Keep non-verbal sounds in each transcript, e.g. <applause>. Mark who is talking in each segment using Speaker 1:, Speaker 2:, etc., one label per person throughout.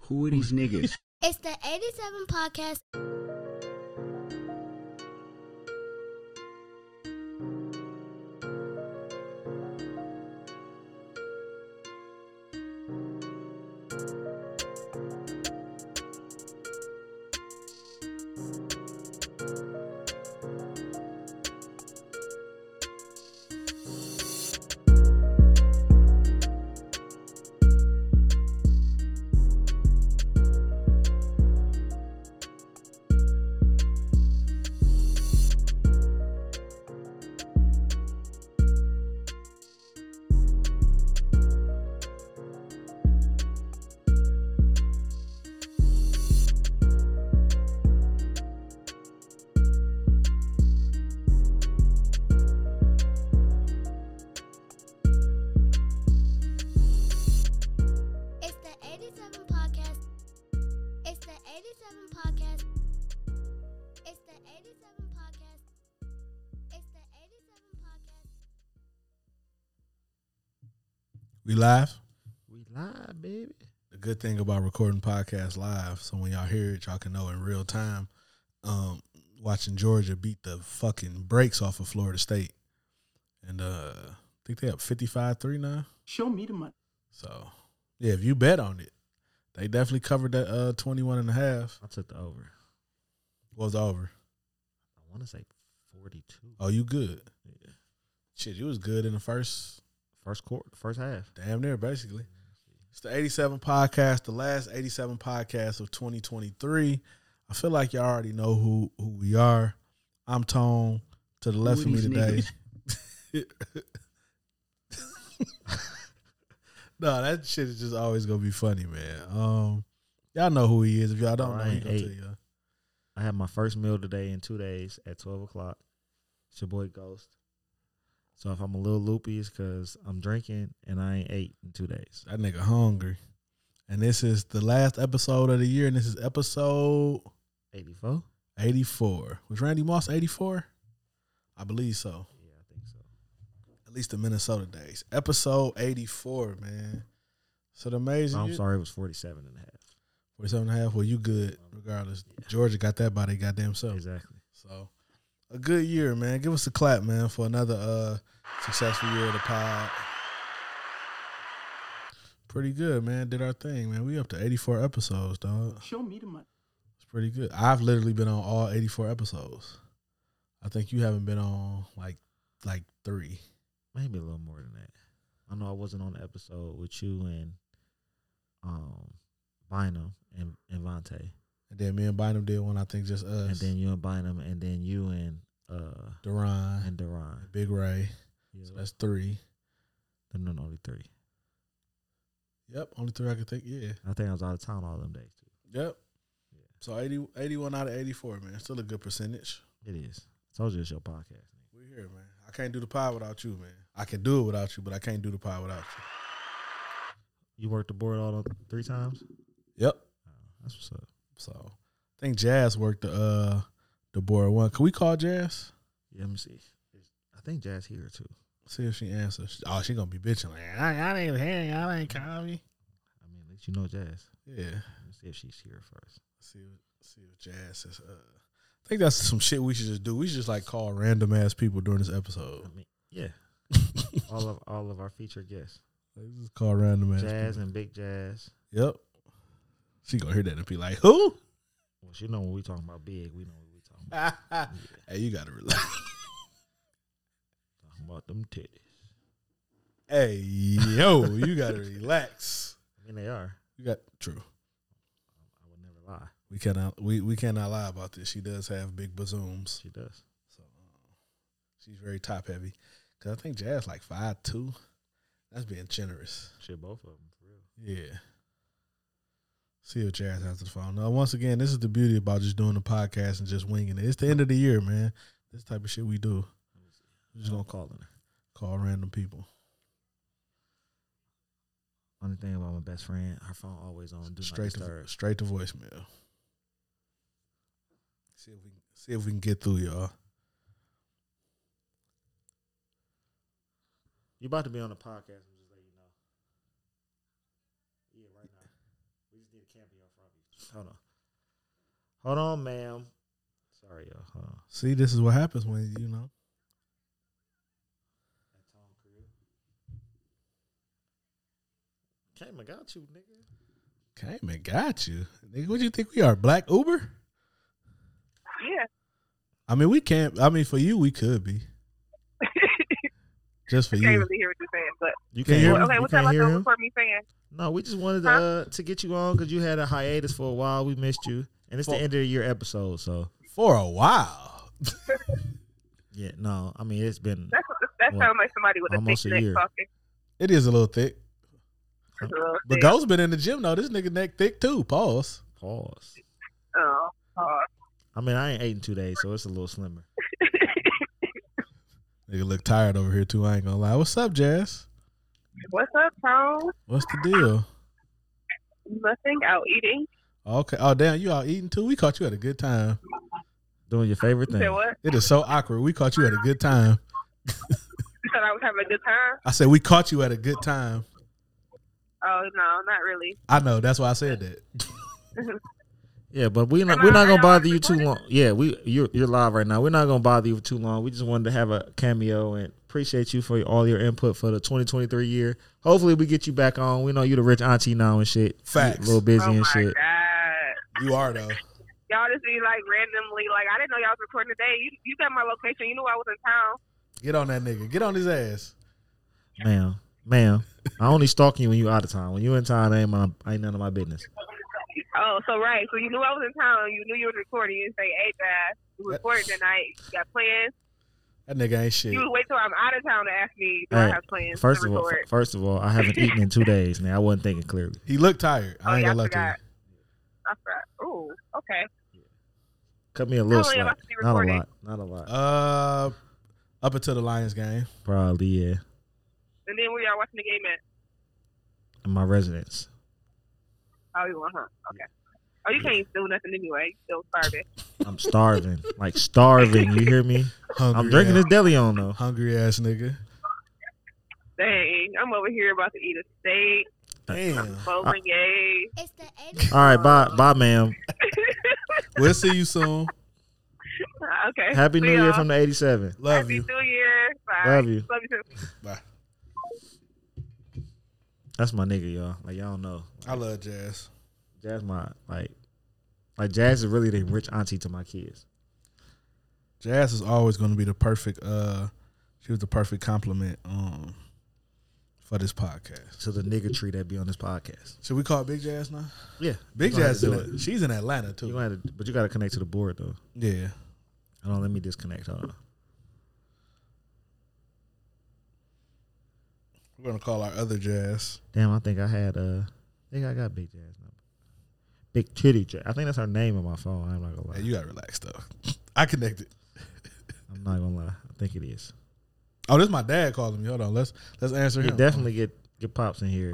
Speaker 1: Who are these niggas?
Speaker 2: It's the 87 podcast. It's the 87 podcast. It's the 87 podcast. It's the 87 podcast. It's the 87 podcast.
Speaker 3: We live.
Speaker 1: <laughs> we live, baby.
Speaker 3: The good thing about recording podcasts live, so when y'all hear it, y'all can know in real time. Um, watching Georgia beat the fucking brakes off of Florida State, and uh, I think they up fifty five three now.
Speaker 4: Show me the money.
Speaker 3: So yeah, if you bet on it, they definitely covered that uh 21 and a half.
Speaker 1: I took the over.
Speaker 3: What was the over?
Speaker 1: I want to say 42.
Speaker 3: Oh, you good?
Speaker 1: Yeah.
Speaker 3: Shit, you was good in the first
Speaker 1: First quarter, first half.
Speaker 3: damn near basically. It's the 87 podcast, the last 87 podcast of 2023. I feel like y'all already know who who we are. I'm Tone to the left of me
Speaker 4: these
Speaker 3: today. <laughs> no, that shit is just always gonna be funny, man. Um, y'all know who he is. If y'all don't know, he
Speaker 1: Ryan
Speaker 3: gonna tell
Speaker 1: eight.
Speaker 3: you.
Speaker 1: I had my first meal today in two days at 12 o'clock. It's your boy Ghost. So if I'm a little loopy, it's because I'm drinking and I ain't ate in two days.
Speaker 3: That nigga hungry. And this is the last episode of the year, and this is episode
Speaker 1: 84?
Speaker 3: 84. Was Randy Moss 84? I believe so.
Speaker 1: Yeah, I think so.
Speaker 3: At least the Minnesota days. Episode 84, man. So the amazing.
Speaker 1: I'm sorry, it was 47 and a half.
Speaker 3: 47 and a half. Well, you good regardless. Georgia got that by their goddamn self.
Speaker 1: Exactly.
Speaker 3: So a good year, man. Give us a clap, man, for another uh successful year of the pod. Pretty good, man. Did our thing, man. We up to 84 episodes, dog.
Speaker 4: Show me the money.
Speaker 3: It's pretty good. I've literally been on all 84 episodes. I think you haven't been on like like 3.
Speaker 1: Maybe a little more than that. I know I wasn't on the episode with you and um Bynum and, and Vontae.
Speaker 3: And then me and Bynum did one, I think just us.
Speaker 1: And then you and Bynum and then you and uh
Speaker 3: Duran,
Speaker 1: and Deron.
Speaker 3: Big Ray.
Speaker 1: Yeah,
Speaker 3: So that's 3.
Speaker 1: then the only three.
Speaker 3: Yep, only 3 I could think. Yeah.
Speaker 1: I think I was out of town all them days too.
Speaker 3: Yep. So 80, 81 out of 84, man. Still a good percentage.
Speaker 1: It is. I told you it's your podcast. nigga.
Speaker 3: We're here, man. I can't do the pod without you, man. I can do it without you, but I can't do the pod without
Speaker 1: You worked the board all the three times.
Speaker 3: you. Yep.
Speaker 1: Oh, that's what's up.
Speaker 3: So I think Jazz worked the uh the board one. Can we call Jazz?
Speaker 1: Yeah, let me see. It's- I think Jazz here too.
Speaker 3: See if she answers. Oh, she gonna be bitching like I, I ain't hearing y'all ain't call me.
Speaker 1: I mean, at least you know Jazz.
Speaker 3: Yeah.
Speaker 1: Let me see if she's here first.
Speaker 3: See what see what Jazz is uh I think that's some shit we should just do. We should just like call random ass people during this episode.
Speaker 1: I mean, yeah. all of all of our featured guests,
Speaker 3: Let's just call random ass
Speaker 1: Jazz
Speaker 3: people.
Speaker 1: and Big Jazz.
Speaker 3: Yep. She gonna hear that and be like, who?
Speaker 1: Well, she know when we talking about big, we know what we talking about.
Speaker 3: Hey, you gotta relax.
Speaker 1: Talking about them titties.
Speaker 3: Hey, yo, you gotta relax.
Speaker 1: I mean, they are.
Speaker 3: You got true.
Speaker 1: I would never lie.
Speaker 3: We cannot we, we cannot lie about this. She does have big bazooms.
Speaker 1: She does.
Speaker 3: So um, she's very top heavy. Cause I think Jazz like five two. That's being generous.
Speaker 1: Shit, both of them for real.
Speaker 3: Yeah. See if Jazz has the phone. Now, once again, this is the beauty about just doing the podcast and just winging it. It's the end of the year, man. This type of shit we do. We're just
Speaker 1: I'm
Speaker 3: gonna
Speaker 1: calling her.
Speaker 3: call random people.
Speaker 1: Only thing about my best friend, her phone always on. Do
Speaker 3: straight
Speaker 1: not
Speaker 3: to
Speaker 1: disturb.
Speaker 3: straight to voicemail. See if we can, see if we can get through, y'all.
Speaker 1: You about to be on the podcast? I'm just letting you know. Yeah, right now. We just need it can't be in front of you. Hold on. Hold on, ma'am. Sorry, y'all. Hold on.
Speaker 3: See, this is what happens when you know.
Speaker 1: That Tom Cruise. Came and got you, nigga.
Speaker 3: Came and got you, nigga. What you think we are, Black Uber?
Speaker 4: Yeah. <laughs>
Speaker 3: I mean, we can't. I mean, for you, we could be just for
Speaker 4: I can't
Speaker 3: you.
Speaker 4: really hear what you're saying, but
Speaker 1: You
Speaker 3: Can
Speaker 1: can't
Speaker 3: you
Speaker 1: hear
Speaker 3: hear
Speaker 1: me?
Speaker 3: me?
Speaker 4: okay,
Speaker 1: you
Speaker 4: what's that
Speaker 1: can't
Speaker 4: left
Speaker 1: hear
Speaker 4: over
Speaker 1: him?
Speaker 4: for me saying?
Speaker 1: No, we just wanted
Speaker 4: Huh?
Speaker 1: uh, to get you on because you had a hiatus for a while. We missed you, and it's
Speaker 3: For-
Speaker 1: the end of the year episode. So
Speaker 3: For a while,
Speaker 1: yeah, no, I mean it's been
Speaker 4: That's that
Speaker 1: What?
Speaker 4: sounds like somebody with a
Speaker 1: Almost a
Speaker 4: thick neck
Speaker 1: year. Uh,
Speaker 4: talking.
Speaker 3: it is a little thick.
Speaker 4: That's a little
Speaker 3: But
Speaker 4: thick.
Speaker 3: Ghost been in the gym though. This nigga neck thick too. Pause.
Speaker 1: pause.
Speaker 4: Oh, oh.
Speaker 1: I mean I ain't ate in two days, so it's a little slimmer.
Speaker 3: Nigga look tired over here too. I ain't gonna lie. What's up, Jazz?
Speaker 4: <laughs> What's up, Tone?
Speaker 3: What's the deal?
Speaker 4: Nothing out eating.
Speaker 3: Okay. Oh damn, you all eating too? We caught you at a good time.
Speaker 1: Doing your favorite
Speaker 4: You said
Speaker 1: thing.
Speaker 4: what?
Speaker 3: It is so awkward. We caught you at a good time.
Speaker 4: You said I was having a good time?
Speaker 3: I said we caught you at a good time.
Speaker 4: Oh no, not really.
Speaker 3: I know. That's why I said that.
Speaker 1: Yeah, but we not
Speaker 4: Am I-
Speaker 1: we're not
Speaker 4: am
Speaker 1: gonna
Speaker 4: I
Speaker 1: bother you too
Speaker 4: recording?
Speaker 1: long. Yeah, we you're you're live right now. We're not gonna bother you for too long. We just wanted to have a cameo and appreciate you for all your input for the 2023 year. Hopefully we get you back on. We know you the rich auntie now and shit.
Speaker 3: Facts.
Speaker 1: You A little busy
Speaker 4: oh my
Speaker 1: and shit.
Speaker 4: god.
Speaker 3: You are though.
Speaker 4: Y'all just be like randomly like I didn't know y'all was recording today. You you got my location. You knew I was in town.
Speaker 3: Get on that nigga. Get on his ass.
Speaker 1: Ma'am, ma'am, I only stalk you when you out of town. When you in town, I ain't my ain't none of my business.
Speaker 4: Oh, so right. So you knew I was in town. You knew you was recording. You didn't say, "Hey, guys, we recording tonight. You got plans?"
Speaker 3: That nigga ain't shit.
Speaker 4: You would wait till I'm out of town to ask me, "Do
Speaker 1: Hey,
Speaker 4: I have plans
Speaker 1: First
Speaker 4: to
Speaker 1: of all,
Speaker 4: record?"
Speaker 1: first of all, I haven't eaten in two days. Now I wasn't thinking clearly.
Speaker 3: He looked tired.
Speaker 4: Oh,
Speaker 3: I ain't
Speaker 4: yeah, I
Speaker 3: gonna lie to
Speaker 4: forgot. I forgot. Ooh, okay.
Speaker 1: Cut me a little
Speaker 4: How long am I
Speaker 1: slack.
Speaker 4: supposed to be
Speaker 1: Not a
Speaker 4: recording?
Speaker 1: lot. Not a lot.
Speaker 3: you. Uh, up until the Lions game.
Speaker 1: Probably yeah.
Speaker 4: And then where y'all watching the game at?
Speaker 1: In my residence.
Speaker 4: Oh, you want huh? Okay. Oh, you can't do nothing anyway. You still starving.
Speaker 1: I'm starving. like starving. You hear me?
Speaker 3: Hungry
Speaker 1: I'm drinking
Speaker 3: ass,
Speaker 1: this deli on though.
Speaker 3: Hungry ass nigga.
Speaker 4: Dang, I'm over here about to eat a steak,
Speaker 3: Damn.
Speaker 4: bolognese.
Speaker 2: It's the 80s.
Speaker 1: All right, bye, bye, ma'am.
Speaker 3: <laughs> we'll see you soon.
Speaker 4: <laughs> okay.
Speaker 1: Happy
Speaker 4: See
Speaker 1: New Year
Speaker 4: y'all.
Speaker 1: from the '87.
Speaker 3: Love
Speaker 4: Happy <laughs>
Speaker 3: you.
Speaker 4: New Year. Bye.
Speaker 1: Love you.
Speaker 4: Love you too.
Speaker 3: Bye.
Speaker 1: That's my nigga, y'all. Like y'all know,
Speaker 3: I love Jazz.
Speaker 1: Jazz my like, like Jazz is really the rich auntie to my kids.
Speaker 3: Jazz is always going to be the perfect. uh She was the perfect compliment um for this podcast.
Speaker 1: To the nigga tree that be on this podcast.
Speaker 3: Should we call Big Jazz now?
Speaker 1: Yeah,
Speaker 3: Big
Speaker 1: you gonna have
Speaker 3: Jazz,
Speaker 1: to
Speaker 3: in
Speaker 1: do
Speaker 3: it. she's in Atlanta
Speaker 1: You
Speaker 3: too.
Speaker 1: gonna have to, but you gotta connect to the board though.
Speaker 3: Yeah.
Speaker 1: Hold on, let me disconnect. Hold on.
Speaker 3: We're gonna call our other Jazz.
Speaker 1: Damn, I think I had uh, I think I got Big Jazz number. Big Titty Jazz. I think that's her name on my phone. I'm not gonna lie.
Speaker 3: Hey, you gotta relax though. <laughs> I connected.
Speaker 1: I'm not gonna lie. I think it is.
Speaker 3: Oh, this is my dad calling me. Hold on, let's let's answer
Speaker 1: You
Speaker 3: him.
Speaker 1: definitely get get pops in here.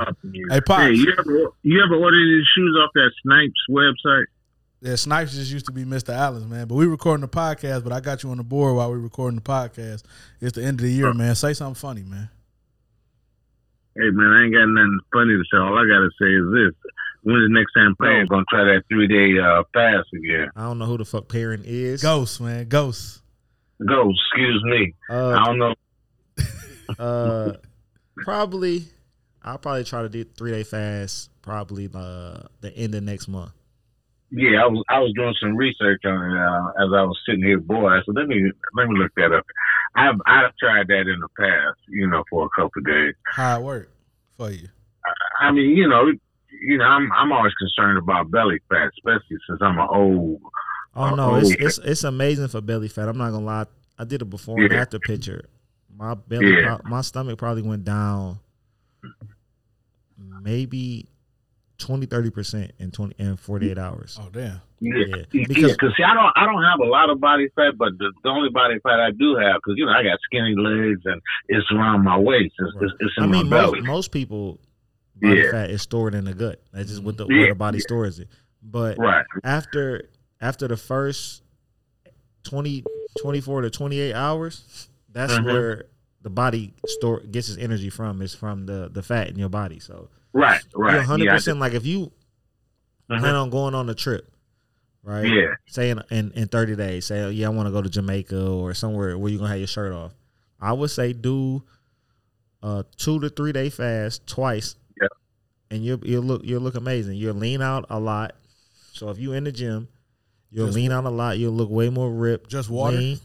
Speaker 3: Hey, Pops.
Speaker 5: Hey, you ever you ever ordered any shoes off that Snipes website?
Speaker 3: Yeah, Snipes just used to be Mr. Allen's man, but we recording the podcast. But I got you on the board while we recording the podcast. It's the end of the year, man. Say something funny, man.
Speaker 5: Hey man, I ain't got nothing funny to say. All I gotta say is this: When's the next time Perry gonna try that three day uh, fast again?
Speaker 1: I don't know who the fuck Perrin is.
Speaker 3: Ghost, man, ghost.
Speaker 5: Go, excuse me. I
Speaker 1: Uh,
Speaker 5: don't know.
Speaker 1: uh, probably. I'll probably try to do three day fast. Probably uh, the end of next month.
Speaker 5: Yeah, I was I was doing some research on it uh, as I was sitting here bored. I said, let me let me look that up. I've I've tried that in the past, you know, for a couple of days.
Speaker 3: How it work for you?
Speaker 5: I mean, you know, you know, I'm I'm always concerned about belly fat, especially since I'm an old
Speaker 1: Oh no,
Speaker 5: Uh-oh.
Speaker 1: it's, it's it's amazing for belly fat. I'm not gonna lie. I did a before and
Speaker 5: Yeah.
Speaker 1: after picture. My belly,
Speaker 5: Yeah.
Speaker 1: pro- my stomach probably went down maybe 20 30 percent in 20 and 48 hours.
Speaker 3: Oh damn.
Speaker 5: Yeah,
Speaker 1: Yeah,
Speaker 5: yeah,
Speaker 1: because-
Speaker 5: because see, I don't, I don't have a lot of body fat, but the, the only body fat I do have, because you know, I got skinny legs and it's around my waist, it's, it's, it's in
Speaker 1: I mean,
Speaker 5: my belly.
Speaker 1: most, most people body
Speaker 5: Yeah.
Speaker 1: fat is stored in the gut. That's just what the where
Speaker 5: Yeah,
Speaker 1: the body
Speaker 5: yeah.
Speaker 1: stores it. But
Speaker 5: right,
Speaker 1: after after the first 20, 24 to 28 hours, that's
Speaker 5: Mhm.
Speaker 1: where the body store gets its energy from. It's from the the fat in your body. So
Speaker 5: right, right.
Speaker 1: you're 100%
Speaker 5: Yeah, I
Speaker 1: like if you
Speaker 5: Mhm.
Speaker 1: plan on going on a trip, right?
Speaker 5: Yeah.
Speaker 1: Say in, in, in 30 days, say, oh, yeah, I want to go to Jamaica or somewhere where you're going to have your shirt off. I would say do a two to three day fast twice.
Speaker 5: Yeah.
Speaker 1: And you'll, you'll look you'll look amazing. You'll lean out a lot. So if you in the gym, you'll
Speaker 3: Just
Speaker 1: lean out a lot. You'll look way more ripped.
Speaker 3: Just water?
Speaker 1: lean.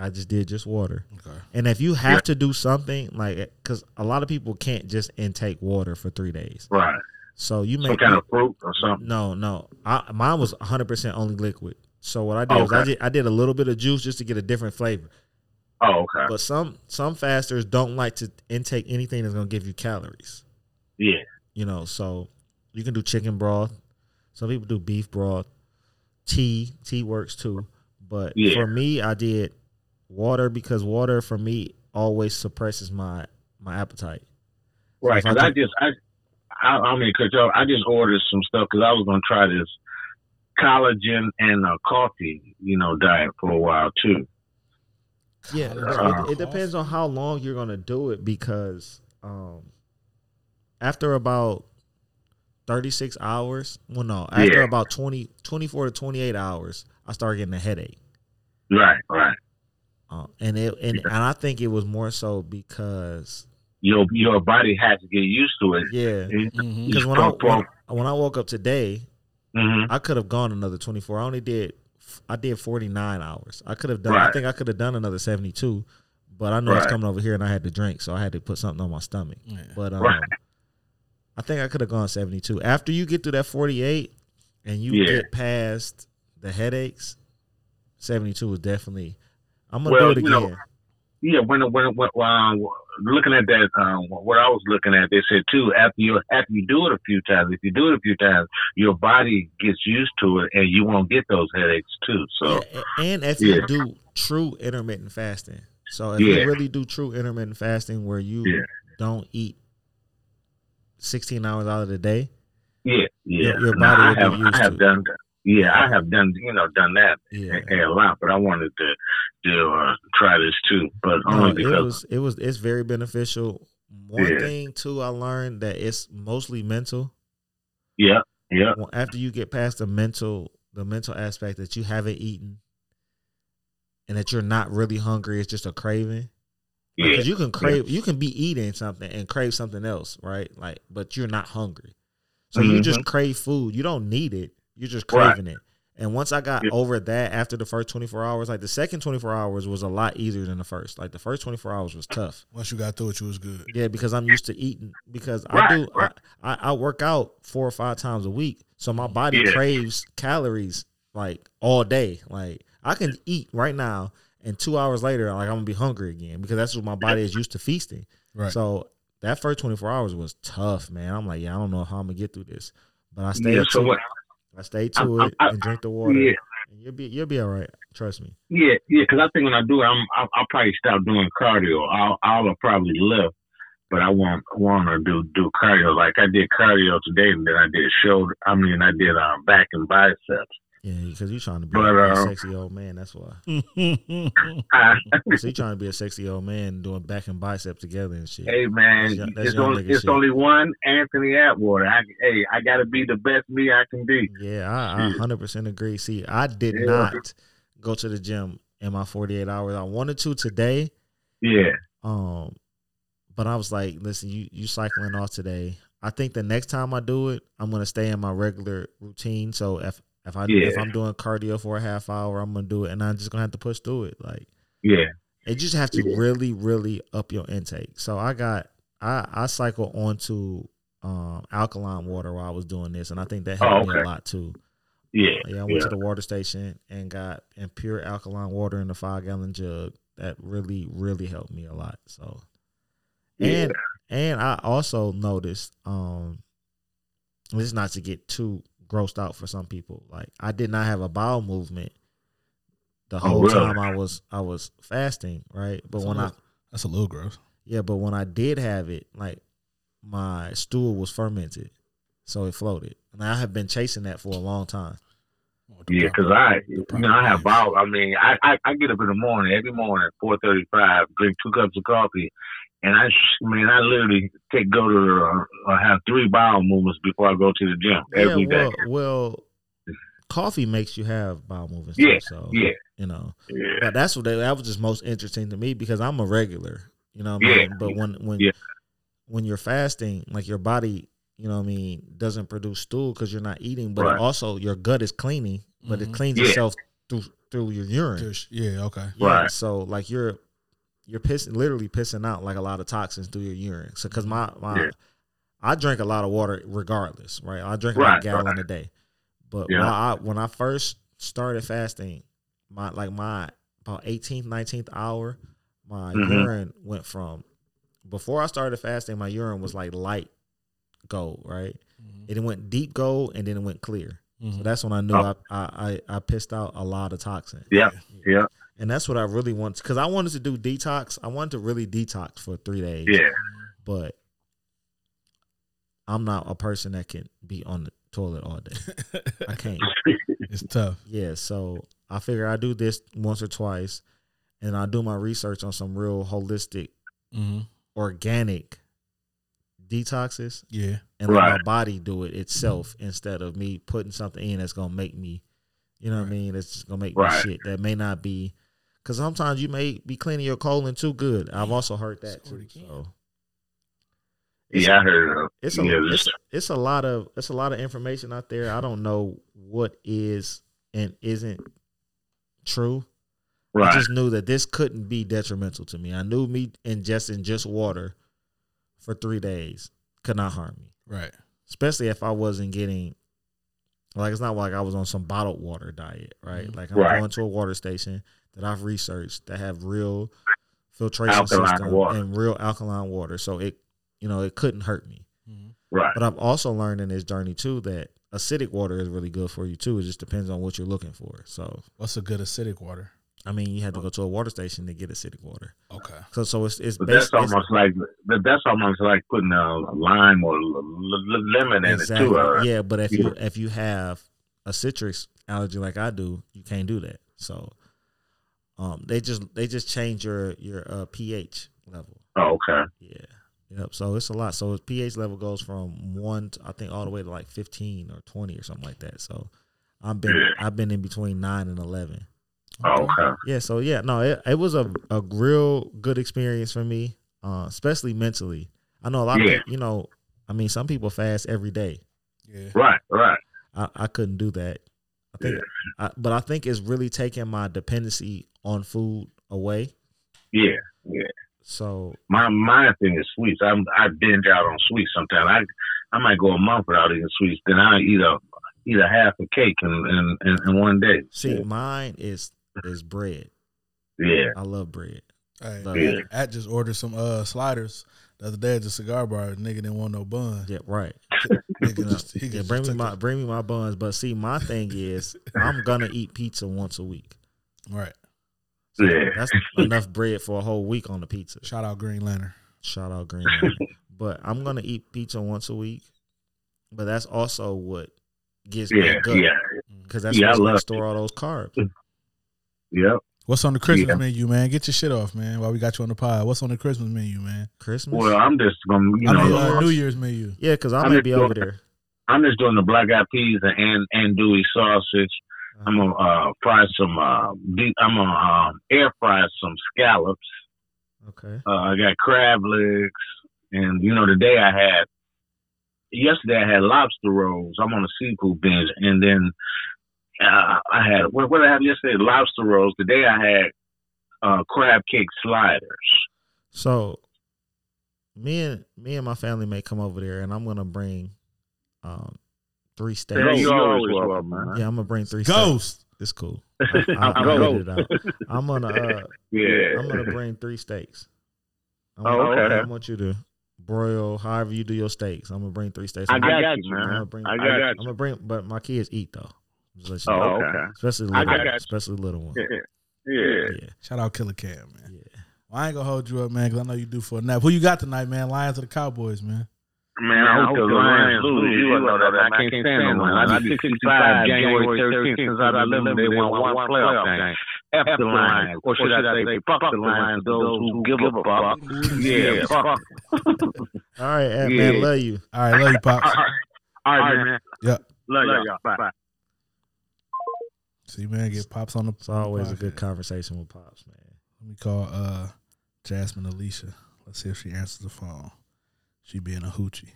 Speaker 1: I just did just water.
Speaker 3: Okay.
Speaker 1: And if you have
Speaker 5: Yeah.
Speaker 1: to do something like, because a lot of people can't just intake water for three days.
Speaker 5: Right.
Speaker 1: So you may
Speaker 5: Some kind of fruit or something.
Speaker 1: no, no. I, mine was 100% only liquid. So what I did was I
Speaker 5: Okay.
Speaker 1: did, I did a little bit of juice just to get a different flavor.
Speaker 5: Oh, okay.
Speaker 1: But some some fasters don't like to intake anything that's going to give you calories.
Speaker 5: Yeah.
Speaker 1: You know, so you can do chicken broth. Some people do beef broth. Tea, tea works too. But
Speaker 5: Yeah.
Speaker 1: for me, I did water because water for me always suppresses my my appetite.
Speaker 5: Right.
Speaker 1: Sounds
Speaker 5: Because
Speaker 1: like
Speaker 5: I just, I, I, I mean, cut you off. I just ordered some stuff because I was going to try this collagen and uh, coffee, you know, diet for a while too.
Speaker 1: Yeah,
Speaker 5: Uh,
Speaker 1: it, it depends on how long you're gonna do it because um, after about 36 hours, well, no, after
Speaker 5: Yeah.
Speaker 1: about 20, 24 to 28 hours, I started getting a headache,
Speaker 5: Right. Right.
Speaker 1: uh, and it and, and I think it was more so because
Speaker 5: Your your body has to get used to it.
Speaker 1: yeah,
Speaker 3: Mm-hmm.
Speaker 1: because when I when, when I woke up today,
Speaker 5: hmm
Speaker 1: I could have gone another 24. I only did I did 49 hours. I could have done I
Speaker 5: Right.
Speaker 1: think I could have done another 72, but I know it's
Speaker 5: Right.
Speaker 1: coming over here and I had to drink, so I had to put something on my stomach.
Speaker 3: Yeah.
Speaker 1: But um,
Speaker 5: Right.
Speaker 1: I think I could have gone 72. After you get through that 48 and you
Speaker 5: Yeah.
Speaker 1: get past the headaches, 72 is definitely I'm going to
Speaker 5: Well,
Speaker 1: do it
Speaker 5: you know,
Speaker 1: again.
Speaker 5: Yeah, when when when um, looking at that, um, what I was looking at, they said too. After you after you do it a few times, if you do it a few times, your body gets used to it, and you won't get those headaches too. So
Speaker 1: Yeah, a- and if
Speaker 5: Yeah.
Speaker 1: you do true intermittent fasting, so if
Speaker 5: Yeah.
Speaker 1: you really do true intermittent fasting where you
Speaker 5: Yeah.
Speaker 1: don't eat 16 hours out of the day,
Speaker 5: yeah, yeah,
Speaker 1: Your- your
Speaker 5: Now,
Speaker 1: body will
Speaker 5: I
Speaker 1: get
Speaker 5: have
Speaker 1: used
Speaker 5: I have
Speaker 1: to it.
Speaker 5: done that. Yeah, I have done you know done that
Speaker 1: yeah,
Speaker 5: a, a lot, but I wanted to to uh, try this too, but
Speaker 1: no,
Speaker 5: only
Speaker 1: it
Speaker 5: because
Speaker 1: was it was it's very beneficial. One
Speaker 5: Yeah.
Speaker 1: thing too, I learned that it's mostly mental.
Speaker 5: yeah, yeah,
Speaker 1: Well, after you get past the mental the mental aspect that you haven't eaten and that you're not really hungry, it's just a craving.
Speaker 5: yeah,
Speaker 1: Because you can crave, you can be eating something and crave something else, right? Like, but you're not hungry, so you just crave food. You don't need it. You're just
Speaker 5: Mm-hmm. Right.
Speaker 1: craving it. And once I got
Speaker 5: Yeah.
Speaker 1: over that, after the first 24 hours, like the second 24 hours was a lot easier than the first. Like the first 24 hours was tough.
Speaker 3: Once you got through it, you was good.
Speaker 1: Yeah, because I'm used to eating. Because I
Speaker 5: Right,
Speaker 1: do,
Speaker 5: right.
Speaker 1: I, I, I work out four or five times a week, so my body
Speaker 5: Yeah.
Speaker 1: craves calories like all day. Like I can eat right now, and two hours later, like I'm gonna be hungry again because that's what my body is used to feasting.
Speaker 3: Right.
Speaker 1: So that first 24 hours was tough, man. I'm like, yeah, I don't know how I'm gonna get through this, but I stayed
Speaker 5: yeah. So
Speaker 1: to
Speaker 5: what?
Speaker 1: I stayed
Speaker 5: I-
Speaker 1: to
Speaker 5: I-
Speaker 1: it
Speaker 5: I-
Speaker 1: and drink the water.
Speaker 5: yeah.
Speaker 1: And you'll be you'll be all right. Trust me.
Speaker 5: Yeah, yeah, 'cause I think when I do it, I'm, I'll, I'll probably stop doing cardio. I'll, I'll probably lift, but I won't want to do do cardio. Like I did cardio today, and then I did shoulder. I mean, I did uh, back and
Speaker 1: <laughs>
Speaker 5: biceps.
Speaker 1: Yeah, because you're trying to be
Speaker 5: But,
Speaker 1: a
Speaker 5: uh,
Speaker 1: sexy old man. That's why.
Speaker 5: <laughs> I,
Speaker 1: so you trying to be a sexy old man doing back and bicep together and shit.
Speaker 5: hey man,
Speaker 1: That's y- that's
Speaker 5: it's
Speaker 1: young
Speaker 5: only
Speaker 1: nigga
Speaker 5: it's
Speaker 1: shit.
Speaker 5: only one Anthony Atwater. I, hey, I gotta be the best me I can be.
Speaker 1: Yeah, I, I 100% agree. See, I did
Speaker 5: Yeah.
Speaker 1: not go to the gym in my 48 hours. I wanted to today,
Speaker 5: Yeah,
Speaker 1: um, but I was like, listen, you you cycling off today. I think the next time I do it, I'm gonna stay in my regular routine. So if if I if
Speaker 5: Yeah.
Speaker 1: I'm doing cardio for a half hour, I'm gonna do it, and I'm just gonna have to push through it. Like
Speaker 5: yeah,
Speaker 1: you just have to
Speaker 5: Yeah.
Speaker 1: really, really up your intake. So I got I I cycle onto um alkaline water while I was doing this, and I think that
Speaker 5: Oh,
Speaker 1: helped me a
Speaker 5: okay.
Speaker 1: lot too.
Speaker 5: yeah,
Speaker 1: Yeah, I went to
Speaker 5: yeah.
Speaker 1: the water station and got and pure alkaline water in the five gallon jug. That really, really helped me a lot. So and and I also noticed, um this is not to get too grossed out for some people. Like I did not have a bowel movement the whole
Speaker 5: Oh, really?
Speaker 1: time I was I was fasting, right? But
Speaker 3: That's a
Speaker 1: when I
Speaker 3: little- that's a little gross.
Speaker 1: yeah, but when I did have it, like my stool was fermented. So it floated. And I have been chasing that for a long time.
Speaker 5: Yeah, 'cause I, you know, I have bowel. I mean, I, I I get up in the morning every morning at four thirty five, drink two cups of coffee, And I, sh- man, I literally take go to uh, uh, have three bowel movements before I go to the gym every day.
Speaker 1: well, well, coffee makes you have bowel movements.
Speaker 5: Yeah,
Speaker 1: too, so
Speaker 5: yeah.
Speaker 1: you know,
Speaker 5: Yeah.
Speaker 1: but that's what they, that was just most interesting to me because I'm a regular. You know, what I
Speaker 5: Yeah.
Speaker 1: mean? but when when
Speaker 5: Yeah.
Speaker 1: when you're fasting, like your body, you know, what I mean, doesn't produce stool because you're not eating, but
Speaker 5: Right.
Speaker 1: also your gut is cleaning, but it
Speaker 3: Mhm.
Speaker 1: cleans
Speaker 5: Yeah.
Speaker 1: itself through through your urine.
Speaker 3: Just- yeah, okay.
Speaker 1: Yeah,
Speaker 5: Right.
Speaker 1: So like you're you're pissing literally pissing out like a lot of toxins through your urine. So because my my
Speaker 5: Yeah.
Speaker 1: I drink a lot of water regardless, right? I drink about
Speaker 5: Right,
Speaker 1: a gallon
Speaker 5: right.
Speaker 1: a day. But
Speaker 5: Yeah.
Speaker 1: when I when I first started fasting, my like my about 18th, 19th hour, my
Speaker 5: Mhm.
Speaker 1: urine went from before I started fasting, my urine was like light gold, right?
Speaker 3: Mhm.
Speaker 1: It went deep gold and then it went clear. So
Speaker 3: Mhm.
Speaker 1: that's when I knew
Speaker 5: Oh.
Speaker 1: I, I I I pissed out a lot of toxins <laughs>
Speaker 5: Yeah. Yeah.
Speaker 1: and that's what I really want because I wanted to do detox. I wanted to really detox for three days,
Speaker 5: Yeah.
Speaker 1: but I'm not a person that can be on the toilet all day. I can't.
Speaker 3: <laughs> it's tough.
Speaker 1: Yeah, so I figure I do this once or twice, and I do my research on some real holistic,
Speaker 3: Mm-hmm.
Speaker 1: organic detoxes,
Speaker 3: Yeah.
Speaker 1: and let my
Speaker 5: Right.
Speaker 1: body do it itself instead of me putting something in that's gonna make me, you know what I
Speaker 3: Right.
Speaker 1: mean? That's just gonna make
Speaker 5: Right.
Speaker 1: me shit that may not be, because sometimes you may be cleaning your colon too good. I've also heard that
Speaker 3: So it
Speaker 1: too.
Speaker 3: can.
Speaker 1: So it's,
Speaker 5: Yeah, I heard of.
Speaker 1: it's a
Speaker 5: yeah,
Speaker 1: it's,
Speaker 5: this,
Speaker 1: it's a lot of it's a lot of information out there. I don't know what is and isn't true. I
Speaker 5: right.
Speaker 1: just knew that this couldn't be detrimental to me. I knew me ingesting just water for three days could not harm me
Speaker 3: Right.
Speaker 1: especially if I wasn't getting like it's not like I was on some bottled water diet, right? Like I'm
Speaker 5: Mm-hmm. Right.
Speaker 1: going to a water station that I've researched that have real filtration
Speaker 5: Alkaline
Speaker 1: system
Speaker 5: water.
Speaker 1: and real alkaline water, so it you know it couldn't hurt me.
Speaker 3: Mhm.
Speaker 5: Right.
Speaker 1: But I've also learned in this journey too that acidic water is really good for you too. It just depends on what you're looking for. So
Speaker 3: What's a good acidic water?
Speaker 1: I mean, you have to go to a water station to get acidic water.
Speaker 3: Okay.
Speaker 1: So so it's it's
Speaker 5: But that's
Speaker 1: basi- it's-
Speaker 5: almost like that, that's almost like putting a lime or l- l- lemon in it too. Uh,
Speaker 1: Yeah, but if
Speaker 5: yeah.
Speaker 1: you if you have a citrus allergy like I do, you can't do that. So, um, they just they just change your your uh, pH level.
Speaker 5: oh, okay.
Speaker 1: Yeah, yep. So it's a lot. So his pH level goes from one, to, I think, all the way to like fifteen or twenty or something like that. So, I've been
Speaker 5: Yeah.
Speaker 1: I've been in between nine and eleven.
Speaker 5: Oh, okay.
Speaker 1: Yeah, so yeah, no, it, it was a, a real good experience for me, uh, especially mentally. I know a lot of
Speaker 5: Yeah.
Speaker 1: people, you know, I mean, some people fast every day.
Speaker 3: Yeah.
Speaker 5: Right. Right.
Speaker 1: I, I couldn't do that. I think, I, but I think it's really taking my dependency on food away.
Speaker 5: Yeah.
Speaker 1: So
Speaker 5: My my thing is sweets. I'm I binge out on sweets sometimes. I I might go a month without eating sweets, then I eat a eat a half a cake in in, in, in one day.
Speaker 1: see, mine is is bread.
Speaker 5: Yeah.
Speaker 1: I love bread.
Speaker 3: Hey,
Speaker 1: Love
Speaker 5: it.
Speaker 3: I just ordered some uh sliders the other day at the cigar bar. Nigga didn't want no bun.
Speaker 1: Yeah, right. You
Speaker 3: Nigga
Speaker 1: know,
Speaker 3: just, he
Speaker 1: yeah,
Speaker 3: just
Speaker 1: bring me
Speaker 3: took
Speaker 1: my bring me my buns. But see, my thing is, I'm gonna eat pizza once a week.
Speaker 3: it. right.
Speaker 1: So
Speaker 5: Yeah.
Speaker 1: that's enough bread for a whole week on the pizza.
Speaker 3: Shout out Green Lantern.
Speaker 1: Shout out Green
Speaker 5: <laughs>
Speaker 1: Lantern. but I'm gonna eat pizza once a week. But that's also what gets me
Speaker 5: Yeah.
Speaker 1: my gut
Speaker 5: Yeah.
Speaker 1: because that's
Speaker 5: Yeah, I
Speaker 1: what's gonna
Speaker 5: love
Speaker 1: store all those carbs.
Speaker 5: Yep.
Speaker 3: What's on the Christmas
Speaker 5: Yeah.
Speaker 3: menu, man? Get your shit off, man. While we got you on the pod, what's on the Christmas menu, man?
Speaker 1: Christmas.
Speaker 5: Well, I'm just gonna you
Speaker 3: I
Speaker 5: know
Speaker 3: mean,
Speaker 1: look,
Speaker 3: uh,
Speaker 1: I'm-
Speaker 3: New Year's menu.
Speaker 1: Yeah, because I
Speaker 5: I'm
Speaker 1: may
Speaker 5: just
Speaker 1: be
Speaker 5: doing
Speaker 1: over there.
Speaker 5: I'm just doing the black eyed peas and and, and dewy sausage. I'm gonna uh, fry some. Uh, deep, I'm gonna um, air fry some scallops.
Speaker 1: Okay.
Speaker 5: Uh, I got crab legs, and you know today I had. Yesterday I had lobster rolls. I'm on a seafood binge, and then uh, I had what, what did I have yesterday? Lobster rolls. Today I had uh, crab cake sliders.
Speaker 1: So me and me and my family may come over there, and I'm gonna bring um three steaks.
Speaker 5: Man,
Speaker 1: Yeah,
Speaker 5: you always welcome, man.
Speaker 1: I'm gonna bring three steaks.
Speaker 3: Ghost.
Speaker 1: It's cool.
Speaker 5: <laughs>
Speaker 1: I, I, I
Speaker 5: Go.
Speaker 1: edit it out. I'm gonna uh,
Speaker 5: Yeah.
Speaker 1: I'm gonna bring three steaks. I
Speaker 5: Oh,
Speaker 1: want-
Speaker 5: okay.
Speaker 1: I want you to broil however you do your steaks. I'm gonna bring three steaks.
Speaker 5: I
Speaker 1: I'm gonna-
Speaker 5: got you,
Speaker 1: I'm gonna
Speaker 5: man.
Speaker 1: bring,
Speaker 5: I got
Speaker 1: I'm
Speaker 5: you.
Speaker 1: gonna bring, but my kids eat though. Just let you know.
Speaker 5: Oh, okay.
Speaker 1: Especially the
Speaker 5: I
Speaker 1: little,
Speaker 5: got you.
Speaker 1: especially the little one.
Speaker 5: Yeah.
Speaker 1: Yeah,
Speaker 3: Shout out Killer Cam, man.
Speaker 1: yeah.
Speaker 3: Well, I ain't gonna hold you up, man, because I know you do for a nap. Who you got tonight, man? Lions or the Cowboys, man?
Speaker 5: Man, I hope the Lions lose. You know that. I can't stand them. I've been 65 January 13th since I've been living. They won one playoff game. F the Lions. Or should I say, fuck the Lions, those who give a fuck. Yeah, fuck.
Speaker 1: All right, Ant man,
Speaker 5: Yeah.
Speaker 1: love you.
Speaker 3: All right, love you,
Speaker 5: All <laughs>
Speaker 3: pops.
Speaker 5: right, All right, man.
Speaker 3: Yep.
Speaker 5: Love y'all. Bye.
Speaker 3: See, man, get pops on the.
Speaker 1: It's always a
Speaker 3: podcast.
Speaker 1: good conversation with pops, man.
Speaker 3: Let me call uh Jasmine Alicia. Let's see if she answers the phone. She being a hoochie.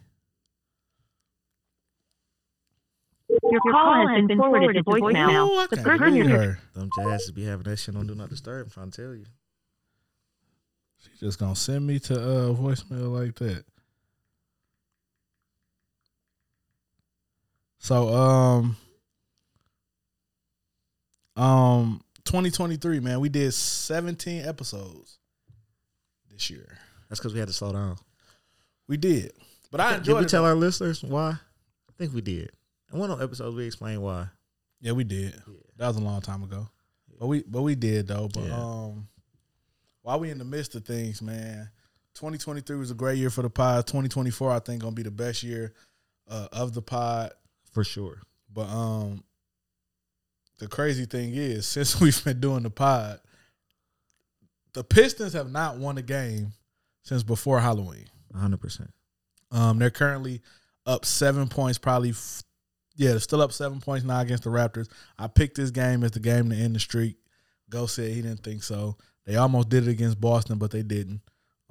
Speaker 6: Your call has been forwarded to voicemail.
Speaker 3: Ooh, I
Speaker 6: The
Speaker 3: can't
Speaker 6: person
Speaker 3: believe
Speaker 6: you're-
Speaker 3: her.
Speaker 1: Them jazzes be having that shit on Do Not Disturb. I'm trying to tell you.
Speaker 3: She just gonna send me to uh voicemail like that. So um um 2023 man, we did 17 episodes this year.
Speaker 1: That's because we had to slow down.
Speaker 3: We did, but I
Speaker 1: Did
Speaker 3: enjoyed
Speaker 1: we
Speaker 3: it.
Speaker 1: tell our listeners why? I think we did. In one of the episodes, we explained why.
Speaker 3: yeah, we did.
Speaker 1: Yeah.
Speaker 3: That was a long time ago, but we but we did though. But
Speaker 1: Yeah.
Speaker 3: um, while we in the midst of things, man, 2023 was a great year for the pod. 2024, I think, gonna be the best year uh, of the pod.
Speaker 1: For sure.
Speaker 3: But um, the crazy thing is, <laughs> since we've been doing the pod, the Pistons have not won a game since before Halloween.
Speaker 1: 100%.
Speaker 3: Um, they're currently up seven points, probably. F- yeah, they're still up seven points now against the Raptors. I picked this game as the game to end the streak. Go said he didn't think so. They almost did it against Boston, but they didn't.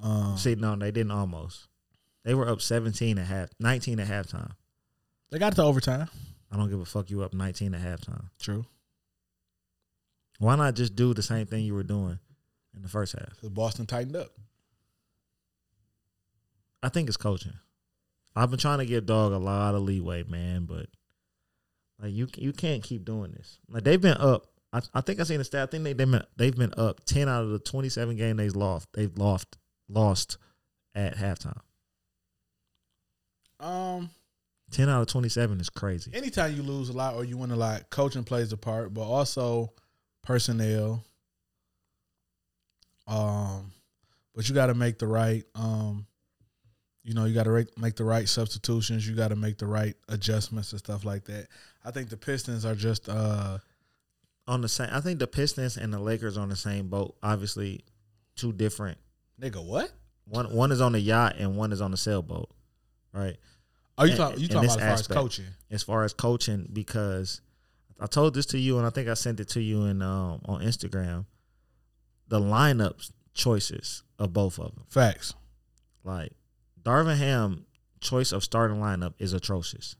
Speaker 3: Um,
Speaker 1: See, no, they didn't almost. They were up 17 at half, 19 at halftime.
Speaker 3: they got to overtime.
Speaker 1: I don't give a fuck you up 19 at halftime.
Speaker 3: True,
Speaker 1: Why not just do the same thing you were doing in the first half?
Speaker 3: because Boston tightened up.
Speaker 1: I think it's coaching. I've been trying to give dog a lot of leeway, man, but like you you can't keep doing this. Like they've been up. I, I think I seen the stat. I think they they've been, they've been up ten out of the twenty seven game they've lost. They've lost lost at halftime.
Speaker 3: Um,
Speaker 1: Ten out of twenty seven is crazy.
Speaker 3: anytime you lose a lot or you win a lot, coaching plays a part, but also personnel. Um, but you got to make the right, um, you know, you got to re- make the right substitutions. You got to make the right adjustments and stuff like that. I think the Pistons are just, uh,
Speaker 1: On the same, I think the Pistons and the Lakers on the same boat. Obviously, two different.
Speaker 3: nigga, what?
Speaker 1: One one is on the yacht and one is on the sailboat, right?
Speaker 3: Are Oh, you
Speaker 1: In-
Speaker 3: talking? You
Speaker 1: in
Speaker 3: talking
Speaker 1: this
Speaker 3: about as far as
Speaker 1: aspect.
Speaker 3: coaching?
Speaker 1: as far as coaching because I told this to you and I think I sent it to you in um, on Instagram. The lineups choices of both of them,
Speaker 3: Facts.
Speaker 1: like Darvin Ham choice of starting lineup is atrocious.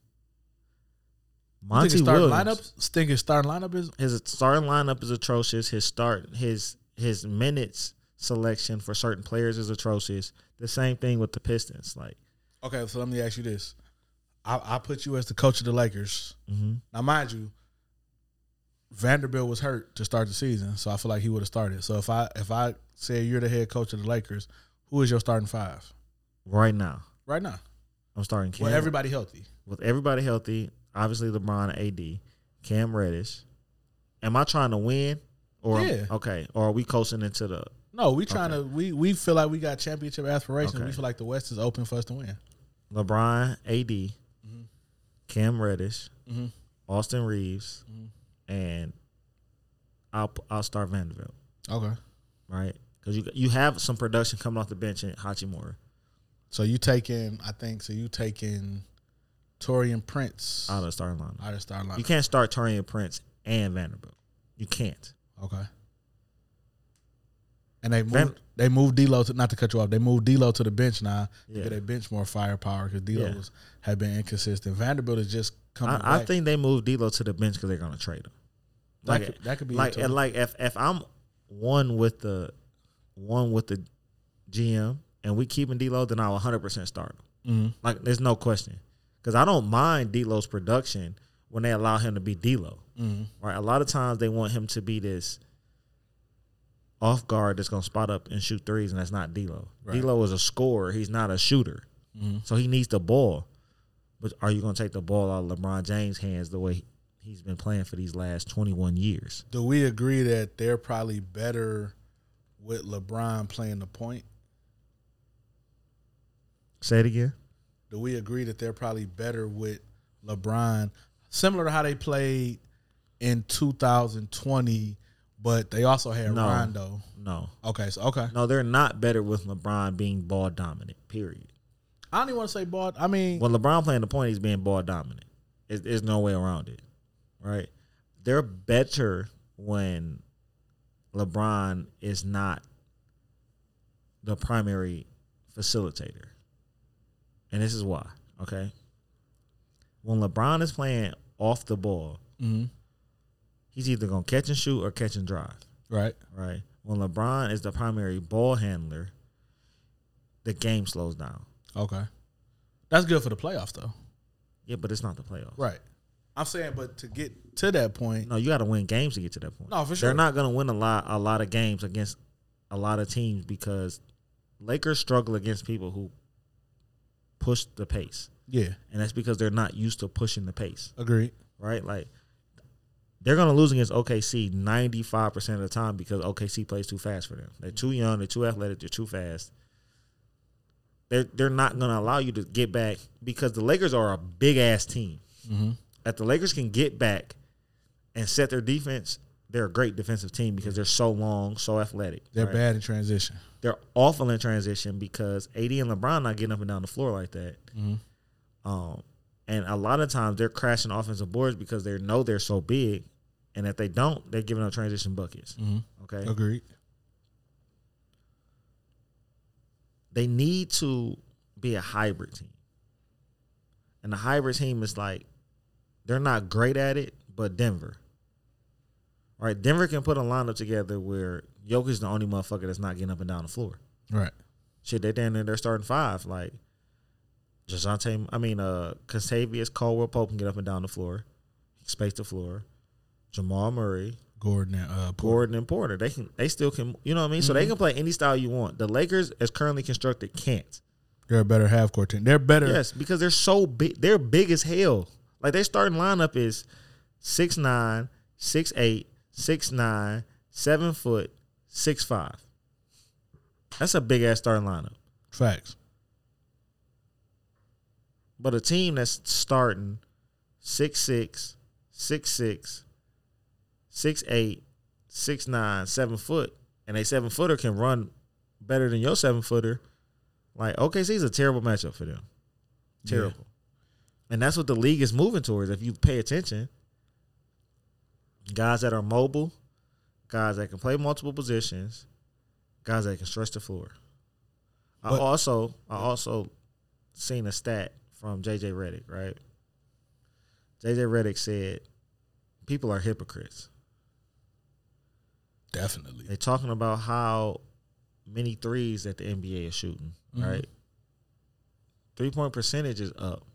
Speaker 3: You think
Speaker 1: Monty
Speaker 3: his starting
Speaker 1: Williams,
Speaker 3: lineup, think his starting lineup is
Speaker 1: his starting lineup is atrocious. His start, his his minutes selection for certain players is atrocious. The same thing with the Pistons, like
Speaker 3: okay. So let me ask you this: I, I put you as the coach of the Lakers.
Speaker 1: mhm.
Speaker 3: Now, mind you, Vanderbilt was hurt to start the season, so I feel like he would have started. So if I if I say you're the head coach of the Lakers, who is your starting five
Speaker 1: right now.
Speaker 3: right now?
Speaker 1: I'm starting
Speaker 3: Well,
Speaker 1: Cam.
Speaker 3: everybody healthy.
Speaker 1: with everybody healthy, obviously LeBron, AD, Cam Reddish. Am I trying to win, or
Speaker 3: Yeah.
Speaker 1: okay, or are we coasting into the?
Speaker 3: No, we trying to we we feel like we got championship aspirations.
Speaker 1: Okay.
Speaker 3: We feel like the West is open for us to win.
Speaker 1: LeBron, AD, Cam Reddish,
Speaker 3: Mhm.
Speaker 1: Austin Reeves, and I'll I'll start Vanderbilt,
Speaker 3: Okay.
Speaker 1: right? Because you you have some production coming off the bench in Hachimura.
Speaker 3: So you taking I think so you taking Torian Prince
Speaker 1: Out of the starting lineup,
Speaker 3: out of starting
Speaker 1: you
Speaker 3: line.
Speaker 1: can't start Torian Prince and Vanderbilt. You can't.
Speaker 3: Okay. And they moved
Speaker 1: Van-
Speaker 3: they moved D'Lo to not to cut you off. They moved D'Lo to the bench now to
Speaker 1: Yeah.
Speaker 3: get a bench more firepower because D'Lo
Speaker 1: Yeah.
Speaker 3: was, had been inconsistent. Vanderbilt is just coming.
Speaker 1: I, I
Speaker 3: back.
Speaker 1: think they moved D'Lo to the bench because they're going to trade him.
Speaker 3: that,
Speaker 1: like-
Speaker 3: could, that could be
Speaker 1: like
Speaker 3: it, too.
Speaker 1: and like if if I'm one with the one with the GM and we keeping D'Lo, then I'll 100 percent start. him.
Speaker 3: Mhm.
Speaker 1: Like there's no question because I don't mind D'Lo's production when they allow him to be D'Lo.
Speaker 3: Mhm.
Speaker 1: Right, a lot of times they want him to be this off guard that's gonna spot up and shoot threes, and that's not D'Lo.
Speaker 3: Right.
Speaker 1: D'Lo is a scorer; he's not a shooter,
Speaker 3: Mhm.
Speaker 1: so he needs the ball. But are you gonna take the ball out of LeBron James' hands the way he's been playing for these last 21 years?
Speaker 3: Do we agree that they're probably better with LeBron playing the point?
Speaker 1: Say it again.
Speaker 3: do we agree that they're probably better with LeBron, similar to how they played in 2020, but they also had
Speaker 1: No.
Speaker 3: Rondo.
Speaker 1: No,
Speaker 3: Okay, so okay.
Speaker 1: no, they're not better with LeBron being ball dominant. Period.
Speaker 3: I don't even want to say ball. I mean,
Speaker 1: When LeBron playing the point, he's being ball dominant. There's, there's no way around it, right? They're better when LeBron is not the primary facilitator, and this is why. Okay, when LeBron is playing off the ball,
Speaker 3: mhm,
Speaker 1: he's either gonna catch and shoot or catch and drive.
Speaker 3: right,
Speaker 1: right? When LeBron is the primary ball handler, the game slows down.
Speaker 3: okay. That's good for the playoffs, though.
Speaker 1: Yeah, but it's not the playoffs.
Speaker 3: Right. I'm saying, but to get to that point,
Speaker 1: No, you got to win games to get to that point.
Speaker 3: No, for sure.
Speaker 1: They're not going to win a lot a lot of games against a lot of teams because Lakers struggle against people who push the pace.
Speaker 3: yeah,
Speaker 1: And that's because they're not used to pushing the pace,
Speaker 3: agreed.
Speaker 1: right? Like they're going to lose against OKC 95% of the time because OKC plays too fast for them. They're too young, they're too athletic, they're too fast. they're they're not going to allow you to get back because the Lakers are a big ass team.
Speaker 3: Mhm.
Speaker 1: If the Lakers can get back and set their defense, they're a great defensive team because they're so long, so athletic.
Speaker 3: They're
Speaker 1: right?
Speaker 3: bad in transition.
Speaker 1: They're awful in transition because AD and LeBron not getting up and down the floor like that.
Speaker 3: Mhm.
Speaker 1: Um, and a lot of times they're crashing offensive boards because they know they're so big, and if they don't, they're giving up transition buckets.
Speaker 3: Mhm.
Speaker 1: Okay,
Speaker 3: Agreed.
Speaker 1: they need to be a hybrid team. And the hybrid team is like they're not great at it, but Denver. All right, Denver can put a lineup together where Jokic's the only motherfucker that's not getting up and down the floor.
Speaker 3: Right.
Speaker 1: Shit, they're down there, they're starting five. Like Jazante, I mean, uh Contavious Caldwell Pope can get up and down the floor, space the floor. Jamal Murray,
Speaker 3: Gordon and uh, Porter.
Speaker 1: Gordon, and Porter. They can they still can you know what I mean? So they can play any style you want. The Lakers, as currently constructed, can't.
Speaker 3: They're a better half court team. They're better.
Speaker 1: Yes, because they're so big. They're big as hell. Like their starting lineup is six nine, six eight, six nine, seven foot, six five. That's a big ass starting lineup.
Speaker 3: Facts.
Speaker 1: But a team that's starting six six, six six, six eight, six nine, seven foot, and a seven footer can run better than your seven footer. Like OKC is a terrible matchup for them. Terrible. And that's what the league is moving towards. If you pay attention, guys that are mobile, guys that can play multiple positions, guys that can stretch the floor. I
Speaker 3: But-
Speaker 1: also I also seen a stat from JJ Reddick, right? JJ Reddick said people are hypocrites.
Speaker 3: Definitely.
Speaker 1: They're talking about how many threes that the NBA is shooting,
Speaker 3: Mhm.
Speaker 1: right? Three point percentage is up.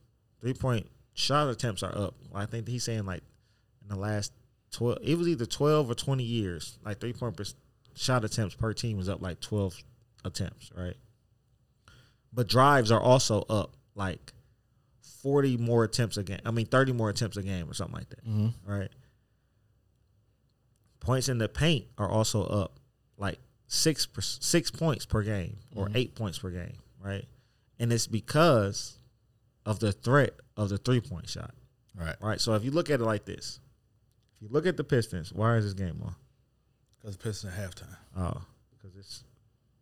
Speaker 1: Three point shot attempts are up. I think he's saying like in the last twelve, it was either twelve or twenty years. Like three point per, shot attempts per team was up like twelve attempts, right? But drives are also up like forty more attempts a game. I mean thirty more attempts a game or something like that
Speaker 3: Mhm.
Speaker 1: right? Points in the paint are also up, like six per, six points per game or eight points per game, right? And it's because of the threat of the three point shot,
Speaker 3: Right.
Speaker 1: right? So if you look at it like this, if you look at the Pistons, why is this game on?
Speaker 3: Because Pistons at halftime.
Speaker 1: Oh, because it's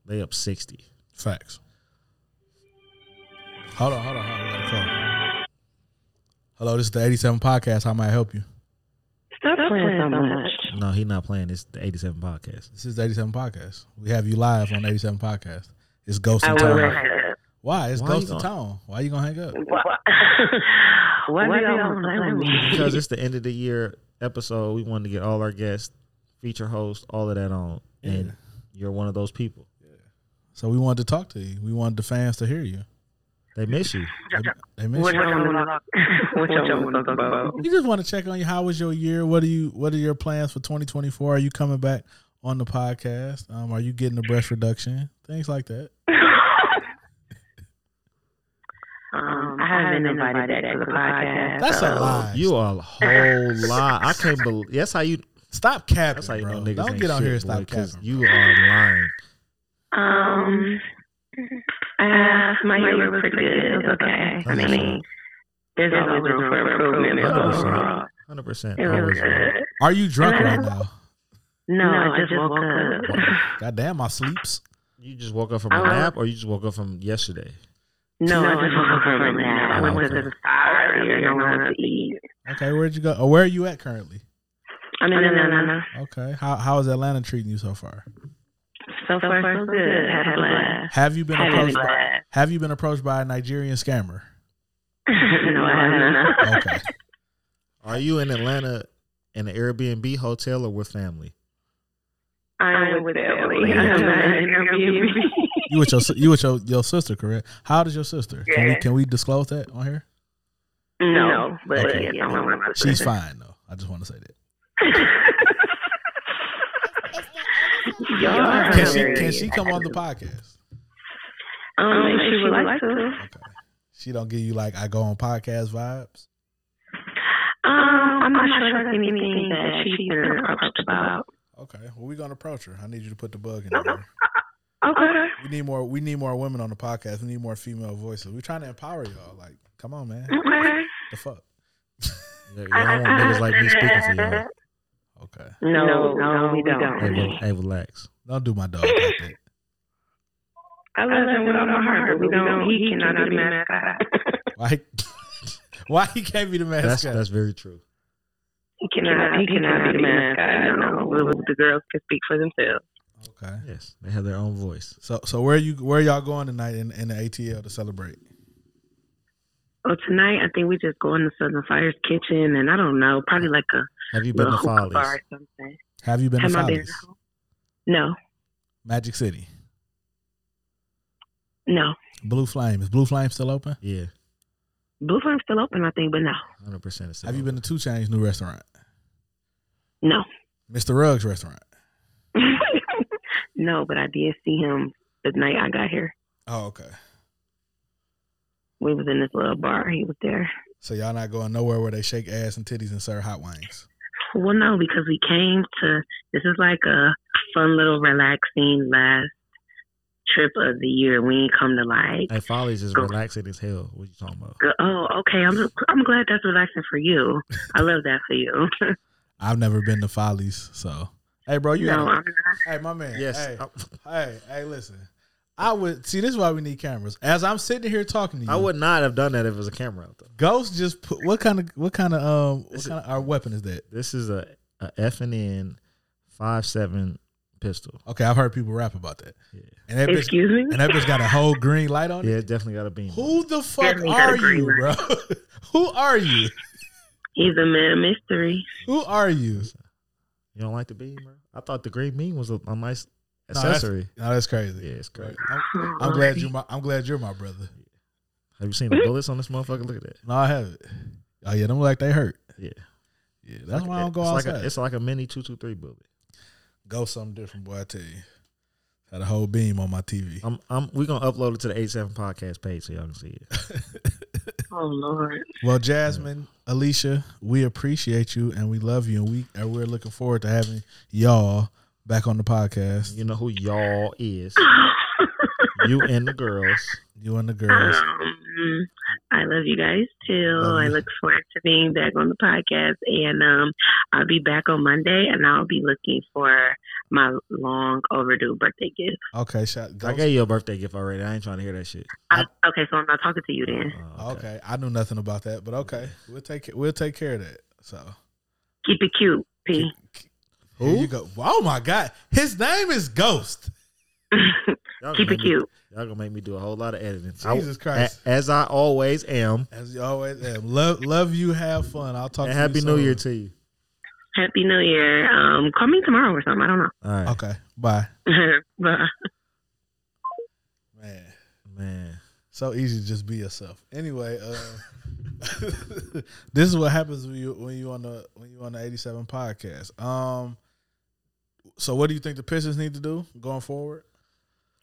Speaker 1: they up sixty.
Speaker 3: Facts. Hold on, hold on, hold on. We got a call. Hello, this is the 87 podcast. How may I help you?
Speaker 6: Stop playing so much.
Speaker 1: No, he not playing. It's the eighty seven podcast.
Speaker 3: This is the 87 podcast. We have you live on 87 podcast. It's Ghost
Speaker 7: I
Speaker 3: and
Speaker 7: will
Speaker 3: Tone.
Speaker 7: hang
Speaker 3: Why? It's
Speaker 1: Why
Speaker 3: Ghost
Speaker 1: you
Speaker 3: and
Speaker 1: gonna-
Speaker 3: Tone. Why you gonna hang up?
Speaker 7: up. <laughs> Why Why do y'all want to play with me?
Speaker 1: because it's the end of the year episode. We wanted to get all our guests, feature hosts, all of that on, and
Speaker 3: Yeah.
Speaker 1: you're one of those people.
Speaker 3: So we wanted to talk to you. We wanted the fans to hear you.
Speaker 1: They miss you.
Speaker 3: They, they miss
Speaker 7: What
Speaker 3: you.
Speaker 7: y'all want to <laughs> What y'all want to talk about?
Speaker 3: We just want to check on you. How was your year? What are you? What are your plans for 2024? Are you coming back on the podcast? Um, are you getting a breast reduction? Things like that.
Speaker 7: Um, I haven't been invited back to the podcast.
Speaker 3: That's a
Speaker 7: so-
Speaker 3: lie.
Speaker 1: You are a whole lot. I can't believe that's how you.
Speaker 3: Stop capping,
Speaker 1: That's how you
Speaker 3: bro.
Speaker 1: know niggas
Speaker 3: Don't
Speaker 1: ain't
Speaker 3: get on
Speaker 1: shit,
Speaker 3: here and
Speaker 1: boy,
Speaker 3: stop
Speaker 1: 'cause
Speaker 3: capping.
Speaker 1: You are lying.
Speaker 7: Um, Uh, Um, my year was pretty good. It was okay. I
Speaker 1: Nice.
Speaker 7: mean, there's always room for improvement. It was
Speaker 1: Awesome.
Speaker 7: overall.
Speaker 1: Hundred percent.
Speaker 7: It was good.
Speaker 3: Are you drunk right now?
Speaker 7: No, I just woke up.
Speaker 3: Goddamn, I sleeps.
Speaker 1: You just woke up from a
Speaker 7: I-
Speaker 1: nap, or you just woke up from yesterday?
Speaker 7: No, I just woke up from a nap. I went to the spa earlier and wanted to eat.
Speaker 3: Okay, where'd you go? Or where are you at currently?
Speaker 7: I mean, no, no, no, no.
Speaker 3: Okay, how how is Atlanta treating you so far?
Speaker 7: So far, so good. Had a laugh.
Speaker 3: Have you been
Speaker 7: Had a
Speaker 3: approached? By,
Speaker 7: laugh.
Speaker 3: have you been approached by a Nigerian scammer?
Speaker 7: <laughs> No, I <laughs> haven't.
Speaker 3: Okay,
Speaker 1: Are you in Atlanta in an Airbnb hotel or with family?
Speaker 7: I'm with Ellie. <laughs> I'm not in Airbnb.
Speaker 3: you with your si- you with your, your sister, correct? How old is your sister? Can we
Speaker 4: Yeah.
Speaker 3: can we disclose that on here?
Speaker 7: No, <laughs> but
Speaker 3: Okay.
Speaker 7: yes, I'm with my
Speaker 4: <laughs>
Speaker 3: She's
Speaker 7: sister.
Speaker 3: fine though. I just want to say that.
Speaker 2: It's the 87
Speaker 7: Y'all are
Speaker 3: Can
Speaker 7: hilarious.
Speaker 3: she can she come on the podcast?
Speaker 7: Um, if she would like to.
Speaker 3: Okay, she don't give you like I go on podcast vibes.
Speaker 7: Um, I'm not sure if anything that she's been approached about.
Speaker 3: Okay, well we gonna approach her. I need you to put the bug in there.
Speaker 7: Okay.
Speaker 3: We need more. We need more women on the podcast. We need more female voices. We're trying to empower y'all. Like, come on, man.
Speaker 7: Okay.
Speaker 3: The fuck.
Speaker 1: You you don't want niggas like me speaking for y'all.
Speaker 3: Okay.
Speaker 7: No, no, we don't.
Speaker 1: Hey,
Speaker 3: Mm-hmm.
Speaker 1: re- hey, relax.
Speaker 3: Don't do my dog like that.
Speaker 7: I love him with all my heart, but we don't. He cannot be mad <laughs> at
Speaker 3: Why? <laughs> Why he can't be the
Speaker 1: That's
Speaker 3: mascot?
Speaker 1: that's very true.
Speaker 7: He cannot. He cannot be the mascot. I know. The girls can speak for themselves.
Speaker 3: okay.
Speaker 1: Yes, they have their own voice.
Speaker 3: So so where you where y'all going tonight in, in the ATL to celebrate?
Speaker 7: Well, tonight I think we just going to Southern Fire's kitchen, and I don't know, probably like a
Speaker 1: Have you been
Speaker 7: little
Speaker 1: to
Speaker 7: hookah bar
Speaker 1: Follies?
Speaker 7: or something.
Speaker 3: Have you been
Speaker 7: Have
Speaker 3: to
Speaker 7: I been?
Speaker 3: Follies?
Speaker 7: No,
Speaker 3: Magic City,
Speaker 7: <laughs> no.
Speaker 3: Blue Flame. Is Blue Flame still open?
Speaker 1: Yeah,
Speaker 7: Blue Flame's still open, I think, but no,
Speaker 1: hundred percent.
Speaker 3: Have you been to Two Chain's new restaurant,
Speaker 7: no,
Speaker 3: Mr. Ruggs restaurant?
Speaker 7: no. But I did see him the night I got here.
Speaker 3: Oh, okay.
Speaker 7: We was in this little bar. He was there.
Speaker 3: So y'all not going nowhere where they shake ass and titties and serve hot wings.
Speaker 7: Well, no, because we came to this is like a fun little relaxing last trip of the year. We ain't come to like,
Speaker 1: Hey, Follies is
Speaker 7: Go.
Speaker 1: relaxing as hell. What you talking about?
Speaker 7: go, oh, okay. I'm I'm glad that's relaxing for you. I love that for you. <laughs>
Speaker 3: I've never been to Follies, so hey, bro, you.
Speaker 7: no,
Speaker 3: gotta-
Speaker 7: I'm not.
Speaker 3: hey, my man.
Speaker 1: Yes, Oh.
Speaker 3: Hey,
Speaker 1: I,
Speaker 3: hey, hey, listen. I would see. This is why we need cameras. As I'm sitting here talking to you,
Speaker 1: I would not have done that if it was a camera out though.
Speaker 3: Ghost just put what kind of what kind of um what
Speaker 1: Is it-
Speaker 3: kind of our weapon is that?
Speaker 1: This is a, a F and N five seven pistol.
Speaker 3: Okay, I've heard people rap about that.
Speaker 1: Yeah.
Speaker 3: And that bitch
Speaker 7: Excuse me.
Speaker 3: and that bitch got a whole green light on
Speaker 1: Yeah,
Speaker 3: it.
Speaker 1: it definitely got a beam. on it.
Speaker 3: Who the fuck
Speaker 7: Definitely got a
Speaker 3: are
Speaker 7: green
Speaker 3: you, bro? <laughs> Who are you?
Speaker 7: He's a man of mystery.
Speaker 3: Who are you?
Speaker 1: You don't like the beam, bro? I thought the green beam was a, a nice
Speaker 3: No, that's-
Speaker 1: accessory.
Speaker 3: No, that's crazy.
Speaker 1: yeah, it's great.
Speaker 3: I'm, I'm glad you my I'm glad you're my brother.
Speaker 1: Have you seen the bullets on this motherfucker? Look at that.
Speaker 3: No, I have it. Oh yeah, them look like they hurt.
Speaker 1: Yeah.
Speaker 3: Yeah, that's why I don't go
Speaker 1: it's
Speaker 3: outside.
Speaker 1: Like a, it's like a mini two two three bullet.
Speaker 3: go something different, boy. I tell you, had a whole beam on my TV.
Speaker 1: I'm, I'm, we're gonna upload it to the eight seven podcast page so y'all can see
Speaker 3: <laughs>
Speaker 1: it.
Speaker 7: Oh Lord. <laughs>
Speaker 3: Well, Jasmine, Alicia, we appreciate you and we love you and we and we're looking forward to having y'all back on the podcast.
Speaker 1: You know who y'all is. You and
Speaker 3: <laughs>
Speaker 1: the girls.
Speaker 3: You and the girls.
Speaker 7: Um, I love you guys too.
Speaker 3: Love
Speaker 7: I
Speaker 3: you.
Speaker 7: look forward to being back on the podcast, and um, I'll be back on Monday, and I'll be looking for my long overdue birthday gift.
Speaker 3: Okay, shot. Go,
Speaker 1: I gave you a birthday gift already. I ain't trying to hear that shit.
Speaker 7: I, okay, so I'm not talking to you then.
Speaker 1: Uh,
Speaker 3: okay. I knew nothing about that, but okay, we'll take we'll take care of that. So
Speaker 7: Keep it cute, P.
Speaker 1: Who?
Speaker 3: here you go. Oh my God, his name is Ghost.
Speaker 1: Y'all
Speaker 7: Keep
Speaker 1: gonna make
Speaker 7: it
Speaker 1: me-
Speaker 7: cute.
Speaker 1: Y'all gonna make me do a whole lot of editing.
Speaker 3: Jesus Christ.
Speaker 1: a- as I always am.
Speaker 3: As you always am. love love you. Have fun. I'll talk.
Speaker 1: And
Speaker 3: to
Speaker 1: happy
Speaker 3: you
Speaker 1: New
Speaker 3: soon.
Speaker 1: Year to you.
Speaker 7: Happy New Year. Um, call me tomorrow or something. I don't
Speaker 1: All right,
Speaker 3: Okay, bye,
Speaker 7: know. but
Speaker 3: man.
Speaker 1: man.
Speaker 3: So easy to just be yourself. Anyway, uh, <laughs> this is what happens when you when you on the when you on the eighty seven podcast. Um, so what do you think the Pistons need to do going forward?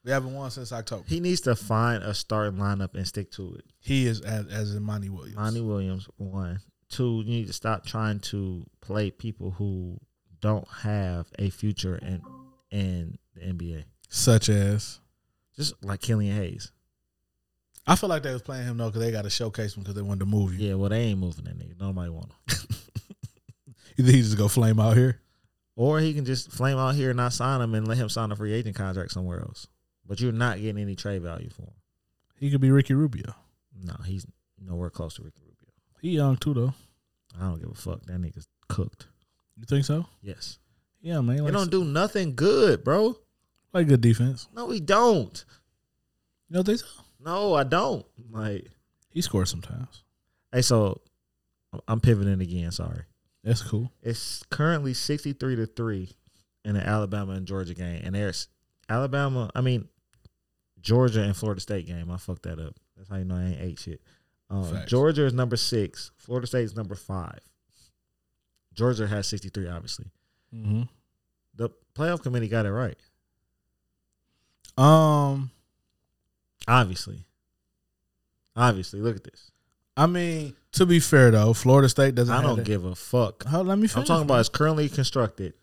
Speaker 3: We haven't won since October.
Speaker 1: He needs to find a starting lineup and stick to it.
Speaker 3: He is as as in Monty Williams.
Speaker 1: Monty Williams, one. Two, you need to stop trying to play people who don't have a future in in the NBA.
Speaker 3: such as
Speaker 1: Just like Killian Hayes.
Speaker 3: I feel like they was playing him though because they got to showcase him because they wanted to move you.
Speaker 1: Yeah, well, they ain't moving that nigga. Nobody want him. <laughs>
Speaker 3: You think he's just gonna flame out here?
Speaker 1: Or he can just flame out here and not sign him and let him sign a free agent contract somewhere else. But you're not getting any trade value for him.
Speaker 3: He could be Ricky Rubio.
Speaker 1: No, he's nowhere close to Ricky Rubio.
Speaker 3: He young too though.
Speaker 1: I don't give a fuck. That nigga's cooked.
Speaker 3: You think so?
Speaker 1: Yes.
Speaker 3: Yeah, man.
Speaker 1: He
Speaker 3: Like,
Speaker 1: don't do nothing good, bro.
Speaker 3: like good defense.
Speaker 1: No, he don't.
Speaker 3: You don't think so?
Speaker 1: No, I don't. Like,
Speaker 3: He scores sometimes.
Speaker 1: hey, so I'm pivoting again. Sorry.
Speaker 3: That's cool.
Speaker 1: It's currently 63 to 3 in the Alabama and Georgia game. And there's Alabama, I mean, Georgia and Florida State game. I fucked that up. That's how you know I ain't ate shit. Um,
Speaker 3: Facts.
Speaker 1: Georgia is number six. Florida State is number five. Georgia has 63, obviously.
Speaker 3: Mm-hmm.
Speaker 1: The playoff committee got it right,
Speaker 3: Um,
Speaker 1: obviously. Obviously, look at this.
Speaker 3: I mean, to be fair though, Florida State doesn't.
Speaker 1: I
Speaker 3: have
Speaker 1: don't
Speaker 3: that-
Speaker 1: give a fuck.
Speaker 3: Hold, let me.
Speaker 1: I'm
Speaker 3: Finish,
Speaker 1: talking about it's currently constructed.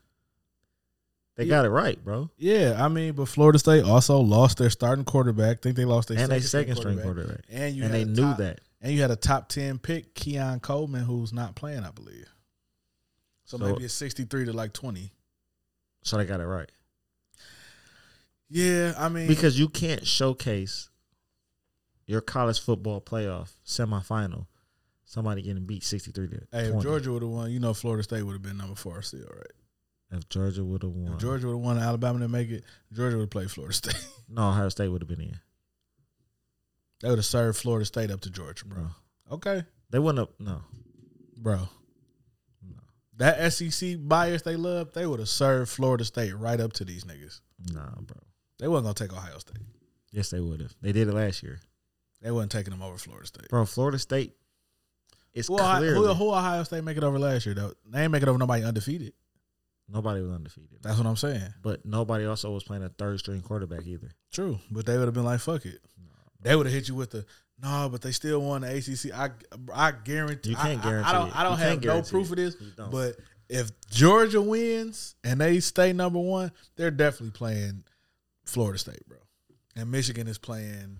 Speaker 1: They
Speaker 3: Yeah.
Speaker 1: got it right, bro.
Speaker 3: Yeah, I mean, but Florida State also lost their starting quarterback. think they lost their
Speaker 1: and they
Speaker 3: second,
Speaker 1: second string
Speaker 3: quarterback.
Speaker 1: quarterback.
Speaker 3: And you had
Speaker 1: And they
Speaker 3: a
Speaker 1: knew
Speaker 3: top-
Speaker 1: that.
Speaker 3: And you had a top ten pick, Keon Coleman, who's not playing, I believe. So,
Speaker 1: So-
Speaker 3: maybe it's sixty three to like twenty.
Speaker 1: So they got it right.
Speaker 3: Yeah, I mean,
Speaker 1: Because you can't showcase your college football playoff semifinal, somebody getting beat 63 to
Speaker 3: hey, if
Speaker 1: 20.
Speaker 3: Georgia would have won, you know, Florida State would have been number four still, right?
Speaker 1: If Georgia would have won.
Speaker 3: If Georgia would have won, Alabama didn't make it. Georgia would have played Florida <laughs> State.
Speaker 1: no, Ohio State would have been in.
Speaker 3: they would have served Florida State up to Georgia, bro.
Speaker 1: No.
Speaker 3: Okay,
Speaker 1: They wouldn't have. No.
Speaker 3: bro.
Speaker 1: No.
Speaker 3: That SEC bias they love, they would have served Florida State right up to these niggas.
Speaker 1: Nah, bro.
Speaker 3: They wasn't gonna take Ohio State.
Speaker 1: Yes, they would have. They did it last year.
Speaker 3: They wasn't taking them over Florida State.
Speaker 1: Bro, Florida State is
Speaker 3: Who, Ohio,
Speaker 1: clearly.
Speaker 3: who, who Ohio State make it over last year though? They ain't make it over nobody undefeated.
Speaker 1: nobody was undefeated.
Speaker 3: That's what I'm saying.
Speaker 1: But nobody also was playing a third string quarterback either.
Speaker 3: True, but they would have been like, "Fuck it." They would have hit you with the no, but they still won the ACC. I I guarantee.
Speaker 1: You can't
Speaker 3: I- I-
Speaker 1: guarantee
Speaker 3: I, don't.
Speaker 1: it.
Speaker 3: I don't
Speaker 1: You
Speaker 3: have
Speaker 1: can't
Speaker 3: no
Speaker 1: guarantee
Speaker 3: proof
Speaker 1: it.
Speaker 3: of this.
Speaker 1: You don't.
Speaker 3: But if Georgia wins and they stay number one, they're definitely playing Florida State, bro. And Michigan is playing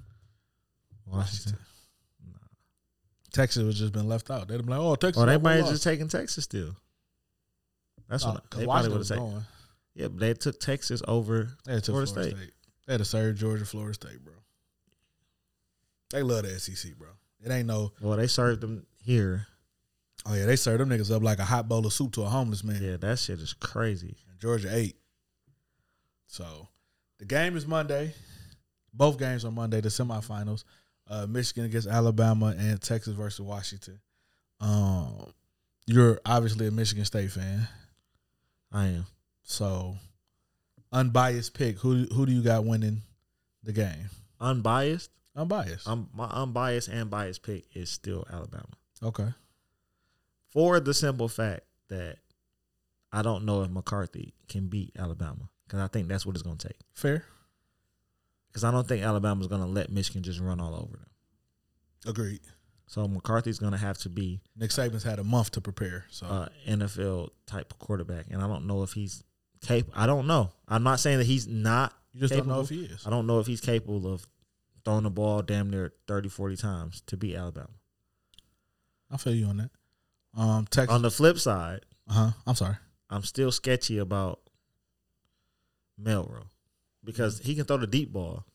Speaker 3: Washington. Texas was just been left out. They'd have been like, "Oh, Texas."
Speaker 1: Or they
Speaker 3: almost
Speaker 1: might have
Speaker 3: lost.
Speaker 1: just taken Texas still. That's
Speaker 3: No,
Speaker 1: what
Speaker 3: 'cause
Speaker 1: they probably
Speaker 3: Washington
Speaker 1: would have
Speaker 3: was
Speaker 1: taken.
Speaker 3: going.
Speaker 1: Yeah, but they took Texas over
Speaker 3: They had to Florida,
Speaker 1: Florida
Speaker 3: State.
Speaker 1: State.
Speaker 3: They had to serve Georgia, Florida State, bro. They love the SEC, bro. It ain't no.
Speaker 1: Well, they served them here.
Speaker 3: Oh yeah, they serve them niggas up like a hot bowl of soup to a homeless man.
Speaker 1: Yeah, that shit is crazy.
Speaker 3: and Georgia eight. So the game is Monday. Both games are Monday. The semifinals, uh, Michigan against Alabama and Texas versus Washington. Um, you're obviously a Michigan State fan,
Speaker 1: I am.
Speaker 3: so unbiased pick. Who who do you got winning the game?
Speaker 1: Unbiased.
Speaker 3: Unbiased.
Speaker 1: Um, my unbiased and biased pick is still Alabama.
Speaker 3: okay.
Speaker 1: For the simple fact that I don't know if McCarthy can beat Alabama. Because I think that's what it's going to take.
Speaker 3: Fair.
Speaker 1: Because I don't think Alabama's going to let Michigan just run all over them.
Speaker 3: Agreed.
Speaker 1: So McCarthy's going to have to be
Speaker 3: Nick Saban's had a month to prepare, so
Speaker 1: uh, NFL type quarterback, and I don't know if he's capable. I don't know. I'm not saying that he's not.
Speaker 3: you just
Speaker 1: capable.
Speaker 3: don't know if he is.
Speaker 1: I don't know if he's capable of throwing the ball damn near 30, 40 times to beat Alabama.
Speaker 3: I feel you on that. Um, Texas.
Speaker 1: On the flip side,
Speaker 3: Uh huh. I'm sorry.
Speaker 1: I'm still sketchy about Melrose because he can throw the deep ball,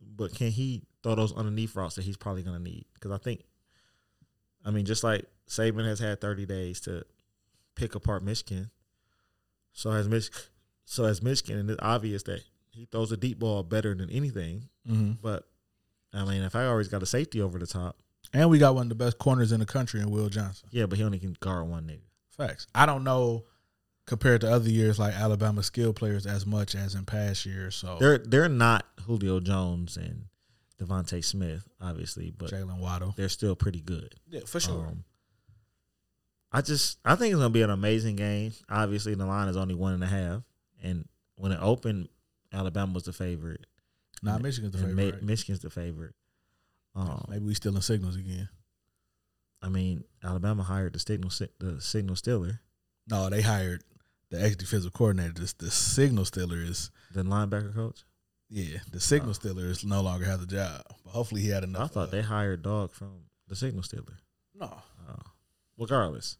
Speaker 1: but can he throw those underneath routes that he's probably going to need? Because I think, I mean, just like Saban has had 30 days to pick apart Michigan, so has Mich- so has Michigan, and it's obvious that he throws the deep ball better than anything.
Speaker 3: Mm-hmm.
Speaker 1: But I mean, if I always got a safety over the top,
Speaker 3: And we got one of the best corners in the country in Will Johnson.
Speaker 1: yeah, but he only can guard one nigga.
Speaker 3: Facts. I don't know compared to other years like Alabama skill players as much as in past years. So
Speaker 1: They're they're not Julio Jones and Devontae Smith, obviously, but
Speaker 3: Jalen Waddle.
Speaker 1: they're still pretty good.
Speaker 3: Yeah, for
Speaker 1: Um, I just I think it's gonna be an amazing game. Obviously, the line is only one and a half, and when it opened, Alabama was the favorite.
Speaker 3: Now Michigan's the
Speaker 1: and
Speaker 3: favorite.
Speaker 1: Ma-
Speaker 3: right?
Speaker 1: Michigan's the favorite. Um,
Speaker 3: Maybe we still in signals again.
Speaker 1: I mean, Alabama hired the signal si- the signal stealer,
Speaker 3: No, they hired the ex defensive coordinator. This the signal stealer is
Speaker 1: the linebacker coach.
Speaker 3: Yeah, the signal stealer is no longer has a job, but hopefully he had enough.
Speaker 1: I thought
Speaker 3: uh,
Speaker 1: they hired dog from the signal stealer.
Speaker 3: no.
Speaker 1: Uh, regardless,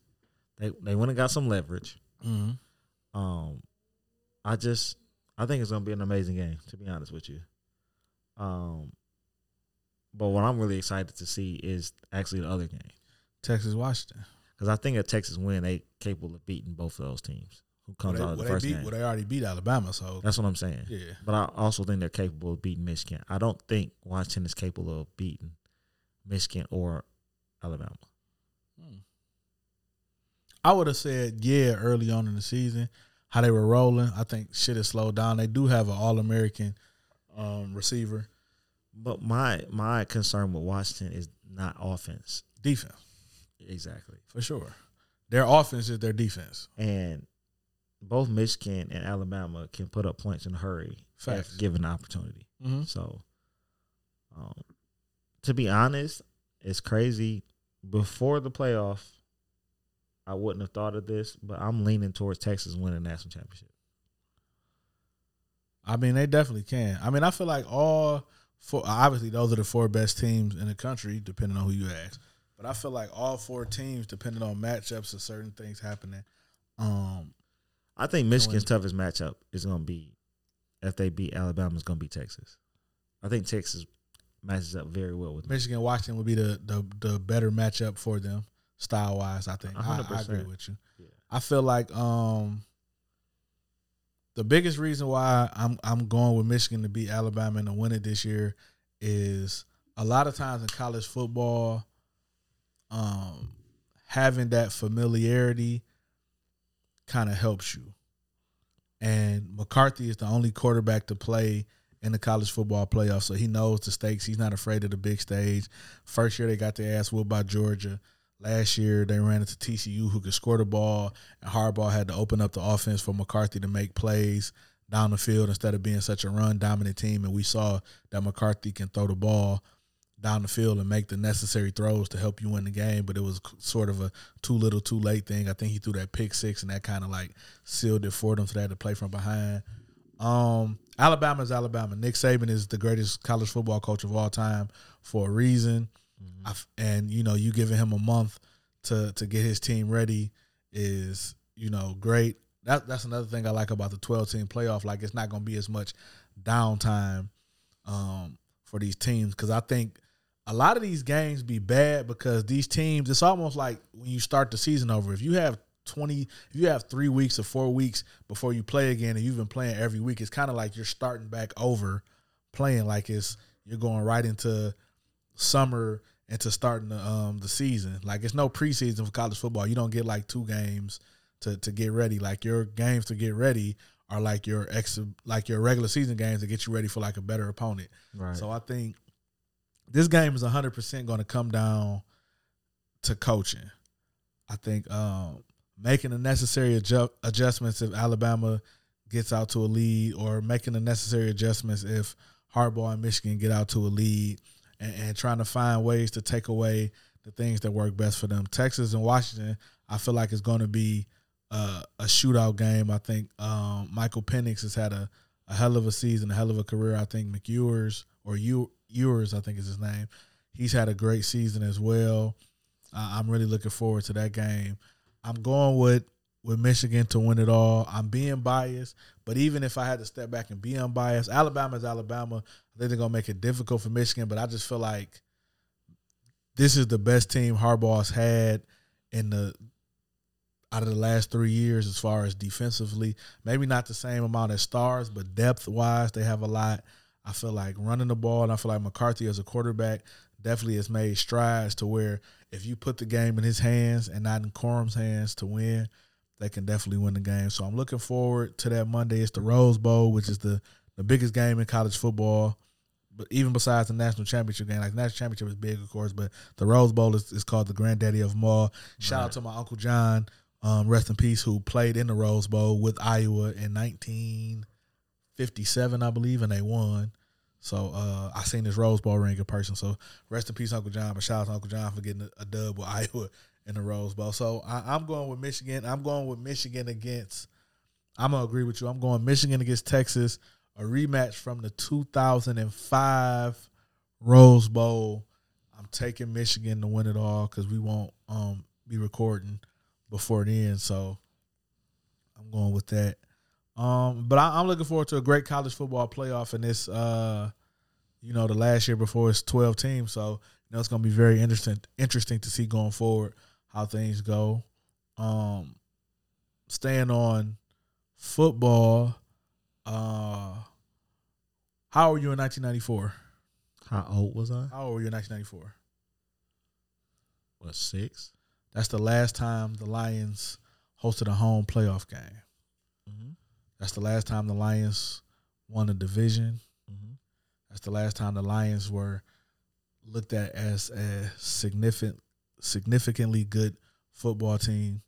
Speaker 1: they they went and got some leverage.
Speaker 3: Mm-hmm.
Speaker 1: Um, I just I think it's gonna be an amazing game. To be honest with you, um, but what I'm really excited to see is actually the other game
Speaker 3: Texas Washington.
Speaker 1: because I think if Texas win, they capable of beating both of those teams who
Speaker 3: Well,
Speaker 1: comes
Speaker 3: they,
Speaker 1: out of
Speaker 3: well,
Speaker 1: the
Speaker 3: they
Speaker 1: first
Speaker 3: beat,
Speaker 1: game.
Speaker 3: well, they already beat Alabama, so
Speaker 1: That's what I'm saying.
Speaker 3: yeah.
Speaker 1: But I also think they're capable of beating Michigan. I don't think Washington is capable of beating Michigan or Alabama.
Speaker 3: I would have said yeah early on in the season. How they were rolling, I think shit has slowed down. They do have an All American um, receiver
Speaker 1: But my my concern with Washington is not offense.
Speaker 3: defense
Speaker 1: Exactly.
Speaker 3: for sure. Their offense is their defense.
Speaker 1: And both Michigan and Alabama can put up points in a hurry
Speaker 3: Facts.
Speaker 1: if given the opportunity.
Speaker 3: Mm-hmm.
Speaker 1: So, um, to be honest, it's crazy. Before the playoff, I wouldn't have thought of this, but I'm leaning towards Texas winning the national championship.
Speaker 3: I mean, they definitely can. I mean, I feel like all four. Obviously, those are the four best teams in the country, depending on who you ask. But I feel like all four teams, depending on matchups and certain things happening, um,
Speaker 1: I think Michigan's toughest matchup is going to be if they beat Alabama is going to be Texas. I think Texas matches up very well with
Speaker 3: Michigan Washington would be the, the the better matchup for them style wise. I think
Speaker 1: A
Speaker 3: I,
Speaker 1: hundred
Speaker 3: I agree
Speaker 1: percent.
Speaker 3: with you.
Speaker 1: Yeah.
Speaker 3: I feel like um the biggest reason why I'm I'm going with Michigan to beat Alabama and to win it this year is a lot of times in college football, um, having that familiarity kind of helps you. And McCarthy is the only quarterback to play in the college football playoff, so he knows the stakes. He's not afraid of the big stage. First year they got their ass whooped by Georgia. Last year they ran into TCU who could score the ball, and Harbaugh had to open up the offense for McCarthy to make plays down the field instead of being such a run dominant team. And we saw that McCarthy can throw the ball down the field and make the necessary throws to help you win the game. But it was sort of a too little, too late thing. I think he threw that pick six and that kind of like sealed it for them, so they had to play from behind. Um, Alabama is Alabama. Nick Saban is the greatest college football coach of all time for a reason. I f and you know, you giving him a month to to get his team ready is you know great. That that's another thing I like about the twelve team playoff. Like it's not going to be as much downtime um, for these teams because I think a lot of these games be bad because these teams. It's almost like when you start the season over. If you have twenty, if you have three weeks or four weeks before you play again, and you've been playing every week, it's kind of like you're starting back over, playing like it's you're going right into summer into starting the um the season. Like it's no preseason for college football. You don't get like two games to to get ready. Like your games to get ready are like your ex like your regular season games to get you ready for like a better opponent.
Speaker 1: Right.
Speaker 3: So I think this game is 100% going to come down to coaching. I think um, making the necessary adju- adjustments if Alabama gets out to a lead, or making the necessary adjustments if Harbaugh and Michigan get out to a lead, and, and trying to find ways to take away the things that work best for them. Texas and Washington, I feel like it's going to be uh, a shootout game. I think um, Michael Penix has had a, a hell of a season, a hell of a career. I think McEwers or you Ewers, I think is his name. He's had a great season as well. I I'm really looking forward to that game. I'm going with with Michigan to win it all. I'm being biased, but even if I had to step back and be unbiased, Alabama's Alabama. I think they're gonna make it difficult for Michigan, but I just feel like this is the best team Harbaugh's had in the out of the last three years as far as defensively. Maybe not the same amount as stars, but depth wise, they have a lot. I feel like running the ball, and I feel like McCarthy as a quarterback definitely has made strides to where if you put the game in his hands and not in Corum's hands to win, they can definitely win the game. So I'm looking forward to that Monday. It's the Rose Bowl, which is the, the biggest game in college football. But even besides the national championship game, like the national championship is big, of course, but the Rose Bowl is, is called the granddaddy of them all. Shout out to my Uncle John, um, rest in peace, who played in the Rose Bowl with Iowa in 1957, I believe, and they won. So uh, I seen this Rose Bowl ring in person. So rest in peace, Uncle John. But shout out to Uncle John for getting a, a dub with Iowa in the Rose Bowl. So I, I'm going with Michigan. I'm going with Michigan against. I'm gonna agree with you. I'm going Michigan against Texas, a rematch from the 2005 Rose Bowl. I'm taking Michigan to win it all because we won't um, be recording before then. So I'm going with that. Um, but I, I'm looking forward to a great college football playoff in this. Uh, you know, the last year before it's 12 teams, so you know it's going to be very interesting. Interesting to see going forward how things go. Um, staying on football. Uh, how were you in 1994?
Speaker 1: How old was I?
Speaker 3: How old were you in 1994?
Speaker 1: What six?
Speaker 3: That's the last time the Lions hosted a home playoff game.
Speaker 1: Mhm.
Speaker 3: That's the last time the Lions won a division.
Speaker 1: Mhm.
Speaker 3: That's the last time the Lions were looked at as a significant, significantly good football team.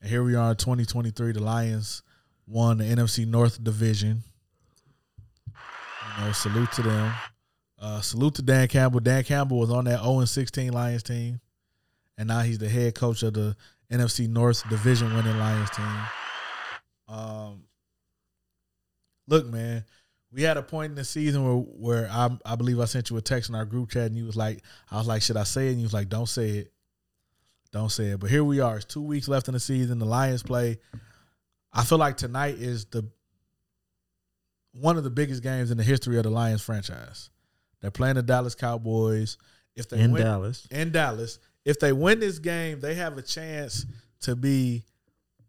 Speaker 3: And here we are in 2023. The Lions won the NFC North division. You know, salute to them. Uh, salute to Dan Campbell. Dan Campbell was on that 0 16 Lions team, and now he's the head coach of the NFC North division winning Lions team. Um, look, man, we had a point in the season where, where I, I believe I sent you a text in our group chat, and you was like, I was like, should I say it? And you was like, don't say it. Don't say it. But here we are. It's two weeks left in the season. The Lions play. I feel like tonight is the one of the biggest games in the history of the Lions franchise. They're playing the Dallas Cowboys. If they
Speaker 1: in
Speaker 3: win,
Speaker 1: Dallas.
Speaker 3: in Dallas. If they win this game, they have a chance to be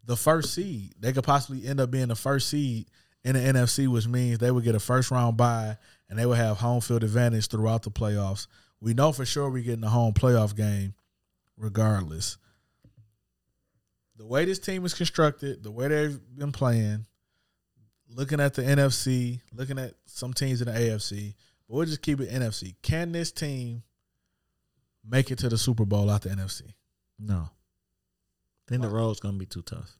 Speaker 3: the first seed. They could possibly end up being the first seed in the NFC, which means they would get a first round bye and they would have home field advantage throughout the playoffs. We know for sure we're getting a home playoff game regardless. The way this team is constructed, the way they've been playing, looking at the NFC, looking at some teams in the AFC, but we'll just keep it NFC. Can this team make it to the Super Bowl out the NFC,
Speaker 1: No. Then the road's gonna be too tough.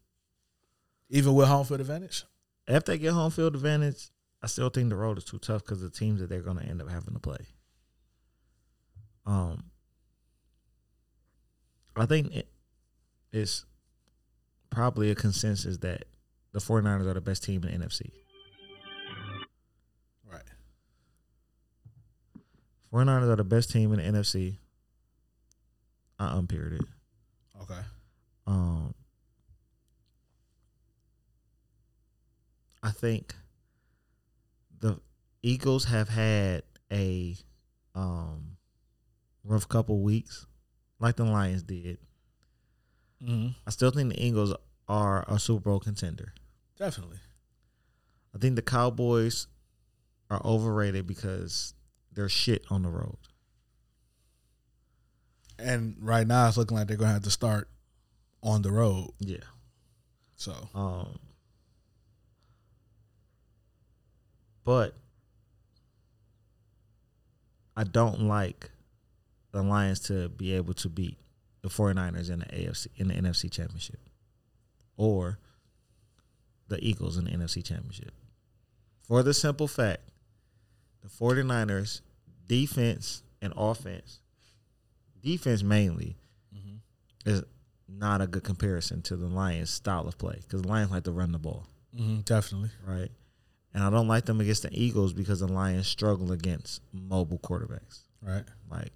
Speaker 3: even with home field advantage.
Speaker 1: If they get home field advantage, I still think the road is too tough because the teams that they're gonna end up having to play. Um, I think it, it's probably a consensus that the 49ers are the best team in the NFC.
Speaker 3: Right.
Speaker 1: 49ers are the best team in the NFC. I unpaired it.
Speaker 3: Okay.
Speaker 1: Um, I think the Eagles have had a um, rough couple weeks, like the Lions did.
Speaker 3: Mm-hmm.
Speaker 1: I still think the Eagles are a Super Bowl contender.
Speaker 3: Definitely.
Speaker 1: I think the Cowboys are overrated because they're shit on the road.
Speaker 3: And right now it's looking like they're gonna have to start on the road.
Speaker 1: Yeah.
Speaker 3: So
Speaker 1: Um, but I don't like the Lions to be able to beat the 49ers in the AFC in the NFC championship or the Eagles in the NFC championship. For the simple fact, the 49ers defense and offense, defense mainly, is not a good comparison to the Lions style of play because the Lions like to run the ball,
Speaker 3: mhm, definitely.
Speaker 1: right? And I don't like them against the Eagles because the Lions struggle against mobile quarterbacks.
Speaker 3: Right.
Speaker 1: Like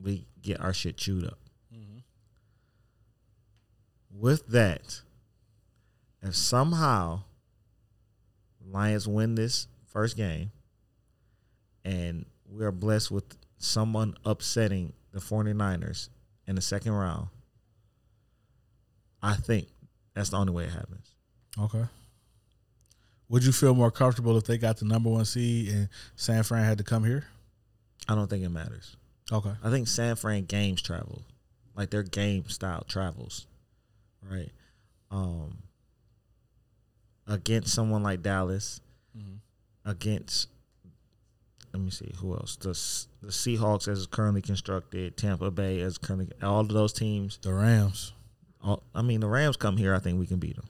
Speaker 1: we get our shit chewed up. With that, if somehow Lions win this first game and we are blessed with someone upsetting the 49ers in the second round, I think that's the only way it happens.
Speaker 3: Okay. Would you feel more comfortable if they got the number one seed and San Fran had to come here?
Speaker 1: I don't think it matters.
Speaker 3: Okay.
Speaker 1: I think San Fran games travel, like their game style travels, right? Um, against someone like Dallas, against let me see who else the S- the Seahawks as currently constructed, Tampa Bay as currently all of those teams.
Speaker 3: The Rams.
Speaker 1: All, I mean, the Rams come here, I think we can beat them,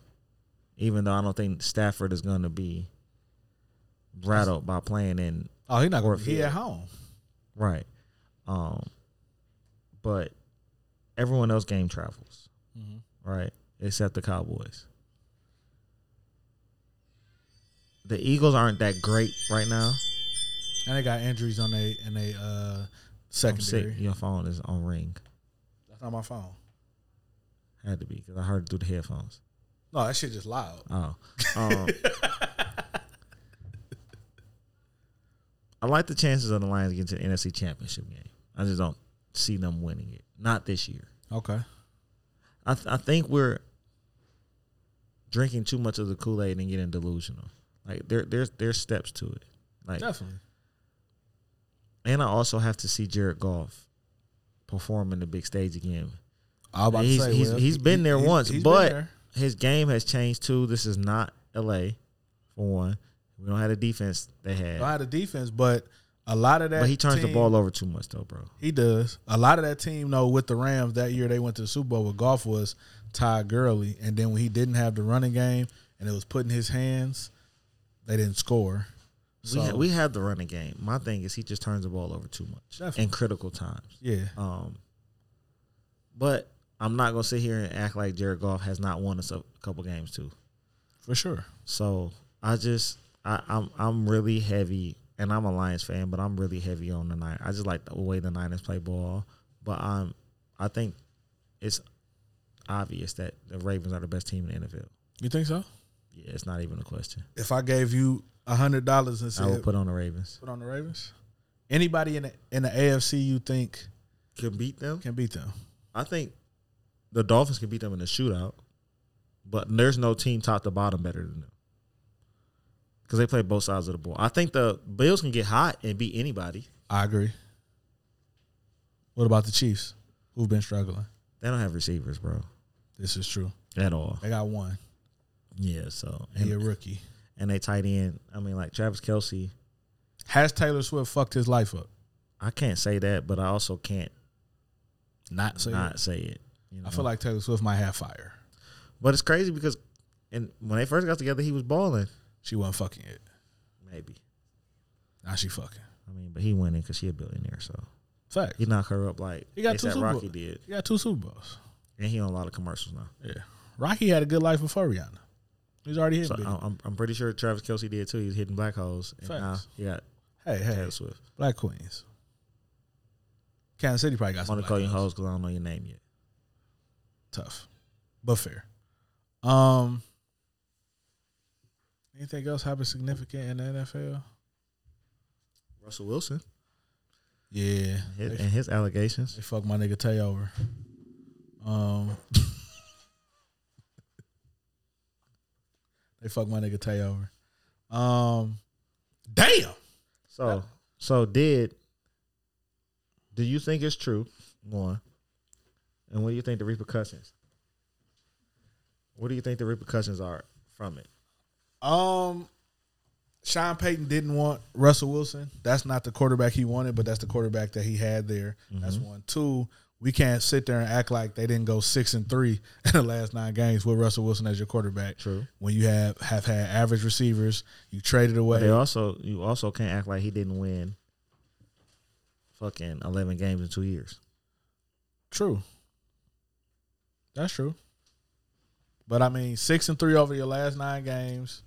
Speaker 1: even though I don't think Stafford is going to be rattled by playing in
Speaker 3: Oh, he's not going to
Speaker 1: Warfield.
Speaker 3: be at home.
Speaker 1: Right. Um, but everyone else game travels, right? Except the Cowboys. the Eagles aren't that great right now.
Speaker 3: And they got injuries on they and they uh
Speaker 1: I'm sick.
Speaker 3: secondary.
Speaker 1: Your phone is on ring.
Speaker 3: That's not my phone.
Speaker 1: Had to be because I heard it through the headphones.
Speaker 3: No, that shit just loud.
Speaker 1: Oh. Um, I like the chances of the Lions getting to the NFC Championship game. I just don't see them winning it. Not this year.
Speaker 3: Okay.
Speaker 1: I, th- I think we're drinking too much of the Kool Aid and getting delusional. Like there there's there's steps to it. Like
Speaker 3: Definitely.
Speaker 1: and I also have to see Jared Goff perform in the big stage again.
Speaker 3: I was about
Speaker 1: He's-
Speaker 3: to say,
Speaker 1: he's-
Speaker 3: well,
Speaker 1: he's been there once,
Speaker 3: he's been
Speaker 1: but-
Speaker 3: there.
Speaker 1: His game has changed too. This is not LA for one. We don't have the defense they had.
Speaker 3: don't have the defense, but a lot of that.
Speaker 1: But he turns the
Speaker 3: team-
Speaker 1: ball over too much though, bro.
Speaker 3: He does. A lot of that team, though, with the Rams that year they went to the Super Bowl with golf was Todd Gurley. And then when he didn't have the running game and it was put in his hands, they didn't score. So,
Speaker 1: we, ha- we have the running game. My thing is he just turns the ball over too much in
Speaker 3: Definitely.
Speaker 1: critical times.
Speaker 3: yeah.
Speaker 1: Um, but I'm not gonna sit here and act like Jared Goff has not won us a couple games too.
Speaker 3: For sure.
Speaker 1: So I just I, I'm I'm really heavy, and I'm a Lions fan, but I'm really heavy on the Niners. I just like the way the Niners play ball, but I'm I think it's obvious that the Ravens are the best team in the NFL.
Speaker 3: You think so?
Speaker 1: Yeah, it's not even a question.
Speaker 3: If I gave you a hundred dollars and
Speaker 1: I
Speaker 3: said
Speaker 1: will
Speaker 3: put,
Speaker 1: put on the Ravens.
Speaker 3: on the Ravens, anybody in the in the AFC you think
Speaker 1: Can beat them.
Speaker 3: can beat them?
Speaker 1: I think the Dolphins can beat them in a shootout, but there's no team top to bottom better than them because they play both sides of the ball. I think the Bills can get hot and beat anybody.
Speaker 3: I agree. What about the Chiefs, who've been struggling?
Speaker 1: They don't have receivers, bro,
Speaker 3: This is true.
Speaker 1: at all.
Speaker 3: They got one.
Speaker 1: Yeah, so
Speaker 3: He a
Speaker 1: and,
Speaker 3: rookie.
Speaker 1: and they tight end. I mean, like Travis Kelsey.
Speaker 3: Has Taylor Swift fucked his life up?
Speaker 1: I can't say that, but I also can't
Speaker 3: Not so.
Speaker 1: not say it. you
Speaker 3: I
Speaker 1: know?
Speaker 3: feel like Taylor Swift might have fire.
Speaker 1: but it's crazy because, and when they first got together, he was balling.
Speaker 3: She wasn't fucking it.
Speaker 1: Maybe
Speaker 3: Now she fucking.
Speaker 1: I mean, but he went in because she a billionaire, so
Speaker 3: Fact.
Speaker 1: he knocked her up like
Speaker 3: He got two
Speaker 1: A$AP
Speaker 3: Super
Speaker 1: Rocky
Speaker 3: Bowl-
Speaker 1: did,
Speaker 3: He got two Super Bowls.
Speaker 1: and he on a lot of commercials now.
Speaker 3: Yeah. Rocky had a good life before Rihanna. He's already hit.
Speaker 1: So
Speaker 3: big.
Speaker 1: I- I'm, I'm pretty sure Travis Kelsey did too. He was hitting black holes. And
Speaker 3: Facts.
Speaker 1: now he got
Speaker 3: hey, hey,
Speaker 1: Taylor Swift.
Speaker 3: Black Queens. Kansas City probably got
Speaker 1: I
Speaker 3: some.
Speaker 1: want to call you
Speaker 3: black
Speaker 1: hoes because I don't know your name yet.
Speaker 3: tough, but fair. Um, anything else happen significant in the NFL?
Speaker 1: Russell Wilson
Speaker 3: Yeah,
Speaker 1: his,
Speaker 3: they,
Speaker 1: and his allegations.
Speaker 3: they fucked my nigga Tay over. Um, <laughs> they fucked my nigga Tay over. Um, damn.
Speaker 1: So so did. Do you think it's true? One. And what do you think the repercussions? What do you think the repercussions are from it?
Speaker 3: Um, Sean Payton didn't want Russell Wilson. That's not the quarterback he wanted, but that's the quarterback that he had there.
Speaker 1: Mm-hmm.
Speaker 3: That's one. Two, we can't sit there and act like they didn't go six and three <laughs> in the last nine games with Russell Wilson as your quarterback.
Speaker 1: True.
Speaker 3: When you have have had average receivers, you traded
Speaker 1: But they
Speaker 3: away.
Speaker 1: also you also can't act like he didn't win. Fucking eleven games in two years.
Speaker 3: True. That's true. But I mean, six and three over your last nine games.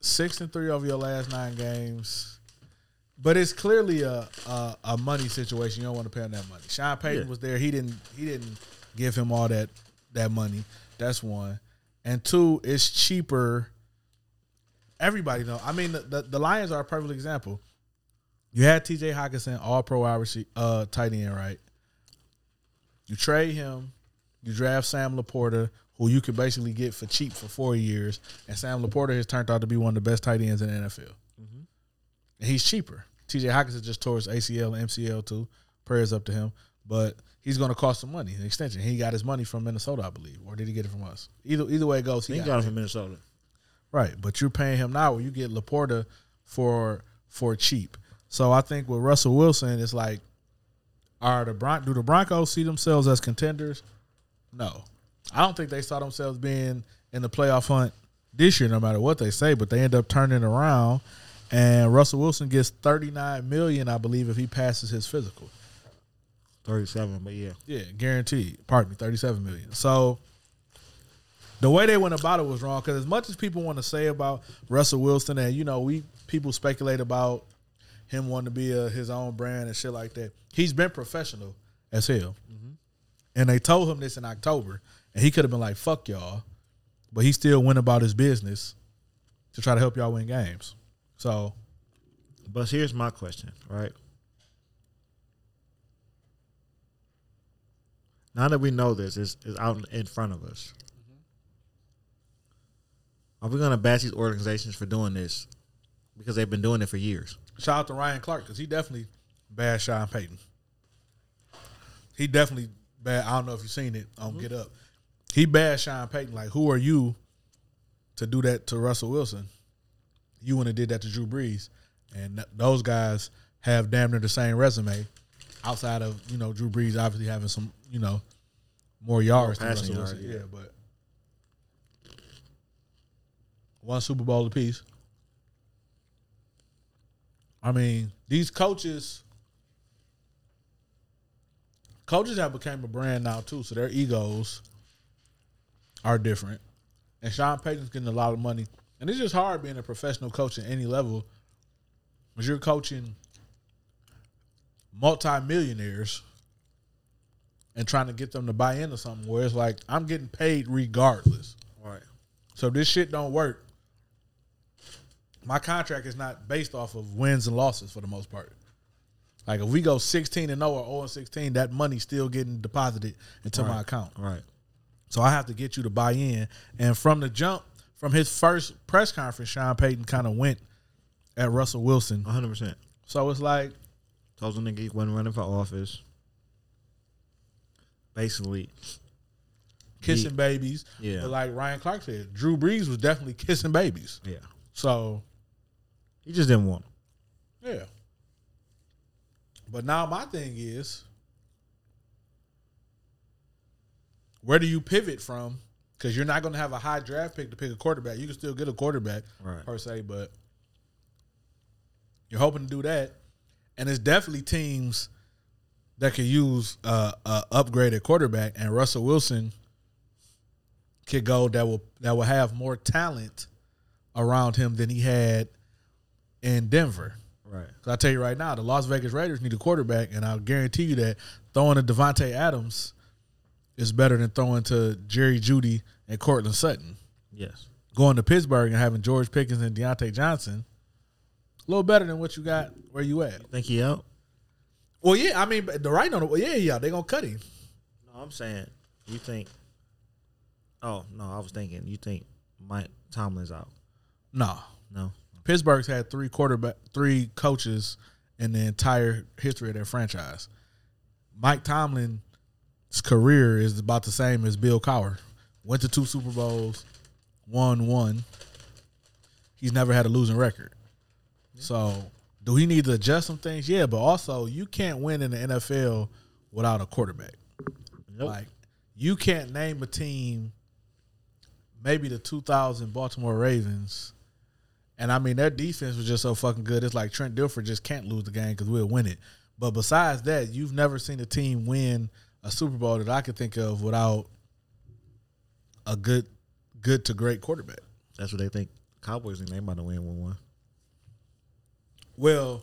Speaker 3: Six and three over your last nine games. But it's clearly a a, a money situation. You don't want to pay him that money. Sean Payton
Speaker 1: Yeah.
Speaker 3: was there. He didn't he didn't give him all that that money. That's one. And two, it's cheaper. Everybody know. I mean, the, the, the Lions are a perfect example. You had T.J. Hawkinson, all pro wide receiver, uh, tight end, right? You trade him, you draft Sam Laporta, who you could basically get for cheap for four years, and Sam Laporta has turned out to be one of the best tight ends in the NFL. And he's cheaper. T.J. Hawkinson just tore his ACL and MCL too. Prayers up to him, but he's going to cost some money. An extension. He got his money from Minnesota, I believe, or did he get it from us? Either either way it goes, he
Speaker 1: He
Speaker 3: got
Speaker 1: got
Speaker 3: it.
Speaker 1: him from Minnesota.
Speaker 3: Right, but you're paying him now, where you get Laporta for for cheap. So I think with Russell Wilson, it's like, are the Bron- do the Broncos see themselves as contenders? No, I don't think they saw themselves being in the playoff hunt this year, no matter what they say. But they end up turning around, and Russell Wilson gets 39 million, I believe, if he passes his physical.
Speaker 1: Thirty seven, but yeah.
Speaker 3: Yeah, guaranteed. Pardon me, thirty-seven million. So the way they went about it was wrong. Because as much as people want to say about Russell Wilson, and you know, we people speculate about him wanting to be a, his own brand and shit like that. He's been professional as hell, and they told him this in October, and he could have been like, "Fuck y'all," but he still went about his business to try to help y'all win games. So
Speaker 1: But here's my question, right? Now that we know this, it's, it's out in front of us. Are we going to bash these organizations for doing this because they've been doing it for years?
Speaker 3: shout out to Ryan Clark because he definitely bashed Sean Payton. He definitely bad. I don't know if you've seen it on Get Up. He bashed Sean Payton. Like, who are you to do that to Russell Wilson? You wouldn't have did that to Drew Brees, and th- those guys have damn near the same resume. Outside of you know Drew Brees, obviously having some you know more yards than
Speaker 1: passing
Speaker 3: Russell
Speaker 1: yards,
Speaker 3: Wilson.
Speaker 1: yeah.
Speaker 3: yeah, but one Super Bowl apiece. I mean, these coaches coaches have become a brand now too, so their egos are different. And Sean Payton's getting a lot of money. And it's just hard being a professional coach at any level. Because you're coaching multimillionaires and trying to get them to buy into something where it's like, I'm getting paid regardless.
Speaker 1: Right.
Speaker 3: So if this shit don't work, my contract is not based off of wins and losses for the most part. Like if we go sixteen and zero or zero and sixteen, that money's still getting deposited into my account.
Speaker 1: Right.
Speaker 3: So I have to get you to buy in. And from the jump, from his first press conference, Sean Payton kind of went at Russell Wilson.
Speaker 1: 100%.
Speaker 3: So it's like
Speaker 1: Told the nigga he wasn't running for office. Basically,
Speaker 3: kissing babies.
Speaker 1: Yeah.
Speaker 3: But like Ryan Clark said, Drew Brees was definitely kissing babies.
Speaker 1: yeah.
Speaker 3: So
Speaker 1: He just didn't want him.
Speaker 3: Yeah. But now my thing is, where do you pivot from? Because you're not going to have a high draft pick to pick a quarterback. You can still get a quarterback
Speaker 1: Right.
Speaker 3: per se, but you're hoping to do that. And it's definitely teams that could use uh, a upgraded quarterback, and Russell Wilson could go that will that will have more talent around him than he had in Denver.
Speaker 1: Right.
Speaker 3: Because I tell you right now, the Las Vegas Raiders need a quarterback, and I'll guarantee you that throwing to Devontae Adams is better than throwing to Jerry Judy and Cortland Sutton.
Speaker 1: Yes.
Speaker 3: Going to Pittsburgh and having George Pickens and Deontay Johnson, a little better than what you got where you at.
Speaker 1: Think he out?
Speaker 3: Well, yeah, I mean, but the right on the yeah, yeah, they gonna cut him.
Speaker 1: No, I'm saying you think. Oh no, I was thinking you think Mike Tomlin's out.
Speaker 3: No,
Speaker 1: No,
Speaker 3: Pittsburgh's had three quarterback, three coaches in the entire history of their franchise. Mike Tomlin's career is about the same as Bill Cowher. Went to two Super Bowls, won one. He's never had a losing record. So, do he need to adjust some things? Yeah, but also you can't win in the NFL without a quarterback.
Speaker 1: nope.
Speaker 3: Like you can't name a team, maybe the 2000 Baltimore Ravens, and I mean their defense was just so fucking good. It's like Trent Dilfer just can't lose the game because we'll win it. But besides that, you've never seen a team win a Super Bowl that I could think of without a good, good to great quarterback.
Speaker 1: that's what they think. Cowboys think they about to win one one.
Speaker 3: Well,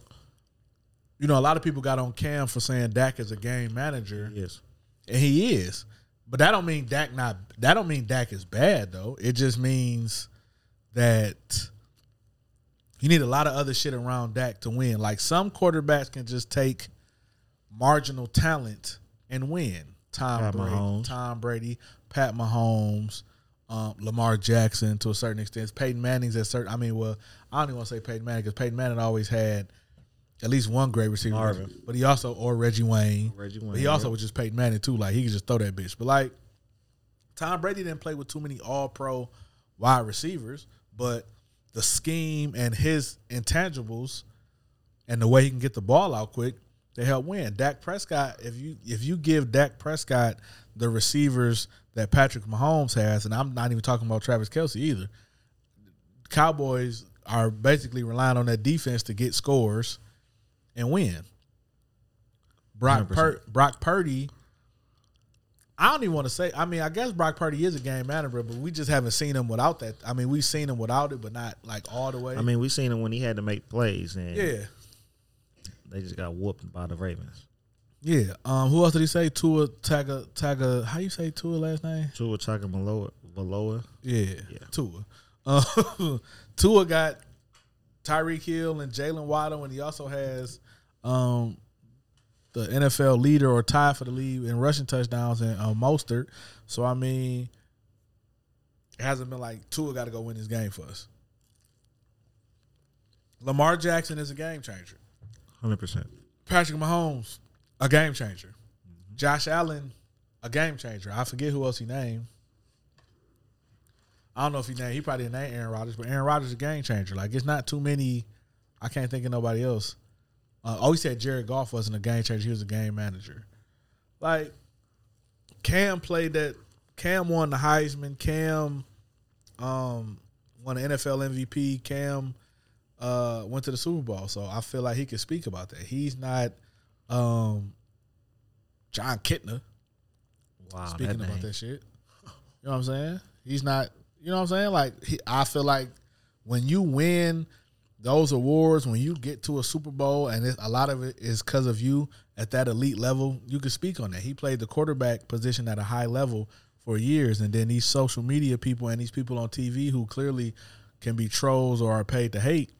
Speaker 3: you know, a lot of people got on Cam for saying Dak is a game manager.
Speaker 1: Yes,
Speaker 3: And he is. But that don't mean Dak not that don't mean Dak is bad though. It just means that you need a lot of other shit around Dak to win. Like some quarterbacks can just take marginal talent and win. Tom
Speaker 1: Pat
Speaker 3: Brady,
Speaker 1: Mahomes.
Speaker 3: Tom Brady, Pat Mahomes, um, Lamar Jackson to a certain extent. Peyton Manning's at certain. I mean, well, I don't even want to say Peyton Manning because Peyton Manning always had at least one great receiver,
Speaker 1: Marvin.
Speaker 3: but he also or Reggie Wayne.
Speaker 1: Reggie
Speaker 3: But
Speaker 1: Wayne,
Speaker 3: he also
Speaker 1: yep.
Speaker 3: was just Peyton Manning too. Like he could just throw that bitch. But like Tom Brady didn't play with too many All Pro wide receivers, but the scheme and his intangibles and the way he can get the ball out quick, they help win. Dak Prescott, if you if you give Dak Prescott the receivers that Patrick Mahomes has, and I'm not even talking about Travis Kelsey either. Cowboys are basically relying on that defense to get scores and win. Brock
Speaker 1: 100%.
Speaker 3: Pur- Brock Purdy, I don't even want to say. I mean, I guess Brock Purdy is a game manager, but we just haven't seen him without that. I mean, we've seen him without it, but not like all the way.
Speaker 1: I mean, we seen him when he had to make plays, and
Speaker 3: yeah,
Speaker 1: they just got whooped by the Ravens.
Speaker 3: yeah. Um, who else did he say? Tua Taga Taga. How you say Tua last name?
Speaker 1: Tua Tagovailoa,
Speaker 3: Yeah,
Speaker 1: Yeah.
Speaker 3: Tua. Uh, <laughs> Tua got Tyreek Hill and Jalen Waddle, and he also has um, the NFL leader or tie for the lead in rushing touchdowns and uh, Mostert. So I mean, it hasn't been like Tua got to go win this game for us. Lamar Jackson is a game changer.
Speaker 1: hundred percent.
Speaker 3: Patrick Mahomes, a game changer. Josh Allen, a game changer. I forget who else he named. I don't know if he named. He probably didn't name Aaron Rodgers, but Aaron Rodgers is a game changer. Like it's not too many. I can't think of nobody else. Uh, oh, he said Jared Goff wasn't a game changer. He was a game manager. Like Cam played that. Cam won the Heisman. Cam um, won the NFL MVP. Cam uh, went to the Super Bowl, so I feel like he could speak about that. He's not um, John Kitna
Speaker 1: Wow,
Speaker 3: speaking
Speaker 1: that
Speaker 3: about
Speaker 1: name.
Speaker 3: that shit. You know what I'm saying? He's not. You know what I'm saying? Like he, I feel like when you win those awards, when you get to a Super Bowl, and it, a lot of it is because of you at that elite level, you can speak on that. He played the quarterback position at a high level for years, and then these social media people and these people on TV who clearly can be trolls or are paid to hate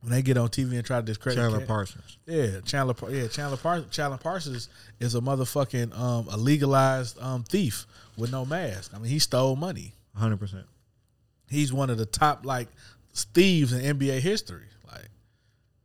Speaker 3: when they get on TV and try to discredit
Speaker 1: Chandler
Speaker 3: Cam-
Speaker 1: Parsons.
Speaker 3: yeah, Chandler. Par- Yeah, Chandler. Par- Chandler Parsons is a motherfucking um, a legalized um, thief with no mask. I mean, he stole money.
Speaker 1: hundred percent.
Speaker 3: He's one of the top like thieves in NBA history. Like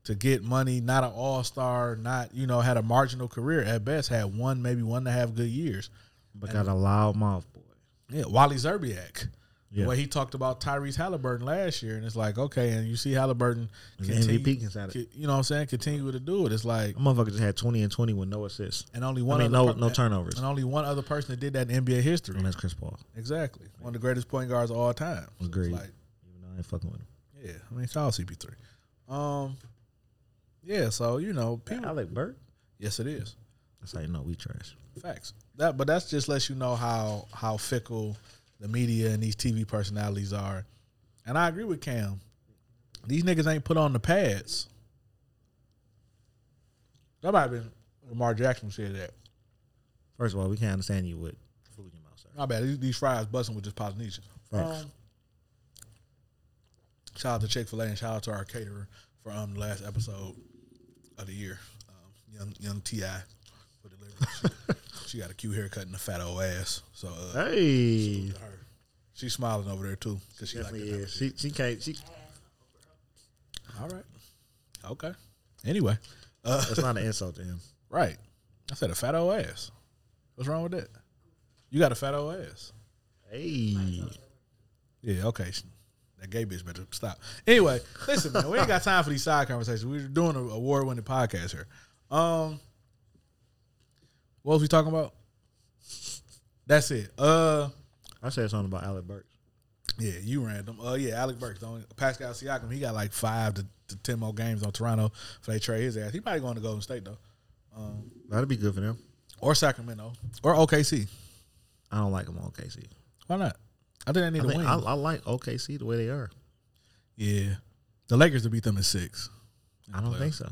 Speaker 3: to get money, not an all star, not you know had a marginal career at best, had one maybe one and a half good years.
Speaker 1: But got a loud mouth, boy.
Speaker 3: Yeah, Wally Zerbiak.
Speaker 1: Yeah.
Speaker 3: The way he talked about Tyrese Halliburton last year, and it's like okay, and you see Halliburton
Speaker 1: He's an MVP candidate.
Speaker 3: co- You know what I'm saying? Continue to do it. It's like
Speaker 1: That motherfucker just had twenty and twenty with no assists.
Speaker 3: and only one.
Speaker 1: I mean,
Speaker 3: other
Speaker 1: no
Speaker 3: per-
Speaker 1: no turnovers.
Speaker 3: And only one other person that did that in NBA history.
Speaker 1: And that's Chris Paul.
Speaker 3: Exactly. One of the greatest point guards of all time. So it's
Speaker 1: Agreed.
Speaker 3: like,
Speaker 1: Even though I ain't fucking with him.
Speaker 3: yeah, I mean, it's all CP3. Um, yeah, so, you know,
Speaker 1: That
Speaker 3: people.
Speaker 1: Alec Burke.
Speaker 3: Yes, it is.
Speaker 1: That's how you know we trash.
Speaker 3: Facts. That, but that's just lets you know how how fickle the media and these TV personalities are. And I agree with Cam. These niggas ain't put on the pads. That might have been Lamar Jackson said that.
Speaker 1: First of all, we can't understand you with food in your mouth, sir.
Speaker 3: My bad. These, these fries busting with this Polynesian.
Speaker 1: Facts.
Speaker 3: Um, shout out to Chick Fil A and shout out to our caterer for um the last episode of the year, um, young young Ti for delivering.
Speaker 1: <laughs>
Speaker 3: she, she got a cute haircut and a fat old ass. So uh,
Speaker 1: Hey.
Speaker 3: her, she's smiling over there too because she like that
Speaker 1: Definitely
Speaker 3: type of
Speaker 1: is. She she can't she
Speaker 3: shit. All right, okay. Anyway, uh,
Speaker 1: that's not an insult to him.
Speaker 3: right. I said a fat old ass. What's wrong with that? You got a fat old ass.
Speaker 1: Hey.
Speaker 3: Yeah, okay. That gay bitch better stop. Anyway, listen, man, we ain't got time for these side conversations. We're doing an award winning podcast here. Um, what was we talking about? That's it. Uh,
Speaker 1: I said something about Alec Burks.
Speaker 3: yeah, you random. Uh, yeah, Alec Burks. the Only, Pascal Siakam. He got like five to, to ten more games on Toronto if they trade his ass. He probably going to Golden State though,
Speaker 1: That'd be good for them.
Speaker 3: or Sacramento, or OKC.
Speaker 1: I don't like them on OKC.
Speaker 3: Why not? I think they need
Speaker 1: I,
Speaker 3: a
Speaker 1: think,
Speaker 3: win.
Speaker 1: I, I like OKC the way they are.
Speaker 3: yeah, the Lakers to beat them in six.
Speaker 1: I don't think so.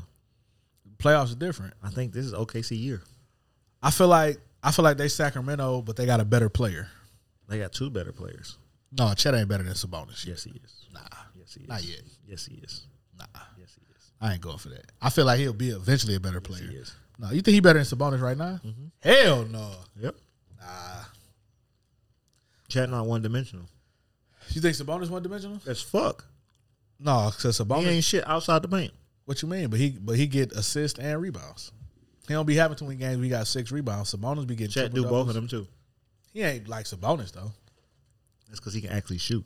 Speaker 3: Playoffs are different.
Speaker 1: I think this is OKC year.
Speaker 3: I feel like I feel like they Sacramento, but they got a better player.
Speaker 1: They got two better players.
Speaker 3: No, Chet ain't better than Sabonis.
Speaker 1: Yes, he is. Nah. Yes, he is.
Speaker 3: not yet.
Speaker 1: Yes, he is. Nah. Yes, he is.
Speaker 3: I ain't going for that. I feel like he'll be eventually a better
Speaker 1: Yes,
Speaker 3: player.
Speaker 1: he is. Mm-hmm.
Speaker 3: No, you think he better than Sabonis right now? Hell no.
Speaker 1: Yep. Nah. Chat not one dimensional.
Speaker 3: You think Sabonis one dimensional?
Speaker 1: As fuck.
Speaker 3: No, because
Speaker 1: He
Speaker 3: Sabonis.
Speaker 1: ain't shit outside the paint.
Speaker 3: What you mean? But he but he get assists and rebounds. He don't be having too many games. We got six rebounds. Sabonis be getting.
Speaker 1: Chat
Speaker 3: triple
Speaker 1: do both
Speaker 3: doubles.
Speaker 1: of them too.
Speaker 3: He ain't like Sabonis though.
Speaker 1: That's because he can actually shoot.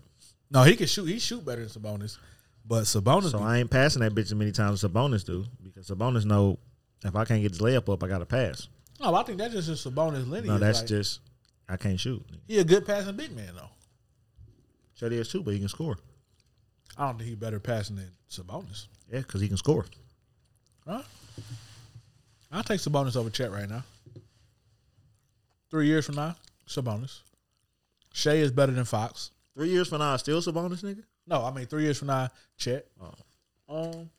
Speaker 3: No, he can shoot. He shoot better than Sabonis, but Sabonis.
Speaker 1: So
Speaker 3: be-
Speaker 1: I ain't passing that bitch as many times as Sabonis do because Sabonis know if I can't get this layup up, I got to pass.
Speaker 3: no, I think that's just a Sabonis lineage.
Speaker 1: No, that's
Speaker 3: Like,
Speaker 1: just I can't shoot. nigga.
Speaker 3: he a good passing big man though.
Speaker 1: Sure, he is too, but he can score.
Speaker 3: I don't think he better passing than Sabonis.
Speaker 1: Yeah, because he can score.
Speaker 3: Huh? I'll take Sabonis over Chet right now. Three years from now, Sabonis. Shea is better than Fox.
Speaker 1: Three years from now, still Sabonis, nigga.
Speaker 3: No, I mean three years from now, Chet.
Speaker 1: Oh.
Speaker 3: Um,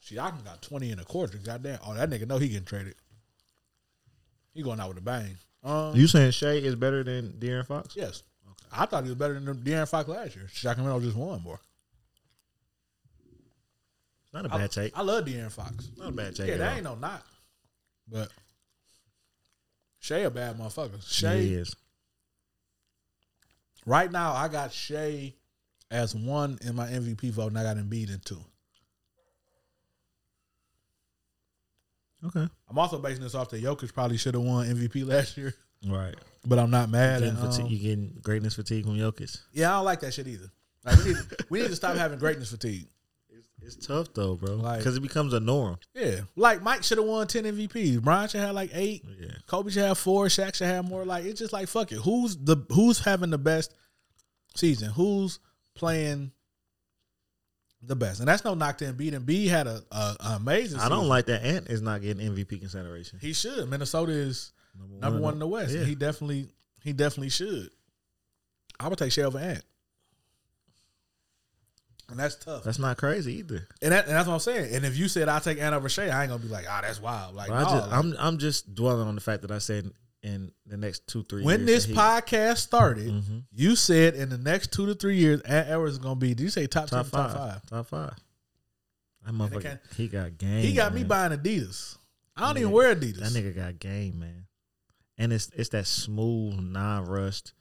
Speaker 3: shit, I can got twenty and a quarter. Goddamn! Oh, that nigga know he getting traded. He going out with a bang. Um,
Speaker 1: You saying Shea is better than De'Aaron Fox?
Speaker 3: yes, I thought he was better than De'Aaron Fox last year. Sacramento just won more.
Speaker 1: It's not a
Speaker 3: I,
Speaker 1: bad take.
Speaker 3: I love De'Aaron Fox.
Speaker 1: Not a bad take.
Speaker 3: Yeah,
Speaker 1: at
Speaker 3: that
Speaker 1: all.
Speaker 3: ain't no knock. But Shea a bad motherfucker.
Speaker 1: Yeah,
Speaker 3: Shea
Speaker 1: he is.
Speaker 3: right now I got Shea as one in my MVP vote, and I got Embiid in two.
Speaker 1: Okay.
Speaker 3: I'm also basing this off that Jokic probably should have won MVP last year, <laughs>
Speaker 1: Right.
Speaker 3: but I'm not mad.
Speaker 1: Getting
Speaker 3: And, um,
Speaker 1: fatigue, you getting greatness fatigue from Jokic.
Speaker 3: yeah, I don't like that shit either. Like we need, we need to stop having greatness fatigue.
Speaker 1: It's tough though, bro,
Speaker 3: Like-
Speaker 1: because it becomes a norm.
Speaker 3: Yeah, like Mike should have won ten MVPs. Brian should have like eight.
Speaker 1: Yeah.
Speaker 3: Kobe should have four. Shaq should have more. Like it's just like fuck it. Who's the who's having the best season? Who's playing the best? And that's no knock to Embiid. Embiid had a, a, an amazing.
Speaker 1: I don't
Speaker 3: season.
Speaker 1: like that Ant is not getting MVP consideration.
Speaker 3: He should. Minnesota is number one in the West.
Speaker 1: Yeah.
Speaker 3: He definitely he definitely should. I would take Shea over Ant. And that's tough.
Speaker 1: That's not crazy either.
Speaker 3: and, that, and that's what I'm saying. And if you said I take Ant over Shea, I ain't gonna be like, ah, that's wild. Like,
Speaker 1: But I
Speaker 3: no,
Speaker 1: just,
Speaker 3: like,
Speaker 1: I'm I'm just dwelling on the fact that I said in the next two three.
Speaker 3: when
Speaker 1: years
Speaker 3: this
Speaker 1: that he-
Speaker 3: podcast started,
Speaker 1: Mhm.
Speaker 3: you said in the next two to three years, Ant Edwards is gonna be. Did you say top,
Speaker 1: top
Speaker 3: ten,
Speaker 1: five,
Speaker 3: top five?
Speaker 1: top five. That
Speaker 3: it
Speaker 1: motherfucker,
Speaker 3: can't-
Speaker 1: he got game.
Speaker 3: He got me
Speaker 1: man.
Speaker 3: buying Adidas. I don't
Speaker 1: That
Speaker 3: even
Speaker 1: nigga-
Speaker 3: wear Adidas.
Speaker 1: That nigga got game, man. And it's it's that smooth, non rust.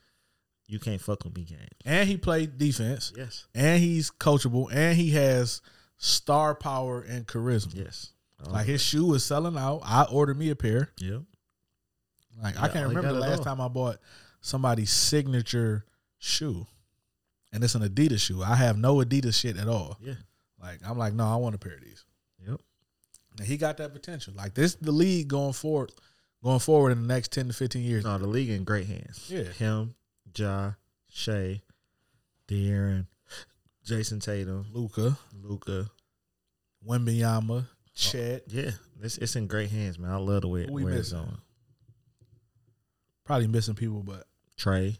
Speaker 1: You can't fuck with me game.
Speaker 3: And he played defense.
Speaker 1: Yes,
Speaker 3: And he's coachable. And he has star power and charisma.
Speaker 1: yes. Oh. I
Speaker 3: Like his shoe was selling out. I ordered me a pair.
Speaker 1: yeah.
Speaker 3: Like
Speaker 1: Yeah,
Speaker 3: I can't
Speaker 1: all you
Speaker 3: remember the
Speaker 1: gotta
Speaker 3: last
Speaker 1: know.
Speaker 3: time I bought somebody's signature shoe, and it's an Adidas shoe. I have no Adidas shit at all.
Speaker 1: Yeah.
Speaker 3: Like I'm like, no, I want a pair of these.
Speaker 1: Yep.
Speaker 3: And he got that potential. Like this, the league going forward, going forward in the next ten to fifteen years.
Speaker 1: No, the league in great hands.
Speaker 3: Yeah.
Speaker 1: Him, Ja, Shea, De'Aaron, Jason Tatum,
Speaker 3: Luca,
Speaker 1: Luca.
Speaker 3: Wembyama, Chet,
Speaker 1: Yeah, it's it's in great hands, man. I love the way it,
Speaker 3: Who we
Speaker 1: where it's
Speaker 3: missing?
Speaker 1: going.
Speaker 3: probably missing people, but
Speaker 1: Trey.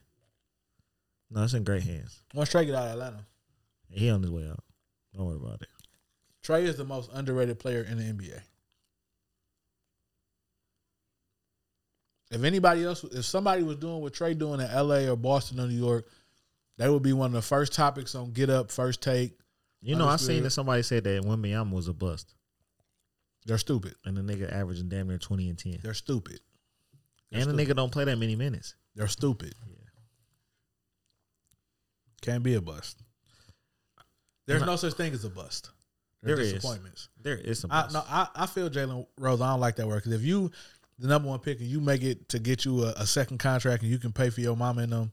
Speaker 1: No, it's in great hands.
Speaker 3: once Trey get out of Atlanta,
Speaker 1: He on his way out. Don't worry about it.
Speaker 3: Trey is the most underrated player in the NBA. If anybody else, if somebody was doing what Trey doing in LA or Boston or New York, they would be one of the first topics on Get Up, First Take.
Speaker 1: You know, I
Speaker 3: Understood.
Speaker 1: seen that somebody said that Wembyama was a bust,
Speaker 3: They're stupid.
Speaker 1: and the nigga averaging damn near twenty and ten,
Speaker 3: They're stupid.
Speaker 1: and the
Speaker 3: stupid.
Speaker 1: nigga don't play that many minutes.
Speaker 3: They're stupid. Can't be a bust. There's
Speaker 1: Not-
Speaker 3: no such thing as a bust. They're
Speaker 1: There is.
Speaker 3: disappointments.
Speaker 1: There is some.
Speaker 3: I
Speaker 1: busts.
Speaker 3: no, I, I feel Jalen Rose. I don't like that word because if you the number one pick and you make it to get you a, a second contract and you can pay for your mama and them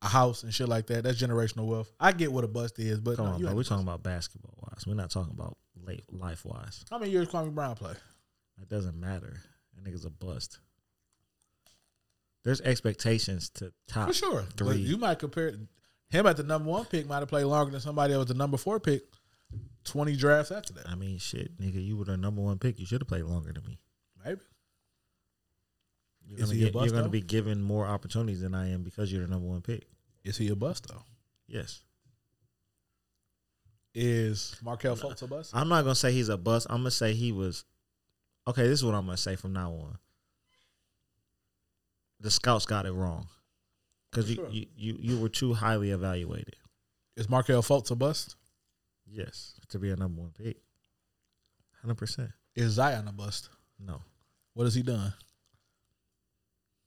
Speaker 3: a house and shit like that, that's generational wealth. I get what a bust is, but
Speaker 1: Come
Speaker 3: no,
Speaker 1: on,
Speaker 3: you
Speaker 1: bro.
Speaker 3: ain't
Speaker 1: We're
Speaker 3: a
Speaker 1: talking
Speaker 3: bust.
Speaker 1: about basketball wise. We're not talking about life wise.
Speaker 3: how many years Kwame Brown play?
Speaker 1: It doesn't matter. That nigga's a bust. There's expectations to top
Speaker 3: For sure, But
Speaker 1: three.
Speaker 3: you might compare him at the number one pick might have played longer than somebody that was the number four pick twenty drafts after that.
Speaker 1: I mean, shit, nigga, you were the number one pick. You should have played longer than me.
Speaker 3: Maybe
Speaker 1: You're
Speaker 3: Is
Speaker 1: gonna,
Speaker 3: he a
Speaker 1: get-
Speaker 3: bust,
Speaker 1: you're gonna
Speaker 3: though?
Speaker 1: be given more opportunities than I am because you're the number one pick.
Speaker 3: is he a bust though?
Speaker 1: Yes,
Speaker 3: Is Markel Fultz a bust?
Speaker 1: I'm not gonna say he's a bust. I'm gonna say he was. Okay, this is what I'm gonna say from now on. The scouts got it wrong because
Speaker 3: For
Speaker 1: you,
Speaker 3: sure.
Speaker 1: you you you were too highly evaluated.
Speaker 3: Is Markel Fultz a bust?
Speaker 1: Yes, to be a number one pick, hundred percent.
Speaker 3: Is Zion a bust?
Speaker 1: No,
Speaker 3: What has he done?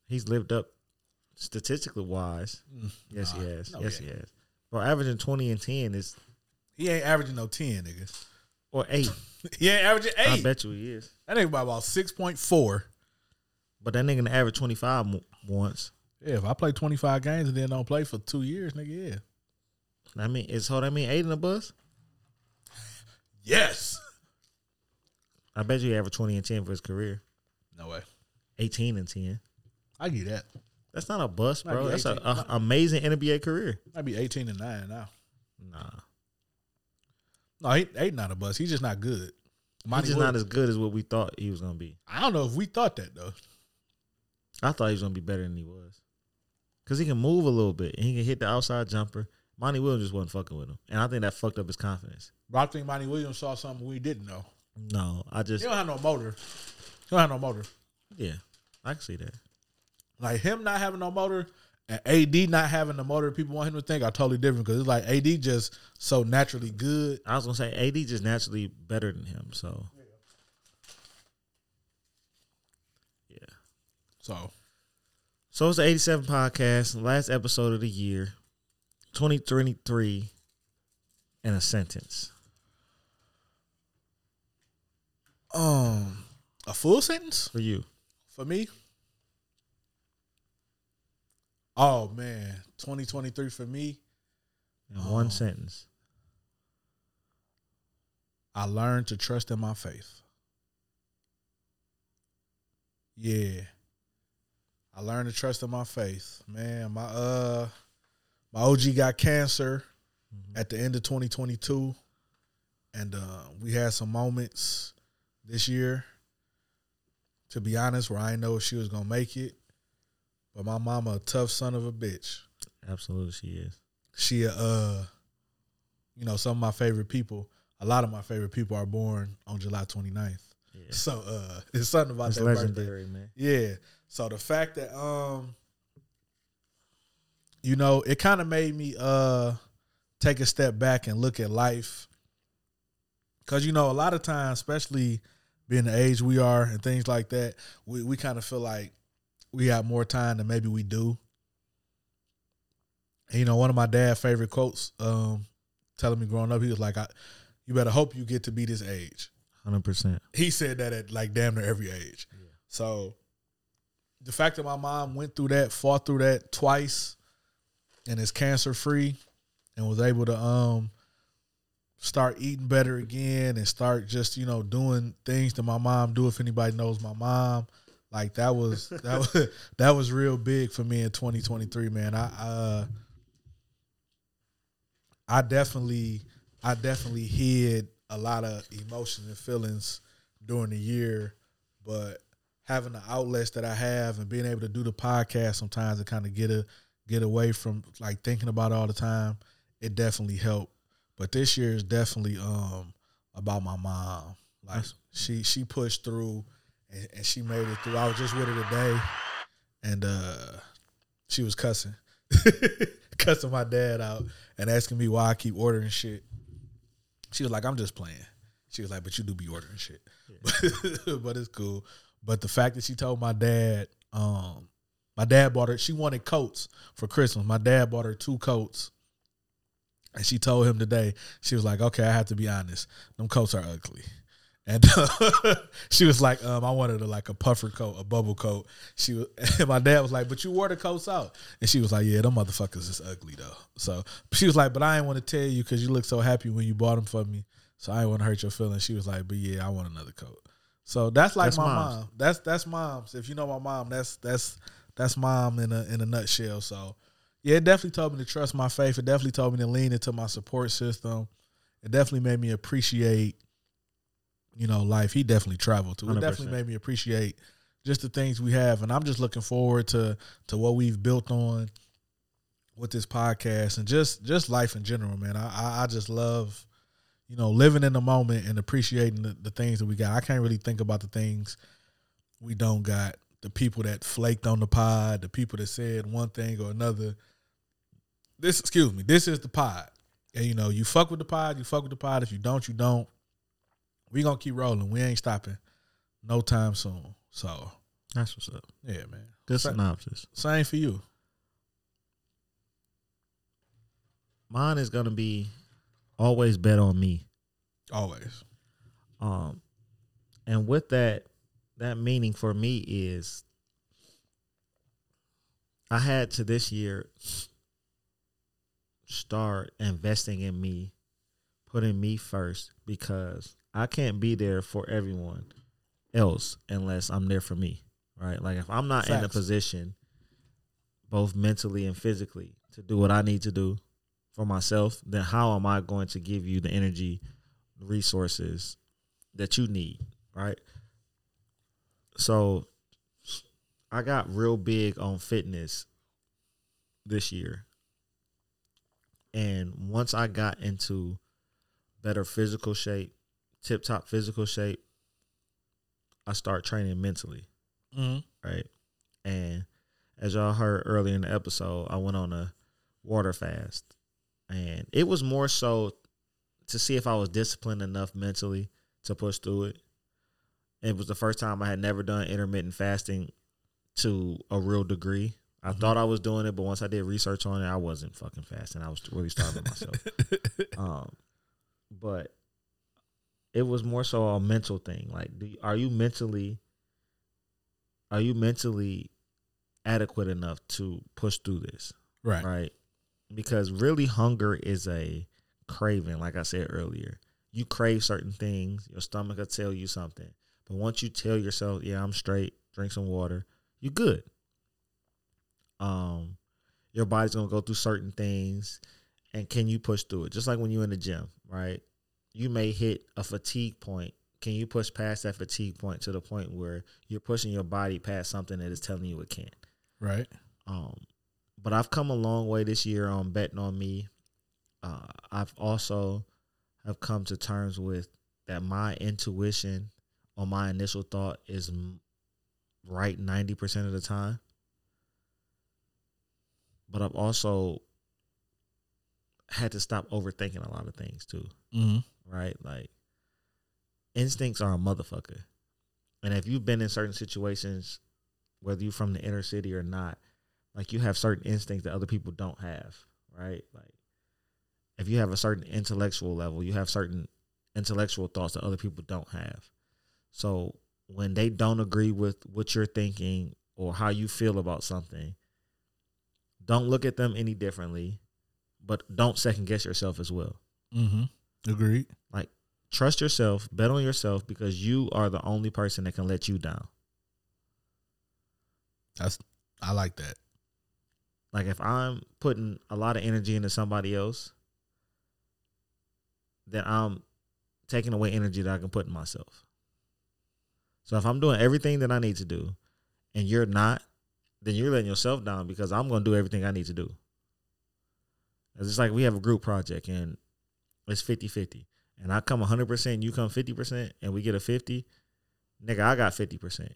Speaker 1: he's lived up statistically wise.
Speaker 3: Mm,
Speaker 1: Yes,
Speaker 3: nah.
Speaker 1: he has.
Speaker 3: No,
Speaker 1: yes,
Speaker 3: he
Speaker 1: he has. Bro, averaging twenty and ten is
Speaker 3: He ain't averaging no ten, nigga. <laughs>
Speaker 1: or eight.
Speaker 3: He ain't averaging
Speaker 1: I
Speaker 3: eight.
Speaker 1: bet you he is.
Speaker 3: That nigga by about six point four.
Speaker 1: But that nigga done averaged twenty five once.
Speaker 3: Yeah, if I play twenty five games and then don't play for two years, nigga, yeah.
Speaker 1: I mean, is so that mean eight in the bus?
Speaker 3: Yes.
Speaker 1: I bet you he averaged twenty and ten for his career.
Speaker 3: No way.
Speaker 1: Eighteen and ten.
Speaker 3: I give you that.
Speaker 1: That's not a bust,
Speaker 3: Might
Speaker 1: bro.
Speaker 3: be
Speaker 1: That's an
Speaker 3: 18.
Speaker 1: amazing NBA career.
Speaker 3: Might be eighteen and nine now.
Speaker 1: Nah,
Speaker 3: No, he eight not a bust. He's just not good.
Speaker 1: he's
Speaker 3: Monty
Speaker 1: just not
Speaker 3: Williams-
Speaker 1: as good as what we thought he was gonna be.
Speaker 3: I don't know if we thought that though.
Speaker 1: I thought he was gonna be better than he was, cause he can move a little bit and he can hit the outside jumper. Monty Williams just wasn't fucking with him, and I think that fucked up his confidence.
Speaker 3: But I think Monty Williams saw something we didn't know.
Speaker 1: No, I
Speaker 3: He
Speaker 1: just
Speaker 3: don't have no motor. He don't have no motor.
Speaker 1: yeah, I can see that.
Speaker 3: Like him not having no motor and AD not having the motor people want him to think are totally different because it's like AD just so naturally good.
Speaker 1: I was gonna say AD just naturally better than him, so yeah.
Speaker 3: So
Speaker 1: So it's the 87 podcast, last episode of the year, 2023 in a sentence.
Speaker 3: um a full sentence
Speaker 1: For you.
Speaker 3: for me. Oh man, 2023 for me.
Speaker 1: In one
Speaker 3: Oh.
Speaker 1: sentence.
Speaker 3: I learned to trust in my faith. Yeah. I learned to trust in my faith. Man, my uh my OG got cancer at the end of 2022 and uh we had some moments this year to be honest where I didn't know if she was going to make it. But my mama a tough son of a bitch
Speaker 1: Absolutely she is.
Speaker 3: she uh you know some of my favorite people a lot of my favorite people are born on july 29th
Speaker 1: Yeah.
Speaker 3: so uh it's something about
Speaker 1: It's
Speaker 3: that
Speaker 1: legendary, man.
Speaker 3: birthday yeah so the fact that um you know it kind of made me uh take a step back and look at life because you know a lot of times especially being the age we are and things like that we, we kind of feel like we have more time than maybe we do and, you know one of my dad's favorite quotes um telling me growing up he was like i you better hope you get to be this age
Speaker 1: Hundred percent.
Speaker 3: he said that at like damn near every age. So the fact that my mom went through that, fought through that twice, and is cancer free, and was able to um start eating better again and start just you know doing things that my mom do. If anybody knows my mom, like that was that was that was real big for me in 2023, man. I uh I definitely I definitely hid a lot of emotions and feelings during the year, but having the outlets that I have and being able to do the podcast sometimes and kind of get a get away from like thinking about it all the time, it definitely helped. But this year is definitely um about my mom. Like she she pushed through and, and she made it through. I was just with her today and uh she was cussing. <laughs> cussing my dad out and asking me why I keep ordering shit. She was like, I'm just playing. She was like, but you do be ordering shit. <laughs> but it's cool. But the fact that she told my dad, um, my dad bought her, she wanted coats for Christmas. My dad bought her two coats. And she told him today, she was like, okay, I have to be honest. Them coats are ugly. And <laughs> she was like, um, I wanted a, like a puffer coat, a bubble coat. She was, <laughs> and my dad was like, but you wore the coats out. And she was like, yeah, them motherfuckers is ugly though. So she was like, but I ain't want to tell you because you look so happy when you bought them for me. So I ain't want to hurt your feelings. She was like, but yeah, I want another coat. So that's like
Speaker 1: That's
Speaker 3: my
Speaker 1: moms.
Speaker 3: mom. That's that's mom's. If you know my mom, that's that's that's mom in a in a nutshell. So yeah, it definitely taught me to trust my faith. It definitely taught me to lean into my support system. It definitely made me appreciate, you know, life. He definitely traveled too. It
Speaker 1: 100%.
Speaker 3: definitely made me appreciate just the things we have. And I'm just looking forward to to what we've built on with this podcast and just just life in general, man. I I, I just love you know, living in the moment and appreciating the, the things that we got. I can't really think about the things we don't got. The people that flaked on the pod, the people that said one thing or another. This, excuse me, this is the pod. And you know, you fuck with the pod, you fuck with the pod. If you don't, you don't. We gonna keep rolling. We ain't stopping. No time soon. So
Speaker 1: That's what's up.
Speaker 3: yeah, man.
Speaker 1: Good
Speaker 3: Sa-
Speaker 1: synopsis.
Speaker 3: Same for you.
Speaker 1: Mine is gonna be always bet on me.
Speaker 3: Always.
Speaker 1: Um, and with that, that meaning for me is I had to this year start investing in me, putting me first because I can't be there for everyone else unless I'm there for me, right? Like if I'm not in a
Speaker 3: Facts.
Speaker 1: position both mentally and physically to do what I need to do for myself, then how am I going to give you the energy, resources that you need, right? So I got real big on fitness this year. And once I got into better physical shape, tip top physical shape, I start training mentally,
Speaker 3: Mm-hmm.
Speaker 1: right? And as y'all heard earlier in the episode, I went on a water fast. And it was more so to see if I was disciplined enough mentally to push through it. It was the first time I had never done intermittent fasting to a real degree. I thought I was doing it, but once I did research on it, I wasn't fucking fasting. I was really
Speaker 3: <laughs>
Speaker 1: starving myself. <laughs> Um, but it was more so a mental thing. Like, do are you mentally are you mentally adequate enough to push through this?
Speaker 3: right.
Speaker 1: right? Because really, hunger is a craving, like I said earlier. You crave certain things, your stomach will tell you something. But once you tell yourself, yeah, I'm straight, drink some water, you good. Um, your body's gonna go through certain things, and can you push through it? Just like when you're in the gym, right? You may hit a fatigue point. Can you push past that fatigue point to the point where you're pushing your body past something that is telling you it can't?
Speaker 3: Right.
Speaker 1: Um, but I've come a long way this year on betting on me. Uh, I've also have come to terms with that my intuition or my initial thought is m- right ninety percent of the time. But I've also had to stop overthinking a lot of things too
Speaker 3: Mm-hmm.
Speaker 1: right? Like instincts are a motherfucker. And if you've been in certain situations, whether you're from the inner city or not, like you have certain instincts that other people don't have, right? Like if you have a certain intellectual level, you have certain intellectual thoughts that other people don't have. So when they don't agree with what you're thinking or how you feel about something, don't look at them any differently, but don't second guess yourself as well
Speaker 3: Mm-hmm. Agreed.
Speaker 1: trust yourself, bet on yourself because you are the only person that can let you down.
Speaker 3: That's I like that.
Speaker 1: Like if I'm putting a lot of energy into somebody else, then I'm taking away energy that I can put in myself. So if I'm doing everything that I need to do and you're not, then you're letting yourself down because I'm going to do everything I need to do. It's just like we have a group project and it's 50 50. And I come 100%, you come 50%, and we get a 50. Nigga, I got 50%.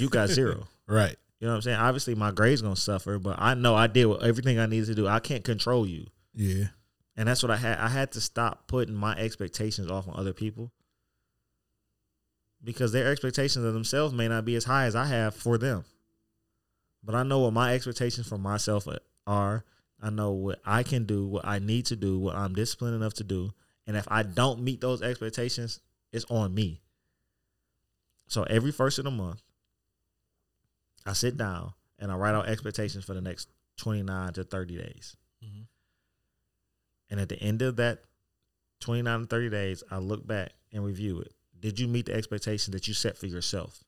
Speaker 1: You got zero.
Speaker 3: Right.
Speaker 1: You know what I'm saying? Obviously, my grade's gonna suffer, but I know I did what- everything I needed to do. I can't control you,
Speaker 3: Yeah.
Speaker 1: and that's what I had. I had to stop putting my expectations off on other people because their expectations of themselves may not be as high as I have for them. But I know what my expectations for myself are. I know what I can do, what I need to do, what I'm disciplined enough to do, and if I don't meet those expectations, it's on me. So every first of the month. I sit down and I write out expectations for the next 29 to 30 days.
Speaker 3: Mhm.
Speaker 1: And at the end of that 29 to 30 days, I look back and review it. Did you meet the expectation that you set for yourself?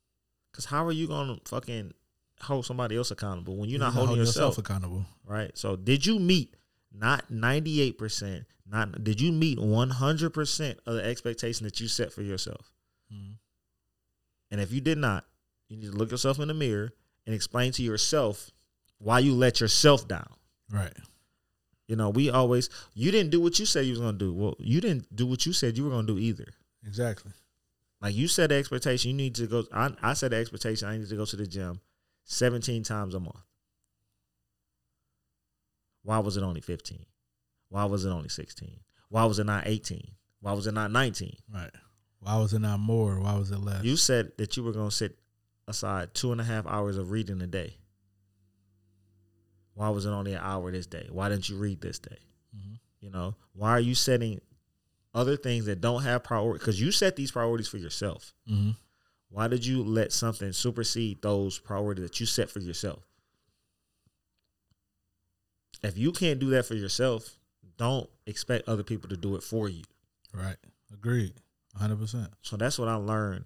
Speaker 1: Because how are you going to fucking hold somebody else accountable when you're not holding, yourself,
Speaker 3: accountable.
Speaker 1: right? So did you meet not 98%, not did you meet 100% of the expectation that you set for yourself? And if you did not, you need to look yourself in the mirror and explain to yourself why you let yourself down.
Speaker 3: Right.
Speaker 1: You know, we always you didn't do what you said you was gonna do. Well, you didn't do what you said you were gonna do either.
Speaker 3: Exactly.
Speaker 1: Like you set the expectation, you need to go. I, I set the expectation I need to go to the gym seventeen times a month. Why was it only fifteen? Why was it only sixteen? Why was it not eighteen? Why was it not nineteen?
Speaker 3: Right. Why was it not more? Why was it less?
Speaker 1: You said that you were going to sit aside two and a half hours of reading a day. Why was it only an hour this day? Why didn't you read this day?
Speaker 3: Mhm.
Speaker 1: You know, why are you setting other things that don't have priority? Because you set these priorities for yourself.
Speaker 3: mm-hmm.
Speaker 1: Why did you let something supersede those priorities that you set for yourself? If you can't do that for yourself, don't expect other people to do it for you.
Speaker 3: Right. Agreed. One hundred percent.
Speaker 1: So that's what I learned.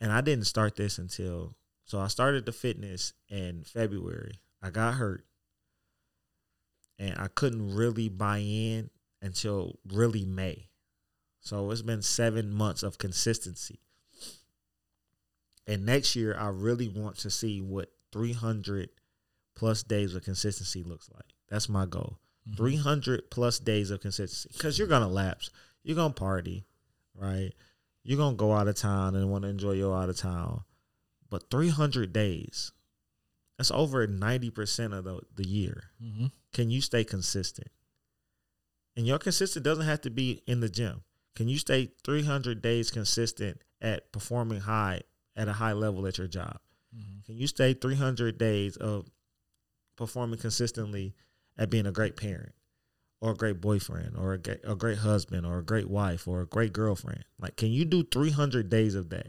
Speaker 1: And I didn't start this until so I started the fitness in February. I got hurt. And I couldn't really buy in until really May. So it's been 7 months of consistency. And next year I really want to see what 300 plus days of consistency looks like. That's my goal. 300 plus days of consistency because you're gonna lapse. You're gonna party, right? You're gonna go out of town and want to enjoy your out of town, but 300 days. That's over 90% of the, the year.
Speaker 3: Mm-hmm.
Speaker 1: Can you stay consistent? And your consistent doesn't have to be in the gym. Can you stay 300 days consistent at performing high at a high level at your job?
Speaker 3: Mm-hmm.
Speaker 1: Can you stay 300 days of performing consistently at being a great parent or a great boyfriend or a, ga- a great husband or a great wife or a great girlfriend? Like, can you do 300 days of that?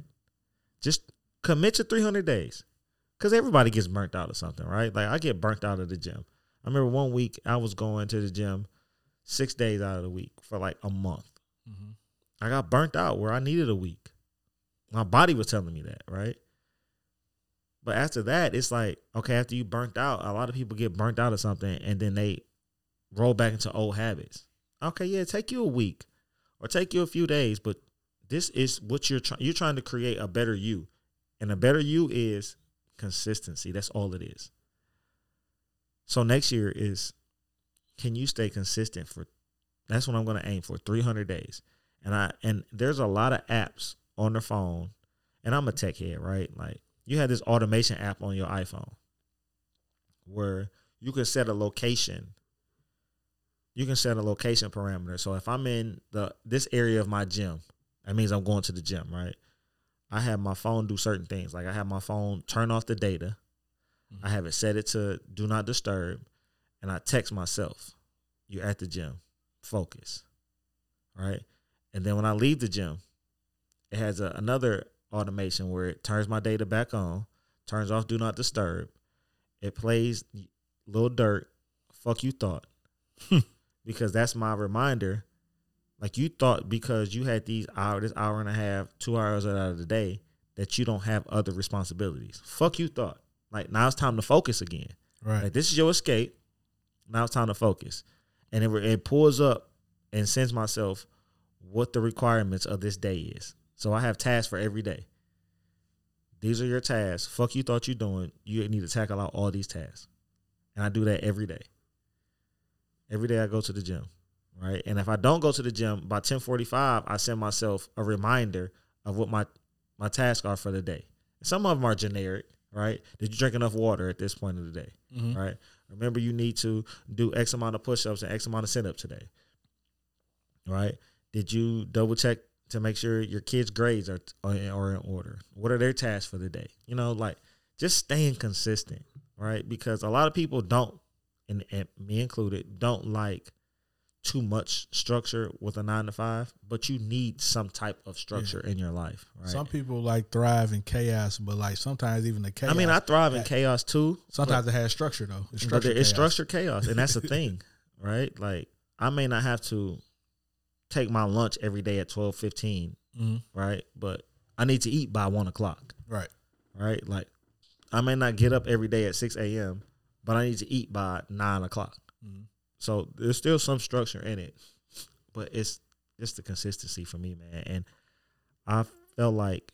Speaker 1: Just commit to 300 days because everybody gets burnt out of something, right? Like, I get burnt out of the gym. I remember one week I was going to the gym six days out of the week for like a month.
Speaker 3: Mm-hmm.
Speaker 1: I got burnt out where I needed a week. My body was telling me that, right? But after that, it's like, okay, after you burnt out, a lot of people get burnt out of something and then they roll back into old habits. Okay, yeah, take you a week or take you a few days, but this is what you're trying you're trying to create a better you. And a better you is consistency. That's all it is. So next year is can you stay consistent for that's what I'm going to aim for 300 days. And I and there's a lot of apps on their phone, and I'm a tech head, right? Like you had this automation app on your iPhone where you can set a location. You can set a location parameter. So if I'm in the this area of my gym, that means I'm going to the gym, right? I have my phone do certain things. Like I have my phone turn off the data. I have it set it to do not disturb, and I text myself, "You're at the gym, focus." Right, and then when I leave the gym, it has a, another automation where it turns my data back on, turns off do not disturb. It plays Lil Dirt, fuck you thought, because that's my reminder. Like you thought because you had these hour, this hour and a half, two hours out of the day that you don't have other responsibilities. Fuck you thought. Like now it's time to focus again.
Speaker 3: Right.
Speaker 1: Like this is your escape. Now it's time to focus, and it, it pulls up and sends myself what the requirements of this day is. So I have tasks for every day. These are your tasks. Fuck you thought you doing. You need to tackle out all these tasks, and I do that every day. Every day I go to the gym, right? And if I don't go to the gym by ten forty five, I send myself a reminder of what my my tasks are for the day. Some of them are generic, right? Did you drink enough water at this point of the day?
Speaker 3: Mhm.
Speaker 1: right? Remember, you need to do X amount of push ups and X amount of sit ups today, right? Did you double check to make sure your kids' grades are, are, in- are in order? What are their tasks for the day? You know, like just staying consistent, right? Because a lot of people don't, and, and me included, don't like too much structure with a nine to five, but you need some type of structure in your life, right?
Speaker 3: Some people like thrive in chaos, but like sometimes even the chaos.
Speaker 1: I mean, I thrive in
Speaker 3: Yeah.
Speaker 1: chaos too. but-
Speaker 3: sometimes it has structure though. It's
Speaker 1: But
Speaker 3: structure.
Speaker 1: there- it's structure chaos, and
Speaker 3: <laughs>
Speaker 1: that's the thing, right? Like I may not have to take my lunch every day at twelve fifteen,
Speaker 3: hmm
Speaker 1: right? But I need to eat by one o'clock,
Speaker 3: Right.
Speaker 1: right? Like I may not get up every day at six a.m., but I need to eat by nine o'clock.
Speaker 3: Mhm.
Speaker 1: So there's still some structure in it, but it's it's the consistency for me, man. And I felt like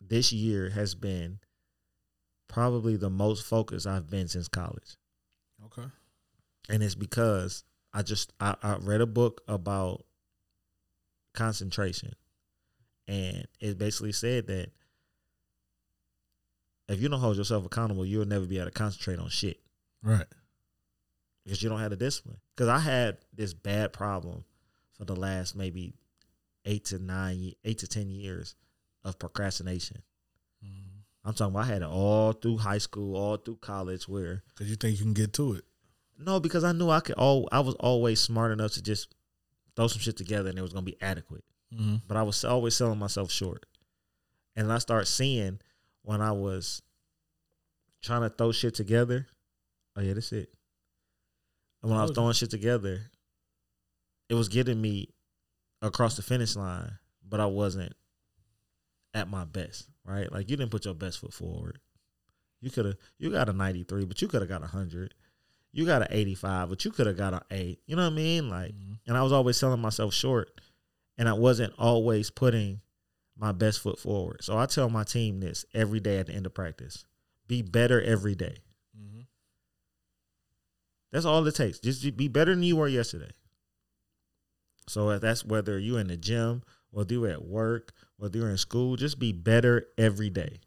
Speaker 1: this year has been probably the most focused I've been since college
Speaker 3: Okay.
Speaker 1: and it's because I just I, I read a book about concentration, and it basically said that if you don't hold yourself accountable, you'll never be able to concentrate on shit
Speaker 3: Right.
Speaker 1: because you don't have the discipline. Because I had this bad problem for the last maybe eight to nine, ye- eight to ten years of procrastination.
Speaker 3: Because
Speaker 1: I'm talking about I had it all through high school, all through college, where
Speaker 3: you think you can get to it.
Speaker 1: No, because I knew I could all I was always smart enough to just throw some shit together and it was gonna be adequate.
Speaker 3: Mm-hmm.
Speaker 1: But I was always selling myself short. And I start seeing when I was trying to throw shit together. Oh yeah, that's it. And when I was
Speaker 3: Okay.
Speaker 1: throwing shit together, it was getting me across the finish line, but I wasn't at my best, right? Like you didn't put your best foot forward. You could have you got a 93, but you could have got a 100. You got an 85, but you could have got an 8. You know what I mean? Like and I was always selling myself short, and I wasn't always putting my best foot forward. So I tell my team this every day at the end of practice: be better every day.
Speaker 3: Mhm.
Speaker 1: That's all it takes. Just be better than you were yesterday. So that's whether you're in the gym, whether you're at work, whether you're in school, just be better every day.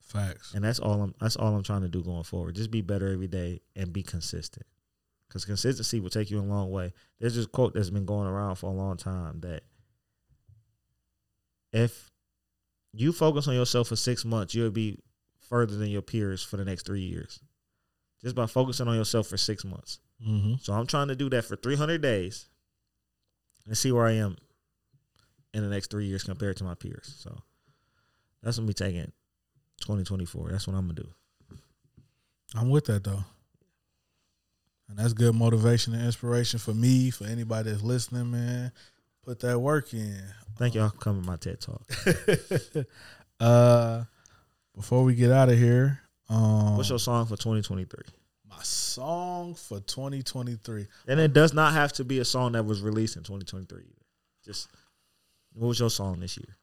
Speaker 3: Facts.
Speaker 1: And that's all I'm that's all I'm trying to do going forward. Just be better every day and be consistent. Because consistency will take you a long way. There's this quote that's been going around for a long time that if you focus on yourself for six months, you'll be further than your peers for the next three years. Just by focusing on yourself for six months.
Speaker 3: Mm-hmm.
Speaker 1: So I'm trying to do that for 300 days and see where I am in the next three years compared to my peers. So that's what we taking 2024. That's what I'm gonna do.
Speaker 3: I'm with that though. And that's good motivation and inspiration for me, for anybody that's listening, man. Put that work in.
Speaker 1: Thank y'all for coming to my TED talk.
Speaker 3: uh before we get out of here, um
Speaker 1: What's your song for 2023?
Speaker 3: my song for 2023?
Speaker 1: And it does not have to be a song that was released in 2023 either. Just what was your song this year?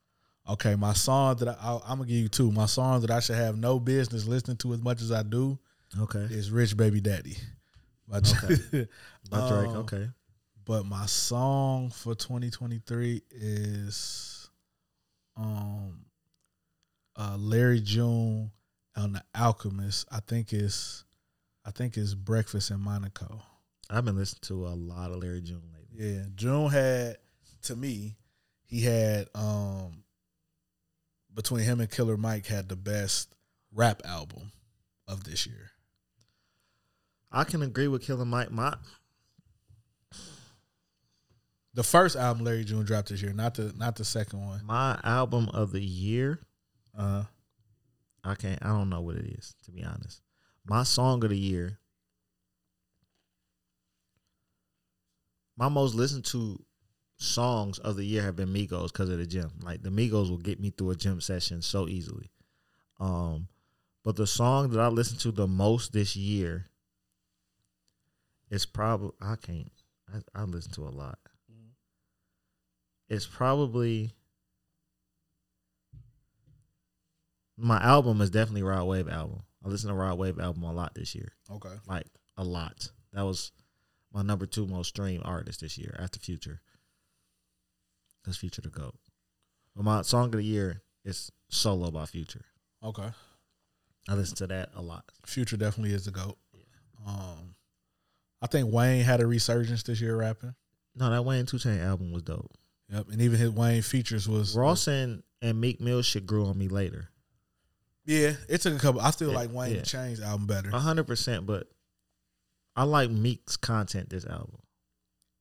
Speaker 3: Okay, my song that I, I I'm gonna give you two. My song that I should have no business listening to as much as I do
Speaker 1: Okay,
Speaker 3: is "Rich Baby Daddy" by <laughs>
Speaker 1: Okay. by Drake.
Speaker 3: Um,
Speaker 1: Okay,
Speaker 3: But my song for 2023 is um uh Larry June on the Alchemist. I think it's I think it's Breakfast in Monaco.
Speaker 1: I've been listening to a lot of Larry June lately.
Speaker 3: Yeah, June had to me, he had um between him and Killer Mike had the best rap album of this year.
Speaker 1: I can agree with Killer Mike. My
Speaker 3: The first album Larry June dropped this year, not the not the second one.
Speaker 1: my album of the year. Uh-huh.
Speaker 3: Uh
Speaker 1: I can't. I don't know what it is to be honest. My song of the year. My most listened to songs of the year have been Migos because of the gym. Like the Migos will get me through a gym session so easily. Um, but the song that I listened to the most this year is probably I can't. I, I listen to a lot. It's probably my album is definitely Rod Wave album. I listened to Rod Wave album a lot this year,
Speaker 3: okay.
Speaker 1: like a lot. That was my number two most streamed artist this year after Future. That's Future the goat. But my song of the year is Solo by Future.
Speaker 3: Okay.
Speaker 1: I listen to that a lot.
Speaker 3: Future definitely is the goat. Um, I think Wayne had a resurgence this year rapping.
Speaker 1: No, that Wayne Two Chain album was dope.
Speaker 3: Yep, and even his Wayne features was
Speaker 1: Ross and, and Meek Mill shit grew on me later,
Speaker 3: Yeah, it took a couple. I still
Speaker 1: Yeah,
Speaker 3: like Wayne
Speaker 1: yeah. Uh-huh.
Speaker 3: the Chain's album better.
Speaker 1: hundred percent. But I like Meek's content this album.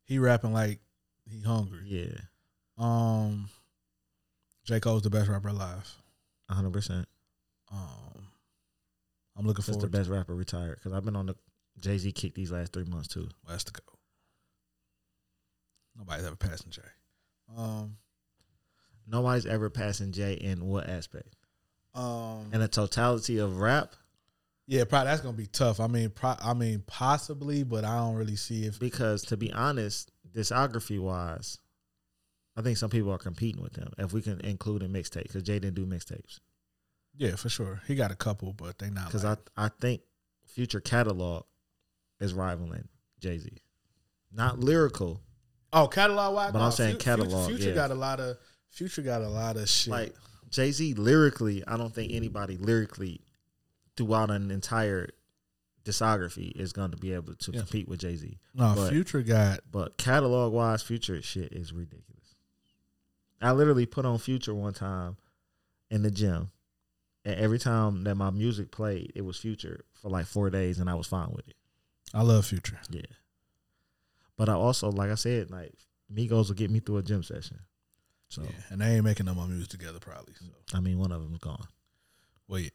Speaker 3: He rapping like he hungry.
Speaker 1: Yeah,
Speaker 3: Um, J Cole's the best rapper alive.
Speaker 1: hundred percent.
Speaker 3: Um, I'm looking
Speaker 1: That's the
Speaker 3: forward.
Speaker 1: best rapper retired because I've been on the Jay Z kick these last three months too.
Speaker 3: to, that's the goat. Nobody's ever passing Jay. Um,
Speaker 1: Nobody's ever passing Jay in what aspect?
Speaker 3: um,
Speaker 1: In the totality of rap,
Speaker 3: yeah, probably that's gonna be tough. I mean, pro- I mean, possibly, but I don't really see if
Speaker 1: because to be honest, discography wise, I think some people are competing with him. If we can include in mixtapes, because Jay didn't do mixtapes.
Speaker 3: Yeah, for sure. He got a couple, but they not.
Speaker 1: Because
Speaker 3: Like,
Speaker 1: I I think future catalog is rivaling Jay Z, not lyrical.
Speaker 3: oh, catalog wise,
Speaker 1: But I'm saying catalog,
Speaker 3: Future,
Speaker 1: yeah.
Speaker 3: got a lot of. Future got a lot of shit.
Speaker 1: Like Jay Z lyrically, I don't think anybody lyrically throughout an entire discography is going to be able to
Speaker 3: Yeah.
Speaker 1: compete with Jay Z.
Speaker 3: no,
Speaker 1: but-
Speaker 3: Future got
Speaker 1: But catalog wise, Future shit is ridiculous. I literally put on Future one time in the gym, and every time that my music played, it was Future for like four days, and I was fine with it.
Speaker 3: I love Future.
Speaker 1: Yeah. But I also, like I said, like Migos will get me through a gym session. So
Speaker 3: So and they ain't making no more music together probably. So
Speaker 1: I mean, one of them's gone.
Speaker 3: wait.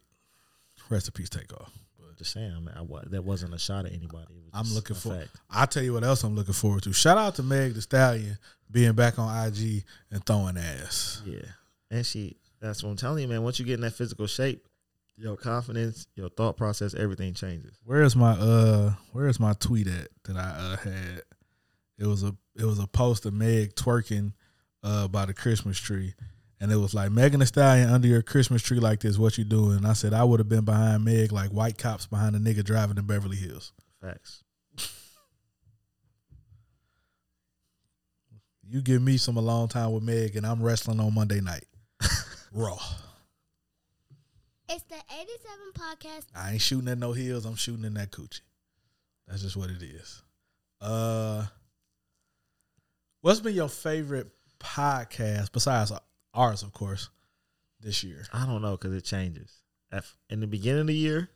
Speaker 3: Rest in peace, take off. But
Speaker 1: Just saying, I mean, I, wa- that wasn't a shot at anybody. It was
Speaker 3: I'm
Speaker 1: just
Speaker 3: looking
Speaker 1: a
Speaker 3: for-
Speaker 1: fact.
Speaker 3: <laughs> I tell you what else I'm looking forward to. Shout out to Meg the Stallion being back on IG and throwing ass.
Speaker 1: Yeah, and she. That's what I'm telling you, man. Once you get in that physical shape, your confidence, your thought process, everything changes.
Speaker 3: Where is my uh where is my tweet at that I uh, had? It was a it was a post of Meg twerking uh by the Christmas tree and it was like Megan Thee Stallion under your Christmas tree like this. What you doing? I said I would have been behind Meg like white cops behind a nigga driving in Beverly Hills.
Speaker 1: Facts.
Speaker 3: You give me some a long time with Meg, and I'm wrestling on Monday night. <laughs> Raw.
Speaker 2: It's the 87 podcast.
Speaker 3: I ain't shooting at no heels. I'm shooting in that coochie. That's just what it is. Uh, what's been your favorite podcast besides ours, of course, this year?
Speaker 1: I don't know because it changes. At, in the beginning of the year,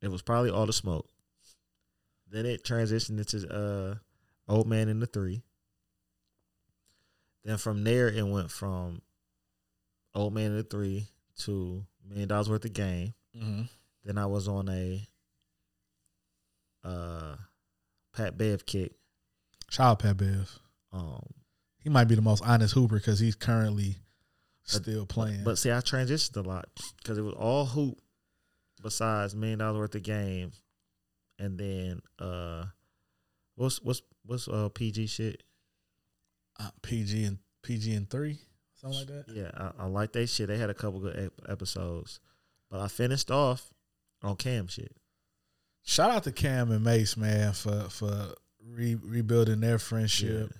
Speaker 1: it was probably all the smoke. Then it transitioned into uh, old man in the three. Then from there, it went from old man in the three to million dollars worth of game.
Speaker 3: Mm-hmm.
Speaker 1: Then I was on a uh, Pat Bev kick.
Speaker 3: Child Pat Bev.
Speaker 1: Um,
Speaker 3: He might be the most honest hooper because he's currently still playing.
Speaker 1: But see, I transitioned a lot because it was all hoop, besides million dollars worth of game, and then uh, what's what's what's uh PG shit?
Speaker 3: uh, PG and PG and three, something like that.
Speaker 1: Yeah, I, I like that shit. They had a couple good ep- episodes, but I finished off on Cam shit.
Speaker 3: Shout out to Cam and Mace, man, for for re- rebuilding their
Speaker 1: Yeah,
Speaker 3: friendship.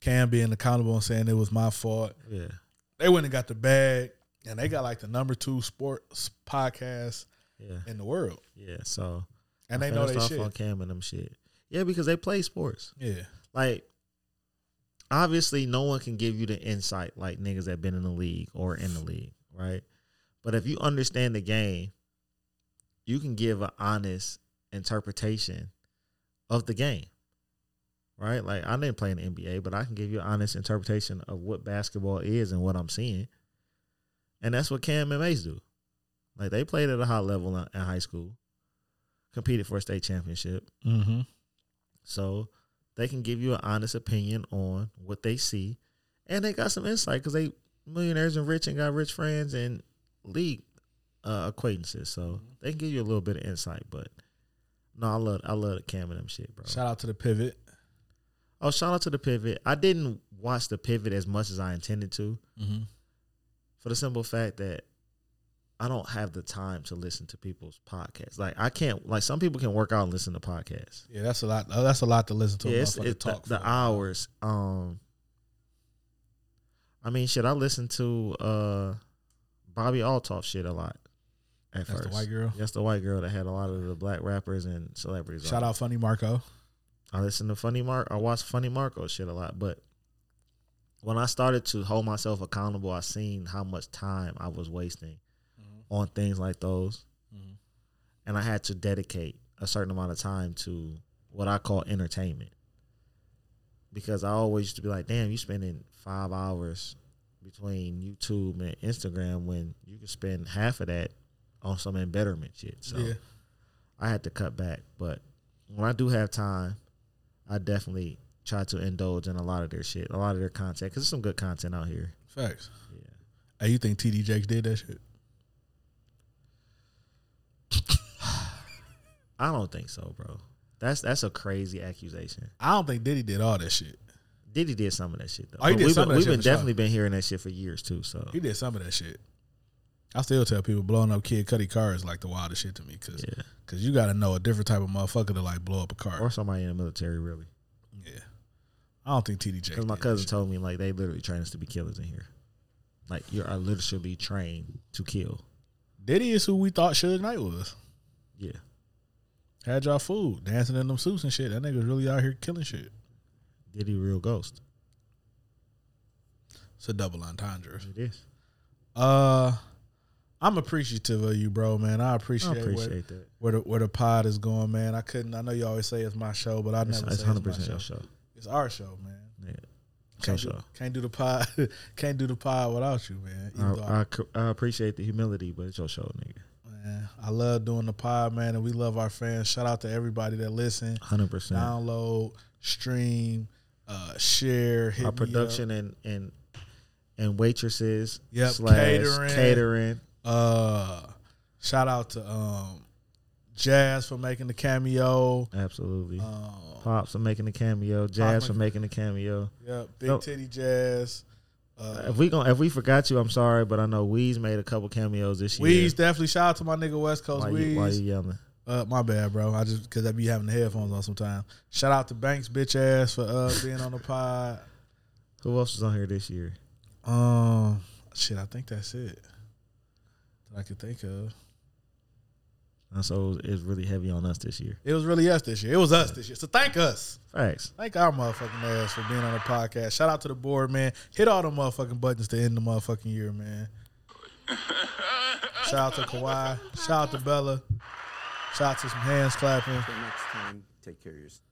Speaker 3: Cam being accountable and saying it was my fault.
Speaker 1: yeah,
Speaker 3: They went and got the bag, and they got like the number two sports podcast
Speaker 1: yeah,
Speaker 3: in the world,
Speaker 1: yeah. So
Speaker 3: and
Speaker 1: I
Speaker 3: they know
Speaker 1: finished
Speaker 3: they
Speaker 1: off
Speaker 3: shit.
Speaker 1: on Cam and them shit. Yeah, because they play sports.
Speaker 3: Yeah,
Speaker 1: like obviously no one can give you the insight like niggas that been in the league or in the league, right? But if you understand the game, you can give an honest interpretation of the game. Right? Like I didn't play in the NBA, but I can give you an honest interpretation of what basketball is and what I'm seeing. And that's what Cam and Mace do. Like they played at a high level in in high school, competed for a state championship.
Speaker 3: mm-hmm.
Speaker 1: So they can give you an honest opinion on what they see. And they got some insight because they millionaires and rich and got rich friends and league uh, acquaintances. So they can give you a little bit of insight. But no, I love I love Cam and them shit, bro.
Speaker 3: Shout out to the pivot.
Speaker 1: oh, shout out to the pivot. I didn't watch the pivot as much as I intended to
Speaker 3: Mm-hmm.
Speaker 1: for the simple fact that I don't have the time to listen to people's podcasts. Like I can't like some people can work out and listen to podcasts.
Speaker 3: Yeah, that's a lot. oh, That's a lot to listen to. a
Speaker 1: yeah, it's,
Speaker 3: motherfucker
Speaker 1: it's
Speaker 3: talk
Speaker 1: the,
Speaker 3: for.
Speaker 1: the hours. Um, I mean, shit, I listened to uh, Bobby Altoff shit a lot. At
Speaker 3: That's the
Speaker 1: first,
Speaker 3: white girl?
Speaker 1: That's the white girl that had a lot of the black rappers and celebrities.
Speaker 3: Shout
Speaker 1: on.
Speaker 3: out, Funny Marco.
Speaker 1: I listened to Funny Mark. I watched Funny Marco shit a lot, but when I started to hold myself accountable, I seen how much time I was wasting on things like those,
Speaker 3: Mhm.
Speaker 1: and I had to dedicate a certain amount of time to what I call entertainment. Because I always used to be like, "Damn, you spending five hours between YouTube and Instagram when you could spend half of that on some embitterment shit." So.
Speaker 3: Yeah.
Speaker 1: I had to cut back, but when I do have time, I definitely try to indulge in a lot of their shit, a lot of their content, because there's some good content out here.
Speaker 3: Facts.
Speaker 1: Yeah.
Speaker 3: Hey, you think TD Jakes did that shit?
Speaker 1: I don't think so, bro. That's that's a crazy accusation.
Speaker 3: I don't think Diddy did all that shit.
Speaker 1: Diddy did some of that shit though.
Speaker 3: Oh, he
Speaker 1: But
Speaker 3: did
Speaker 1: we've
Speaker 3: some
Speaker 1: been,
Speaker 3: of that shit
Speaker 1: we've been
Speaker 3: for sure.
Speaker 1: definitely been hearing that shit for years too. So
Speaker 3: He did some of that shit. I still tell people blowing up Kid Cudi car is like the wildest shit to me because
Speaker 1: yeah,
Speaker 3: you got to know a different type of motherfucker to like blow up a car.
Speaker 1: or somebody in the military really,
Speaker 3: yeah, I don't think TD Jakes.
Speaker 1: because my
Speaker 3: did that
Speaker 1: cousin
Speaker 3: shit.
Speaker 1: told me like they literally train us to be killers in here. Like you are literally trained to kill.
Speaker 3: Diddy is who we thought Suge Knight was.
Speaker 1: Yeah,
Speaker 3: Had y'all food dancing in them suits and shit. That nigga's really out here killing shit.
Speaker 1: Diddy real ghost.
Speaker 3: It's a double entendre.
Speaker 1: It is.
Speaker 3: Uh, I'm appreciative of you, bro, man. I appreciate,
Speaker 1: I
Speaker 3: where-
Speaker 1: appreciate that.
Speaker 3: Where, the where the pod is going, man. I couldn't. I know you always say it's my show, but I never
Speaker 1: It's, it's
Speaker 3: say it's
Speaker 1: 100%
Speaker 3: my show.
Speaker 1: your show.
Speaker 3: It's our show, man.
Speaker 1: Yeah.
Speaker 3: Can't,
Speaker 1: So,
Speaker 3: do,
Speaker 1: so.
Speaker 3: can't do the pod. <laughs> can't do the pod without you, man. Even though I,
Speaker 1: I, I, cr- I appreciate the humility, but it's your show, nigga.
Speaker 3: man, I love doing the pod, man, and we love our fans. Shout out to everybody that listen,
Speaker 1: Hundred percent.
Speaker 3: download, stream, uh, share, hit
Speaker 1: Our
Speaker 3: me
Speaker 1: production and and and waitresses
Speaker 3: Yep,
Speaker 1: slash
Speaker 3: catering.
Speaker 1: catering.
Speaker 3: up. Uh, shout out to um, Jazz for making the cameo.
Speaker 1: Absolutely.
Speaker 3: Um,
Speaker 1: Pops for making the cameo. Jazz for
Speaker 3: making-
Speaker 1: making the cameo.
Speaker 3: yeah, Big
Speaker 1: Nope.
Speaker 3: Titty Jazz. Uh,
Speaker 1: if we gon' if we forgot you, I'm sorry, but I know Weez made a couple cameos this year.
Speaker 3: Weez definitely shout out to my nigga West Coast
Speaker 1: why
Speaker 3: Weez.
Speaker 1: you, why you yelling?
Speaker 3: Uh, my bad, bro. I just because I be having the headphones on sometimes. Shout out to Banks bitch ass for uh being
Speaker 1: <laughs>
Speaker 3: on the pod.
Speaker 1: Who else was on here this year?
Speaker 3: Um, shit, I think that's it that I could think of.
Speaker 1: And so it's really heavy on us this year.
Speaker 3: It was really us this year. It was us this year. So thank us.
Speaker 1: Facts.
Speaker 3: Thank our motherfucking ass for being on the podcast. Shout out to the board, man. Hit all the motherfucking buttons to end the motherfucking year,
Speaker 8: <laughs>
Speaker 3: man. Shout out to Kawhi. Shout out to Bella. Shout out to some hands clapping.
Speaker 9: Till next time, take care of yourself.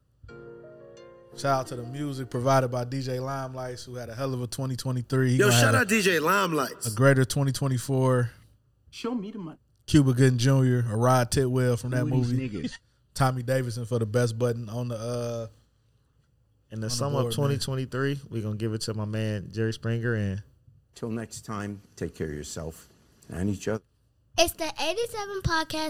Speaker 3: Shout out to the music provided by DJ Limelights, who had a hell of a 2023. He
Speaker 8: Yo,
Speaker 3: gonna have
Speaker 8: shout
Speaker 3: a-
Speaker 8: out DJ
Speaker 3: a
Speaker 8: Limelights.
Speaker 3: greater 2024.
Speaker 10: Show me the money.
Speaker 3: Cuba Gooding Jr., or Rod Titwell from that
Speaker 10: Who these
Speaker 3: movie.
Speaker 10: niggas?
Speaker 3: Tommy Davidson for the best button on the uh
Speaker 1: In the
Speaker 3: the
Speaker 1: sum
Speaker 3: board,
Speaker 1: of
Speaker 3: man.
Speaker 1: 2023, we gonna give it to my man Jerry Springer and
Speaker 9: Till next time, take care of yourself and each other.
Speaker 2: It's the 87 podcast.